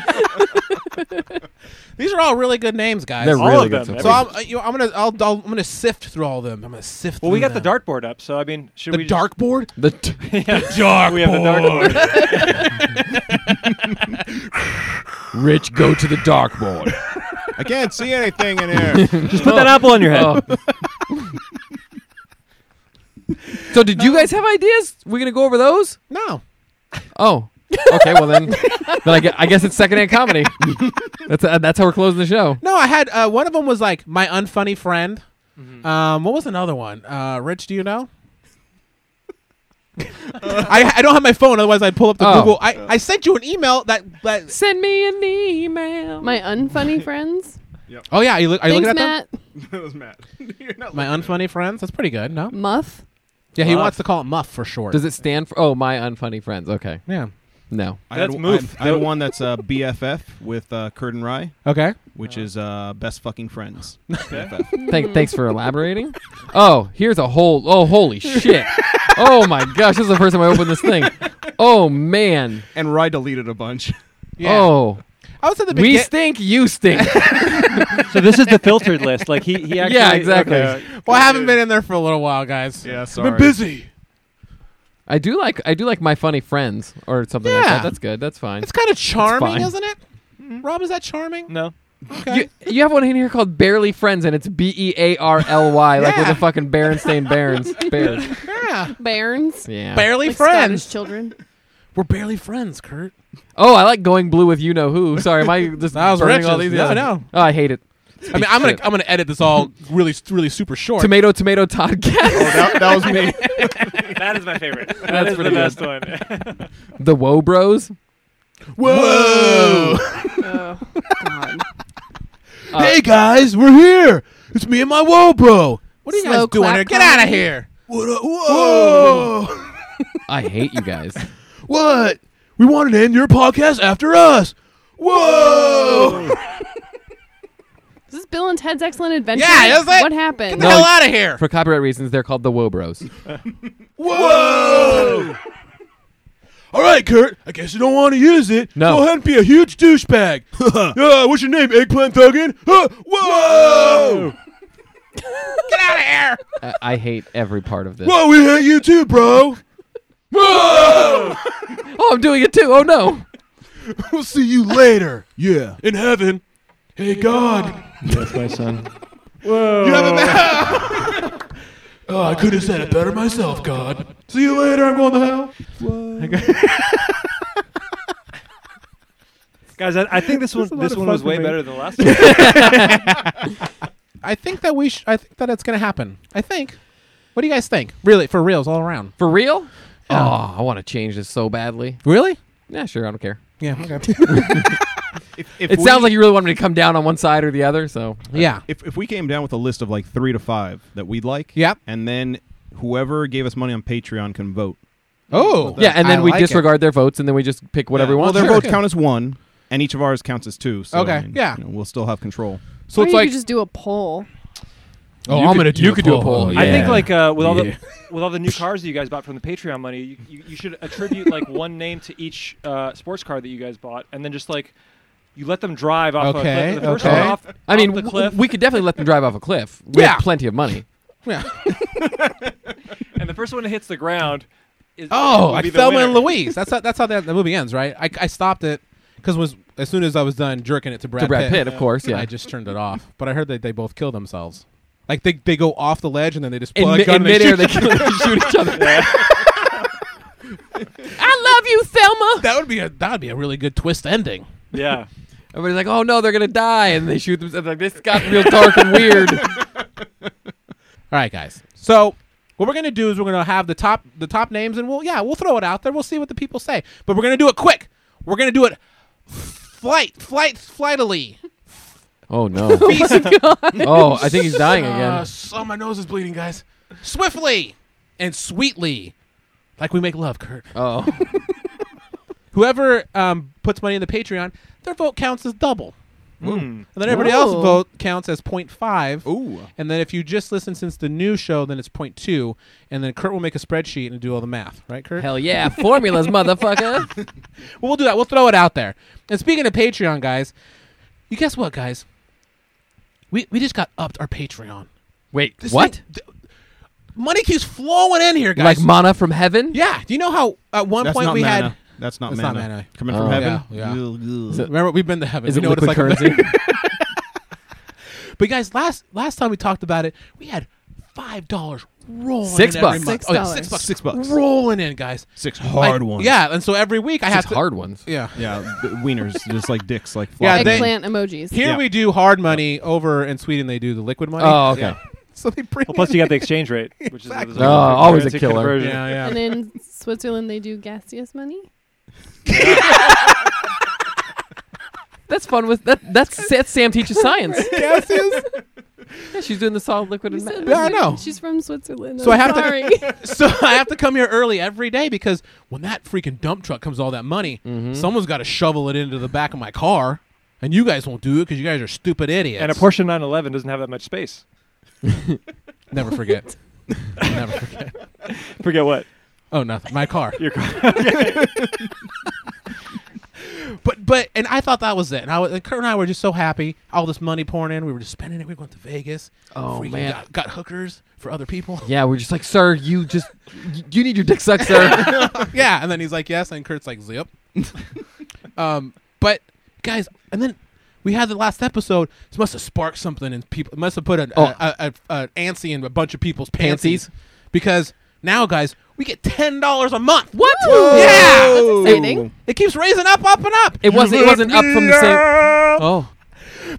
Speaker 1: These are all really good names, guys.
Speaker 3: They're
Speaker 4: All
Speaker 3: really
Speaker 4: of
Speaker 3: good.
Speaker 4: them.
Speaker 3: so
Speaker 1: so
Speaker 3: far.
Speaker 1: I'm, uh, you know, I'm gonna, I'll, I'll, I'm gonna sift through all of them. I'm gonna sift.
Speaker 4: Well, we
Speaker 1: through
Speaker 4: got the
Speaker 1: them.
Speaker 4: dartboard up, so I mean, should
Speaker 1: The
Speaker 4: we
Speaker 1: dark board.
Speaker 3: the t-
Speaker 4: dark? We have the dartboard.
Speaker 3: rich go to the dark board.
Speaker 2: I can't see anything in here.
Speaker 4: Just put that apple on your head.
Speaker 3: Oh. so did you guys have ideas? We're gonna go over those.
Speaker 1: No.
Speaker 3: Oh, okay. Well then, then I guess, I guess it's secondhand comedy. that's uh, that's how we're closing the show.
Speaker 1: No, I had uh, one of them was like my unfunny friend.
Speaker 4: Mm-hmm.
Speaker 1: Um, what was another one? Uh, Rich, do you know? I, I don't have my phone, otherwise I'd pull up the
Speaker 3: Oh.
Speaker 1: Google. I, I sent you an email that that.
Speaker 3: Send me an email.
Speaker 5: My unfunny friends.
Speaker 1: Oh yeah, are you, look, are you
Speaker 5: Thanks,
Speaker 1: looking at them?
Speaker 5: Matt.
Speaker 2: that was Matt. You're not
Speaker 1: My unfunny friends. That's pretty good. No.
Speaker 5: Muff.
Speaker 1: Yeah, he
Speaker 4: Muff.
Speaker 1: wants to call it Muff for short.
Speaker 3: Does it stand for? Oh, my unfunny friends. Okay,
Speaker 1: yeah.
Speaker 3: no.
Speaker 2: I had,
Speaker 4: That's
Speaker 2: I-
Speaker 4: Moof.
Speaker 2: I had one that's uh, BFF with uh, Curd and Rye,
Speaker 1: Okay.
Speaker 2: which is uh, best fucking friends.
Speaker 3: Thank, thanks for elaborating. Oh, here's a whole. Oh, holy shit. Oh my gosh, this is the first time I opened this thing. Oh man.
Speaker 2: and Rye deleted a bunch.
Speaker 1: Yeah.
Speaker 3: Oh,
Speaker 1: I was at the
Speaker 3: we
Speaker 1: beginning.
Speaker 3: stink. You stink.
Speaker 4: So this is the filtered list. Like he, he actually.
Speaker 3: Yeah, exactly.
Speaker 1: well, I haven't been in there for a little while, guys.
Speaker 2: Yeah,
Speaker 1: Been
Speaker 2: sorry.
Speaker 1: busy.
Speaker 3: I do like. I do like my funny friends or something like
Speaker 1: Yeah.
Speaker 3: that. That's good. That's fine.
Speaker 1: It's kind of charming,
Speaker 3: fine.
Speaker 1: isn't it? Rob, is that charming?
Speaker 4: No.
Speaker 1: Okay.
Speaker 3: You, you have one in here called Barely Friends, and it's B E A R L Y, like with
Speaker 1: Yeah.
Speaker 3: the fucking Berenstain Barons. Bears.
Speaker 1: yeah.
Speaker 5: Bairns.
Speaker 3: Yeah.
Speaker 1: Barely
Speaker 5: Like
Speaker 1: friends.
Speaker 5: Scottish children.
Speaker 1: We're barely friends, Kurt.
Speaker 3: oh, I like going blue with you know who. Sorry, am I just
Speaker 1: That was
Speaker 3: burning
Speaker 1: Rich's.
Speaker 3: all these?
Speaker 1: No,
Speaker 3: Yeah.
Speaker 1: no.
Speaker 3: Oh, I hate it.
Speaker 1: I mean, I'm gonna I'm gonna edit this all really really super short.
Speaker 3: Tomato, tomato, Todd Cat.
Speaker 2: that, that was me.
Speaker 4: That is my favorite.
Speaker 3: That's
Speaker 4: That's the
Speaker 3: pretty good.
Speaker 4: best one.
Speaker 3: the Woe Bros.
Speaker 1: Whoa!
Speaker 5: Oh, God.
Speaker 1: hey guys, we're here. It's me and my whoa bro. What are you
Speaker 5: Slow
Speaker 1: guys doing
Speaker 5: clap
Speaker 1: here? Get
Speaker 5: comedy.
Speaker 1: out of here! What?
Speaker 2: whoa.
Speaker 3: I hate you guys.
Speaker 1: What? We wanted to end your podcast after us. Whoa!
Speaker 5: Is this Bill and Ted's Excellent Adventure?
Speaker 1: Yeah, that's it.
Speaker 5: What
Speaker 1: Get
Speaker 5: happened?
Speaker 1: the hell out of here.
Speaker 3: For copyright reasons, they're called the Wobros.
Speaker 1: Whoa!
Speaker 6: All right, Kurt. I guess you don't want to use it.
Speaker 3: No.
Speaker 6: Go ahead and be a huge douchebag. uh, what's your name, Eggplant Thuggin? Huh? Whoa!
Speaker 1: Get out of here.
Speaker 3: I-, I hate every part of this.
Speaker 6: Whoa, Oh, we hate you too, bro.
Speaker 3: Oh, I'm doing it too. Oh no.
Speaker 6: We'll see you later.
Speaker 2: Yeah.
Speaker 6: In heaven. Hey, God.
Speaker 4: That's my son.
Speaker 1: You have a ma-
Speaker 6: Oh, I could have said it better myself, God. See you later. I'm going to hell.
Speaker 4: Guys, I, I think this one this one was way better than the last one.
Speaker 1: I think that we. Sh- I think that it's gonna happen. I think. What do you guys think? Really, for reals, all around.
Speaker 3: For real? Oh, I want to change this so badly.
Speaker 1: Really?
Speaker 3: Yeah, sure. I don't care.
Speaker 1: Yeah.
Speaker 2: If, if
Speaker 3: It
Speaker 2: we,
Speaker 3: sounds like you really want me to come down on one side or the other. So
Speaker 1: yeah.
Speaker 2: if, if we came down with a list of like three to five that we'd like.
Speaker 1: Yep.
Speaker 2: And then whoever gave us money on Patreon can vote.
Speaker 1: Oh.
Speaker 3: yeah, and then
Speaker 1: I
Speaker 3: we
Speaker 1: like it.
Speaker 3: disregard their votes, and then we just pick whatever
Speaker 2: Yeah.
Speaker 3: we
Speaker 2: Well,
Speaker 3: want.
Speaker 2: their
Speaker 1: Sure.
Speaker 2: votes count as one, and each of ours counts as two. So
Speaker 1: Okay,
Speaker 2: I mean,
Speaker 1: yeah.
Speaker 2: you know, we'll still have control.
Speaker 3: So
Speaker 5: or
Speaker 3: it's
Speaker 5: you
Speaker 3: like
Speaker 5: could just do a poll.
Speaker 1: Oh,
Speaker 3: You
Speaker 1: I'm
Speaker 3: could-
Speaker 1: gonna do.
Speaker 3: you
Speaker 1: a
Speaker 3: could do a
Speaker 1: poll.
Speaker 3: poll.
Speaker 4: I think
Speaker 3: Yeah.
Speaker 4: like uh, with all
Speaker 1: Yeah.
Speaker 4: the with all the new cars that you guys bought from the Patreon money, you, you, you should attribute like one name to each uh, sports car that you guys bought, and then just like you let them drive off
Speaker 1: Okay,
Speaker 4: a cliff. The first
Speaker 1: okay.
Speaker 4: one off,
Speaker 3: I mean,
Speaker 4: off the
Speaker 3: w-
Speaker 4: cliff,
Speaker 3: we could definitely let them drive off a cliff. We
Speaker 1: Yeah.
Speaker 3: have plenty of money.
Speaker 1: Yeah.
Speaker 4: and the first one that hits the ground. Is,
Speaker 1: Oh,
Speaker 4: would
Speaker 1: like
Speaker 4: be the
Speaker 1: Thelma and
Speaker 4: winner.
Speaker 1: Louise. That's how, that's how that, the movie ends, right? I, I stopped it because was as soon as I was done jerking it to Brad,
Speaker 3: to Brad Pitt, of course. Yeah.
Speaker 1: I just turned it off. But I heard that they both kill themselves. Like they, they go off the ledge and then they just
Speaker 3: in
Speaker 1: pull out a
Speaker 3: mi-
Speaker 1: gun
Speaker 3: in
Speaker 1: and they
Speaker 3: midair,
Speaker 1: shoot
Speaker 3: they kill and shoot each other.
Speaker 5: I love you, Thelma.
Speaker 1: That would be a that would be a really good twist ending.
Speaker 4: Yeah,
Speaker 3: Everybody's like, "Oh no, they're gonna die!" And they shoot themselves. Like this got real dark and weird.
Speaker 1: All right, guys. So what we're gonna do is we're gonna have the top the top names and we'll yeah we'll throw it out there. We'll see what the people say. But we're gonna do it quick. We're gonna do it flight flight flightily.
Speaker 3: Oh no! oh, I think he's dying
Speaker 1: Uh,
Speaker 3: again.
Speaker 1: so my nose is bleeding, guys. Swiftly and sweetly, like we make love, Kurt.
Speaker 3: Oh,
Speaker 1: Whoever um, puts money in the Patreon, their vote counts as double. And then everybody
Speaker 5: Ooh.
Speaker 1: else's vote counts as 0.5.
Speaker 2: Ooh.
Speaker 1: And then if you just listen since the new show, then it's 0.2. And then Kurt will make a spreadsheet and do all the math. Right, Kurt?
Speaker 3: hell yeah! Formulas, motherfucker.
Speaker 1: Well, we'll do that. We'll throw it out there. And speaking of Patreon, guys, you guess what, guys? We, we just got upped our Patreon.
Speaker 3: Wait,
Speaker 1: This
Speaker 3: what?
Speaker 1: thing- th- money keeps flowing in here, guys.
Speaker 3: Like mana from heaven?
Speaker 1: Yeah. Do you know how at one
Speaker 2: That's
Speaker 1: point
Speaker 2: not
Speaker 1: we
Speaker 2: mana.
Speaker 1: had?
Speaker 2: That's not
Speaker 1: That's
Speaker 2: mana.
Speaker 1: not mana.
Speaker 2: Coming
Speaker 3: Oh.
Speaker 2: from heaven.
Speaker 1: Yeah, yeah.
Speaker 2: Ugh, ugh.
Speaker 1: Remember, we've been to heaven.
Speaker 3: Is
Speaker 1: We
Speaker 3: it
Speaker 1: know what
Speaker 3: liquid
Speaker 1: it's like
Speaker 3: currency?
Speaker 1: But guys, last last time we talked about it, we had five dollars rolling.
Speaker 3: Six
Speaker 1: in every
Speaker 3: bucks.
Speaker 1: month.
Speaker 5: Six
Speaker 1: Oh, yeah,
Speaker 5: dollars.
Speaker 1: six bucks.
Speaker 2: Six bucks.
Speaker 1: Rolling in, guys.
Speaker 2: Six
Speaker 1: Like,
Speaker 2: hard ones.
Speaker 1: Yeah, and so every week I have
Speaker 3: Just
Speaker 1: to.
Speaker 3: hard ones.
Speaker 1: Yeah.
Speaker 2: Yeah. b- Wieners, just like dicks, like
Speaker 1: Yeah,
Speaker 2: flopping.
Speaker 1: they-
Speaker 5: Eggplant emojis.
Speaker 1: Here
Speaker 2: Yeah.
Speaker 1: we do hard money. Over in Sweden, they do the liquid money.
Speaker 3: Oh, okay.
Speaker 1: so they bring.
Speaker 4: Well, plus
Speaker 1: in-
Speaker 4: you got the exchange rate, which is
Speaker 1: Exactly.
Speaker 4: another
Speaker 3: Oh, always a
Speaker 4: currency
Speaker 3: killer.
Speaker 4: conversion.
Speaker 1: Yeah, yeah.
Speaker 5: And in Switzerland, they do gaseous money.
Speaker 3: That's fun. With that, that's that's Sam teaches science.
Speaker 1: Gaseous.
Speaker 3: Yeah, she's doing the solid liquid
Speaker 5: You
Speaker 3: and
Speaker 5: said
Speaker 3: matter.
Speaker 5: that
Speaker 1: Yeah, I
Speaker 5: like-
Speaker 1: know.
Speaker 5: She's from Switzerland.
Speaker 1: So
Speaker 5: I'm
Speaker 1: I have to-
Speaker 5: sorry.
Speaker 1: so I have to come here early every day because when that freaking dump truck comes all that money,
Speaker 3: Mm-hmm.
Speaker 1: someone's got to shovel it into the back of my car, and you guys won't do it because you guys are stupid idiots.
Speaker 4: And a Porsche 911 doesn't have that much space.
Speaker 1: Never forget. Never forget.
Speaker 4: Forget what
Speaker 1: Oh, nothing. My car.
Speaker 4: your car.
Speaker 1: But but and I thought that was it. And I was, and Kurt and I were just so happy. All this money pouring in. We were just spending it. We went to Vegas.
Speaker 3: Oh,
Speaker 1: Freaking
Speaker 3: man.
Speaker 1: got, got hookers for other people.
Speaker 3: Yeah, we're just like, sir, you just y- you need your dick sucked, sir.
Speaker 1: yeah, and then he's like, "Yes," and Kurt's like, "Zip." um, but guys, and then we had the last episode. This must have sparked something in people. It must have put an
Speaker 3: Oh.
Speaker 1: a, a, a, a antsy in a bunch of people's panties, because now, guys, we get ten dollars a month.
Speaker 5: what?
Speaker 3: Oh.
Speaker 1: Yeah,
Speaker 5: That's exciting.
Speaker 1: it keeps raising up, up, and up.
Speaker 3: It wasn't it wasn't up from the same. Oh,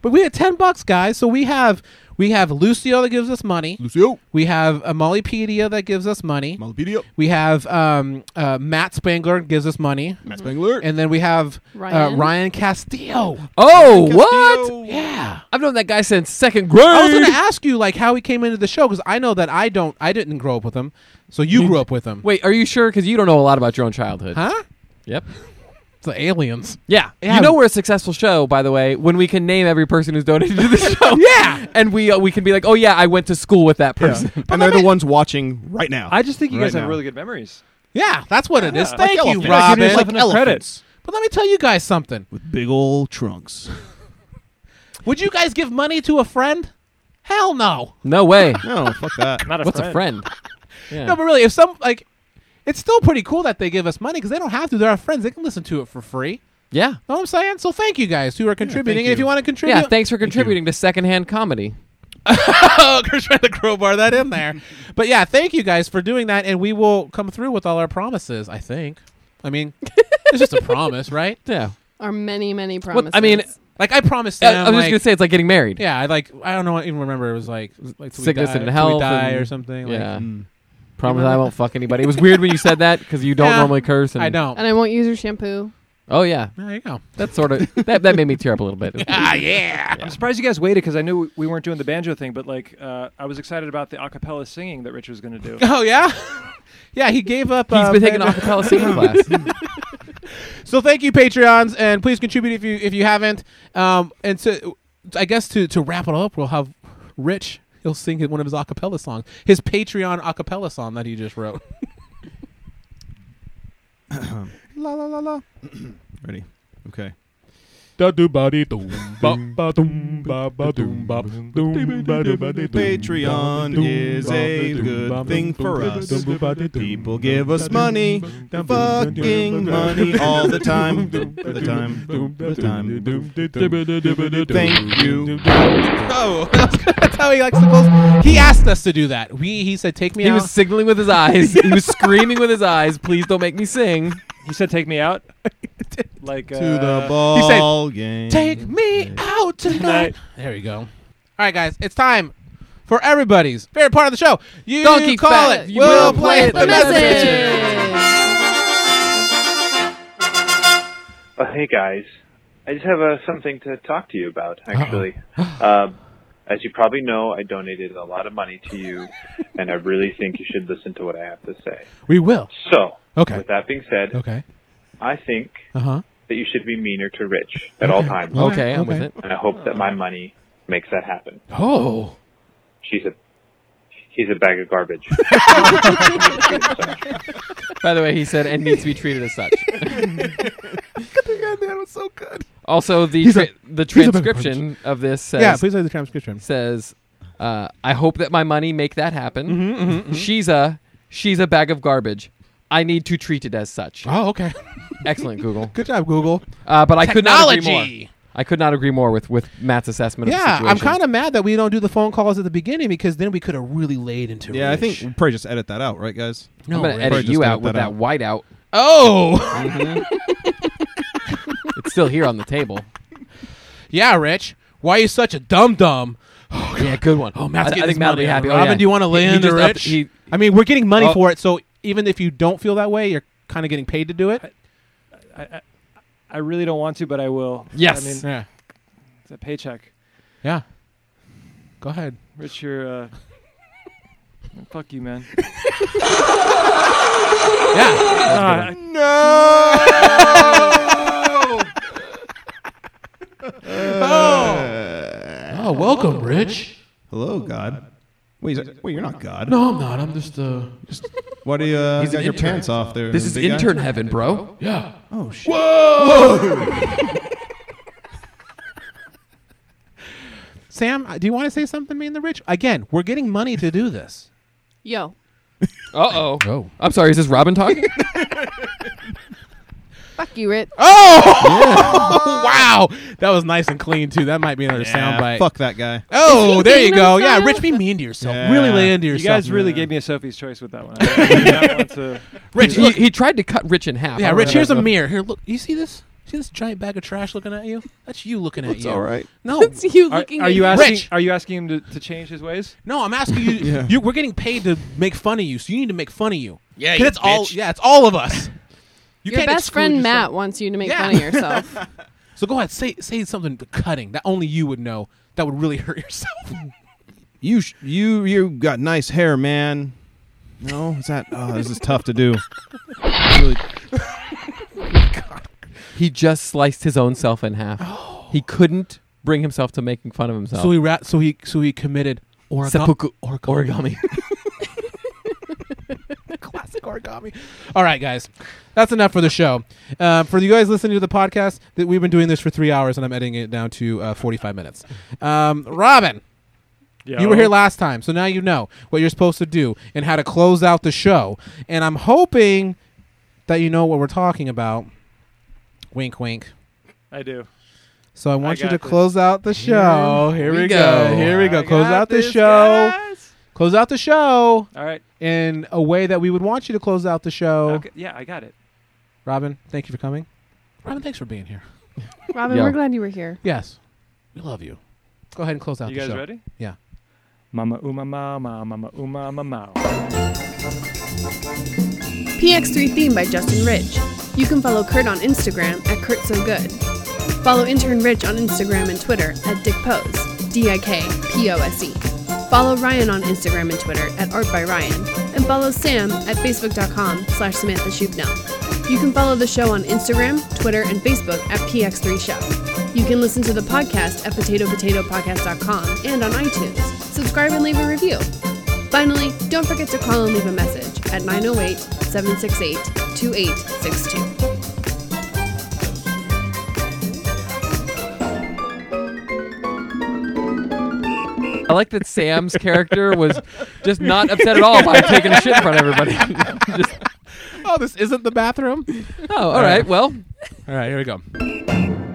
Speaker 1: But we had ten bucks, guys. So we have we have Lucio that gives us money.
Speaker 2: Lucio.
Speaker 1: We have a Mollypedia that gives us money.
Speaker 2: Malapedia.
Speaker 1: we have um, uh, Matt Spangler gives us money.
Speaker 2: Matt Spangler.
Speaker 1: And then we have Ryan,
Speaker 5: Ryan.
Speaker 1: uh, Ryan Castillo.
Speaker 3: oh, what?
Speaker 1: Yeah.
Speaker 3: I've known that guy since second grade.
Speaker 1: I was going to ask you like how he came into the show because I know that I don't, I didn't grow up with him, so you grew up with him,
Speaker 3: Wait, are you sure? Because you don't know a lot about your own childhood.
Speaker 1: huh?
Speaker 3: Yep.
Speaker 1: It's the aliens.
Speaker 3: Yeah.
Speaker 1: Yeah.
Speaker 3: You know we're a successful show, by the way, when we can name every person who's donated to the show. yeah. And we uh, we can be like, oh yeah, I went to school with that person.
Speaker 2: and they're the ones watching right now.
Speaker 4: I just think you
Speaker 2: Right
Speaker 4: guys
Speaker 2: now.
Speaker 4: have really good memories.
Speaker 1: Yeah, that's what it is.
Speaker 4: Yeah.
Speaker 1: Thank
Speaker 2: Like
Speaker 1: you,
Speaker 2: elephants.
Speaker 4: Yeah, give
Speaker 1: Robin.
Speaker 4: yourself enough credit.
Speaker 1: elephants. But let me tell you guys something.
Speaker 2: with big old trunks.
Speaker 1: Would you guys give money to a friend? Hell no.
Speaker 3: No way.
Speaker 2: No, fuck that.
Speaker 4: Not a
Speaker 3: What's
Speaker 4: friend.
Speaker 3: a friend? Yeah.
Speaker 1: No, but really, if some like, it's still pretty cool that they give us money because they don't have to. They're our friends. They can listen to it for free.
Speaker 3: yeah.
Speaker 1: Know what I'm saying? So thank you guys who are contributing. and if
Speaker 2: you.
Speaker 1: you want to contribute,
Speaker 3: Yeah, thanks for contributing to secondhand comedy.
Speaker 1: Oh, Chris trying to crowbar that in there. but yeah, thank you guys for doing that, and we will come through with all our promises. I think. I mean, it's just a promise, right?
Speaker 3: Yeah.
Speaker 5: Are many, many promises.
Speaker 3: What- I mean,
Speaker 1: Like I promised
Speaker 3: Uh, I-
Speaker 1: them.
Speaker 3: I was Uh, just
Speaker 1: like-
Speaker 3: gonna say it's like getting married.
Speaker 1: Yeah, I like. I don't know. I even remember it was like, like till we
Speaker 3: Sickness
Speaker 1: die-
Speaker 3: and
Speaker 1: till we
Speaker 3: health
Speaker 1: die or
Speaker 3: and-
Speaker 1: something. Like,
Speaker 3: Yeah.
Speaker 2: Mm.
Speaker 3: Promise I won't fuck anybody. It was weird when you said that because you don't
Speaker 1: Yeah.
Speaker 3: normally curse. And,
Speaker 1: I don't.
Speaker 5: and I won't use your shampoo.
Speaker 3: Oh yeah,
Speaker 1: There you go.
Speaker 3: that sort of that, that made me tear up a little bit.
Speaker 1: Ah, yeah.
Speaker 4: I'm surprised you guys waited because I knew we weren't doing the banjo thing, but like uh, I was excited about the acapella singing that Rich was going to do.
Speaker 1: Oh yeah. yeah, he gave up.
Speaker 3: He's
Speaker 1: uh,
Speaker 3: been taking an
Speaker 1: Pedro-
Speaker 3: acapella singing class.
Speaker 1: So thank you, Patreons, and please contribute if you if you haven't. Um, and to I guess to to wrap it up, we'll have Rich. He'll sing one of his acapella songs, his Patreon acapella song that he just wrote. la la la la.
Speaker 2: Ready? Okay.
Speaker 7: Da do ba dee dum ba ba dum ba ba dum ba dum ba do ba dee dum.
Speaker 2: Patreon is a good thing for us. People give us money, fucking money all the time, the time, the time. Thank you.
Speaker 1: Oh, that's, that's how he likes to close. He asked us to do that. We he said, "Take me
Speaker 3: He
Speaker 1: out."
Speaker 3: was signaling with his eyes. He was screaming with his eyes. Please don't make me sing.
Speaker 4: He said, "Take me out." like uh,
Speaker 2: To the ball game.
Speaker 1: Take me out tonight.
Speaker 4: Tonight.
Speaker 1: There we go. All right, guys, it's time for everybody's favorite part of the show. You
Speaker 3: Donkey
Speaker 1: call
Speaker 3: fat.
Speaker 1: it.
Speaker 3: You
Speaker 1: we'll play it. The
Speaker 5: The
Speaker 1: message.
Speaker 5: message.
Speaker 8: Uh, hey guys, I just have uh, something to talk to you about. Actually, um, as you probably know, I donated a lot of money to you, and I really think you should listen to what I have to say.
Speaker 1: We will.
Speaker 8: So,
Speaker 1: Okay.
Speaker 8: with that being said,
Speaker 1: Okay.
Speaker 8: I think
Speaker 1: Uh huh.
Speaker 8: that you should be meaner to Rich at all times,
Speaker 3: Okay, I'm
Speaker 1: okay.
Speaker 3: with it.
Speaker 8: and I hope that my money makes that happen.
Speaker 1: Oh.
Speaker 8: She's a he's a bag of garbage.
Speaker 3: By the way, he said and needs to be treated as such.
Speaker 1: that was so good.
Speaker 3: Also, the
Speaker 1: He's a-
Speaker 3: tra- the
Speaker 1: he's a big
Speaker 3: transcription of this says
Speaker 1: Yeah, please play the transcription.
Speaker 3: says, uh, "I hope that my money make that happen."
Speaker 1: Mm-hmm,
Speaker 3: She's a she's a bag of garbage. I need to treat it as such.
Speaker 1: Oh, okay.
Speaker 3: Excellent, Google.
Speaker 1: Good job, Google.
Speaker 3: Uh, but I could not agree more.
Speaker 1: Technology.
Speaker 3: I could not agree more with, with Matt's assessment. of the
Speaker 1: Yeah, I'm
Speaker 3: situation.
Speaker 1: kind of mad that we don't do the phone calls at the beginning because then we could have really laid into.
Speaker 2: Yeah, I
Speaker 1: Rich.
Speaker 2: think we'll probably just edit that out, right, guys?
Speaker 3: I'm
Speaker 1: No,
Speaker 3: gonna
Speaker 1: Rich.
Speaker 3: edit
Speaker 2: Probably
Speaker 3: you
Speaker 2: just
Speaker 3: out
Speaker 2: edit
Speaker 3: with
Speaker 2: that
Speaker 3: that
Speaker 2: out.
Speaker 3: whiteout.
Speaker 1: Oh.
Speaker 3: It's still here on the table.
Speaker 1: yeah, Rich. Why are you such a dum dum?
Speaker 3: yeah, good one.
Speaker 1: Oh, Matt's
Speaker 3: I,
Speaker 1: getting
Speaker 3: I
Speaker 1: his
Speaker 3: think Matt will
Speaker 1: money
Speaker 3: be
Speaker 1: out.
Speaker 3: happy.
Speaker 1: Robin,
Speaker 3: oh, yeah.
Speaker 1: do you want to lay
Speaker 3: He- he
Speaker 1: in the
Speaker 3: just upped-
Speaker 1: rich?
Speaker 3: he-
Speaker 1: I mean, we're getting money
Speaker 3: Oh.
Speaker 1: for it, so even if you don't feel that way, you're kind of getting paid to do it.
Speaker 4: I, I, I really don't want to, but I will.
Speaker 3: Yes.
Speaker 4: I mean,
Speaker 1: Yeah.
Speaker 4: it's a paycheck.
Speaker 1: Yeah. Go ahead.
Speaker 4: Rich, you're. Uh, fuck you, man.
Speaker 1: Yeah.
Speaker 4: Ah,
Speaker 1: Oh, welcome, Rich.
Speaker 2: Hello, God. Wait, is that- wait, you're not God.
Speaker 1: No, I'm not. I'm just uh.
Speaker 2: Why do you uh,
Speaker 3: He's an
Speaker 2: got your
Speaker 3: intern.
Speaker 2: pants off there?
Speaker 3: this is
Speaker 2: big guy?
Speaker 3: intern heaven, bro.
Speaker 1: Yeah.
Speaker 2: Oh shit.
Speaker 1: Sam, uh, do you want to say something, man? The Rich again. We're getting money to do this.
Speaker 5: Yo.
Speaker 3: Uh oh.
Speaker 1: Oh.
Speaker 3: I'm sorry. Is this Robin talking?
Speaker 5: Fuck you, Rich.
Speaker 1: Oh. wow. That was nice and clean too. That might be another
Speaker 2: Yeah,
Speaker 1: soundbite.
Speaker 2: Fuck that guy.
Speaker 1: Oh,
Speaker 5: Is he
Speaker 1: there you
Speaker 5: dating
Speaker 1: go.
Speaker 5: himself?
Speaker 1: Yeah, Rich, be mean to yourself.
Speaker 2: Yeah.
Speaker 1: Really lay into
Speaker 4: you
Speaker 1: yourself.
Speaker 4: guys really gave me a Sophie's choice with that one. I did not want to-
Speaker 1: Rich,
Speaker 3: he,
Speaker 1: look,
Speaker 3: he tried to cut Rich in half.
Speaker 1: Yeah,
Speaker 3: I
Speaker 1: Rich,
Speaker 3: don't
Speaker 1: here's a
Speaker 3: know.
Speaker 1: mirror. Here, look. You see this? See this giant bag of trash looking at you? That's you looking at you.
Speaker 2: right.
Speaker 1: No,
Speaker 5: That's you
Speaker 4: Are,
Speaker 5: looking
Speaker 4: are
Speaker 5: at
Speaker 4: you
Speaker 5: me.
Speaker 4: asking?
Speaker 1: Rich.
Speaker 4: Are you asking him to, to change his ways?
Speaker 1: no, I'm asking you,
Speaker 2: Yeah.
Speaker 1: you. We're getting paid to make fun of you, so you need to make fun of you.
Speaker 6: Yeah,
Speaker 1: 'Cause
Speaker 6: you
Speaker 1: it's all.
Speaker 6: bitch.
Speaker 1: Yeah, it's all of us. You
Speaker 5: Your
Speaker 1: can't
Speaker 5: best
Speaker 1: exclude
Speaker 5: friend
Speaker 1: yourself.
Speaker 5: Matt wants you to make
Speaker 1: Yeah.
Speaker 5: fun of yourself.
Speaker 1: So go ahead, say say something to cutting that only you would know. That would really hurt yourself.
Speaker 2: You sh- you you got nice hair, man. No, is that? Oh, this is tough to do. Really-
Speaker 3: He just sliced his own self in half. He couldn't bring himself to making fun of himself.
Speaker 1: So he ra- so he so he committed origa-
Speaker 3: Seppuku-
Speaker 1: origami.
Speaker 3: origami.
Speaker 1: Classic origami. All right, guys, that's enough for the show. Uh, for you guys listening to the podcast, that we've been doing this for three hours, and I'm editing it down to uh, 45 minutes. Um, Robin, you were here last time, so now you know what you're supposed to do and how to close out the show. And I'm hoping that you know what we're talking about. Wink, wink.
Speaker 4: I do.
Speaker 1: So I want you
Speaker 4: got
Speaker 1: to
Speaker 4: this.
Speaker 1: close out the show. Here, we go. Here we go.
Speaker 4: I
Speaker 1: Close
Speaker 4: got
Speaker 1: out the
Speaker 4: this,
Speaker 1: show.
Speaker 4: guys.
Speaker 1: Close out the show
Speaker 4: All right.
Speaker 1: in a way that we would want you to close out the show.
Speaker 4: Okay. Yeah, I got it.
Speaker 1: Robin, thank you for coming. Robin, thanks for being here.
Speaker 5: Robin,
Speaker 3: Yo.
Speaker 5: we're glad you were here.
Speaker 1: Yes, we love you. Go ahead and close out
Speaker 4: you
Speaker 1: the
Speaker 4: guys
Speaker 1: show.
Speaker 4: ready?
Speaker 1: Yeah.
Speaker 4: Mama uma ma ma mama uma ma ma.
Speaker 5: PX3 theme by Justin Ridge. You can follow Kurt on Instagram at Kurt So Good. Follow intern Rich on Instagram and Twitter at Dick Pose, D I K P O S E. Follow Ryan on Instagram and Twitter at Art by Ryan, and follow Sam at facebook.com slash Samantha Shupnell. You can follow the show on Instagram, Twitter, and Facebook at PX3 Show. You can listen to the podcast at potatopotatopodcast.com and on iTunes. Subscribe and leave a review. Finally, don't forget to call and leave a message at 908 768 2862.
Speaker 3: I like that Sam's character was just not upset at all by taking a shit in front of everybody. Just,
Speaker 1: Oh, this isn't the bathroom.
Speaker 3: oh, all right. Well,
Speaker 1: All right, here we go.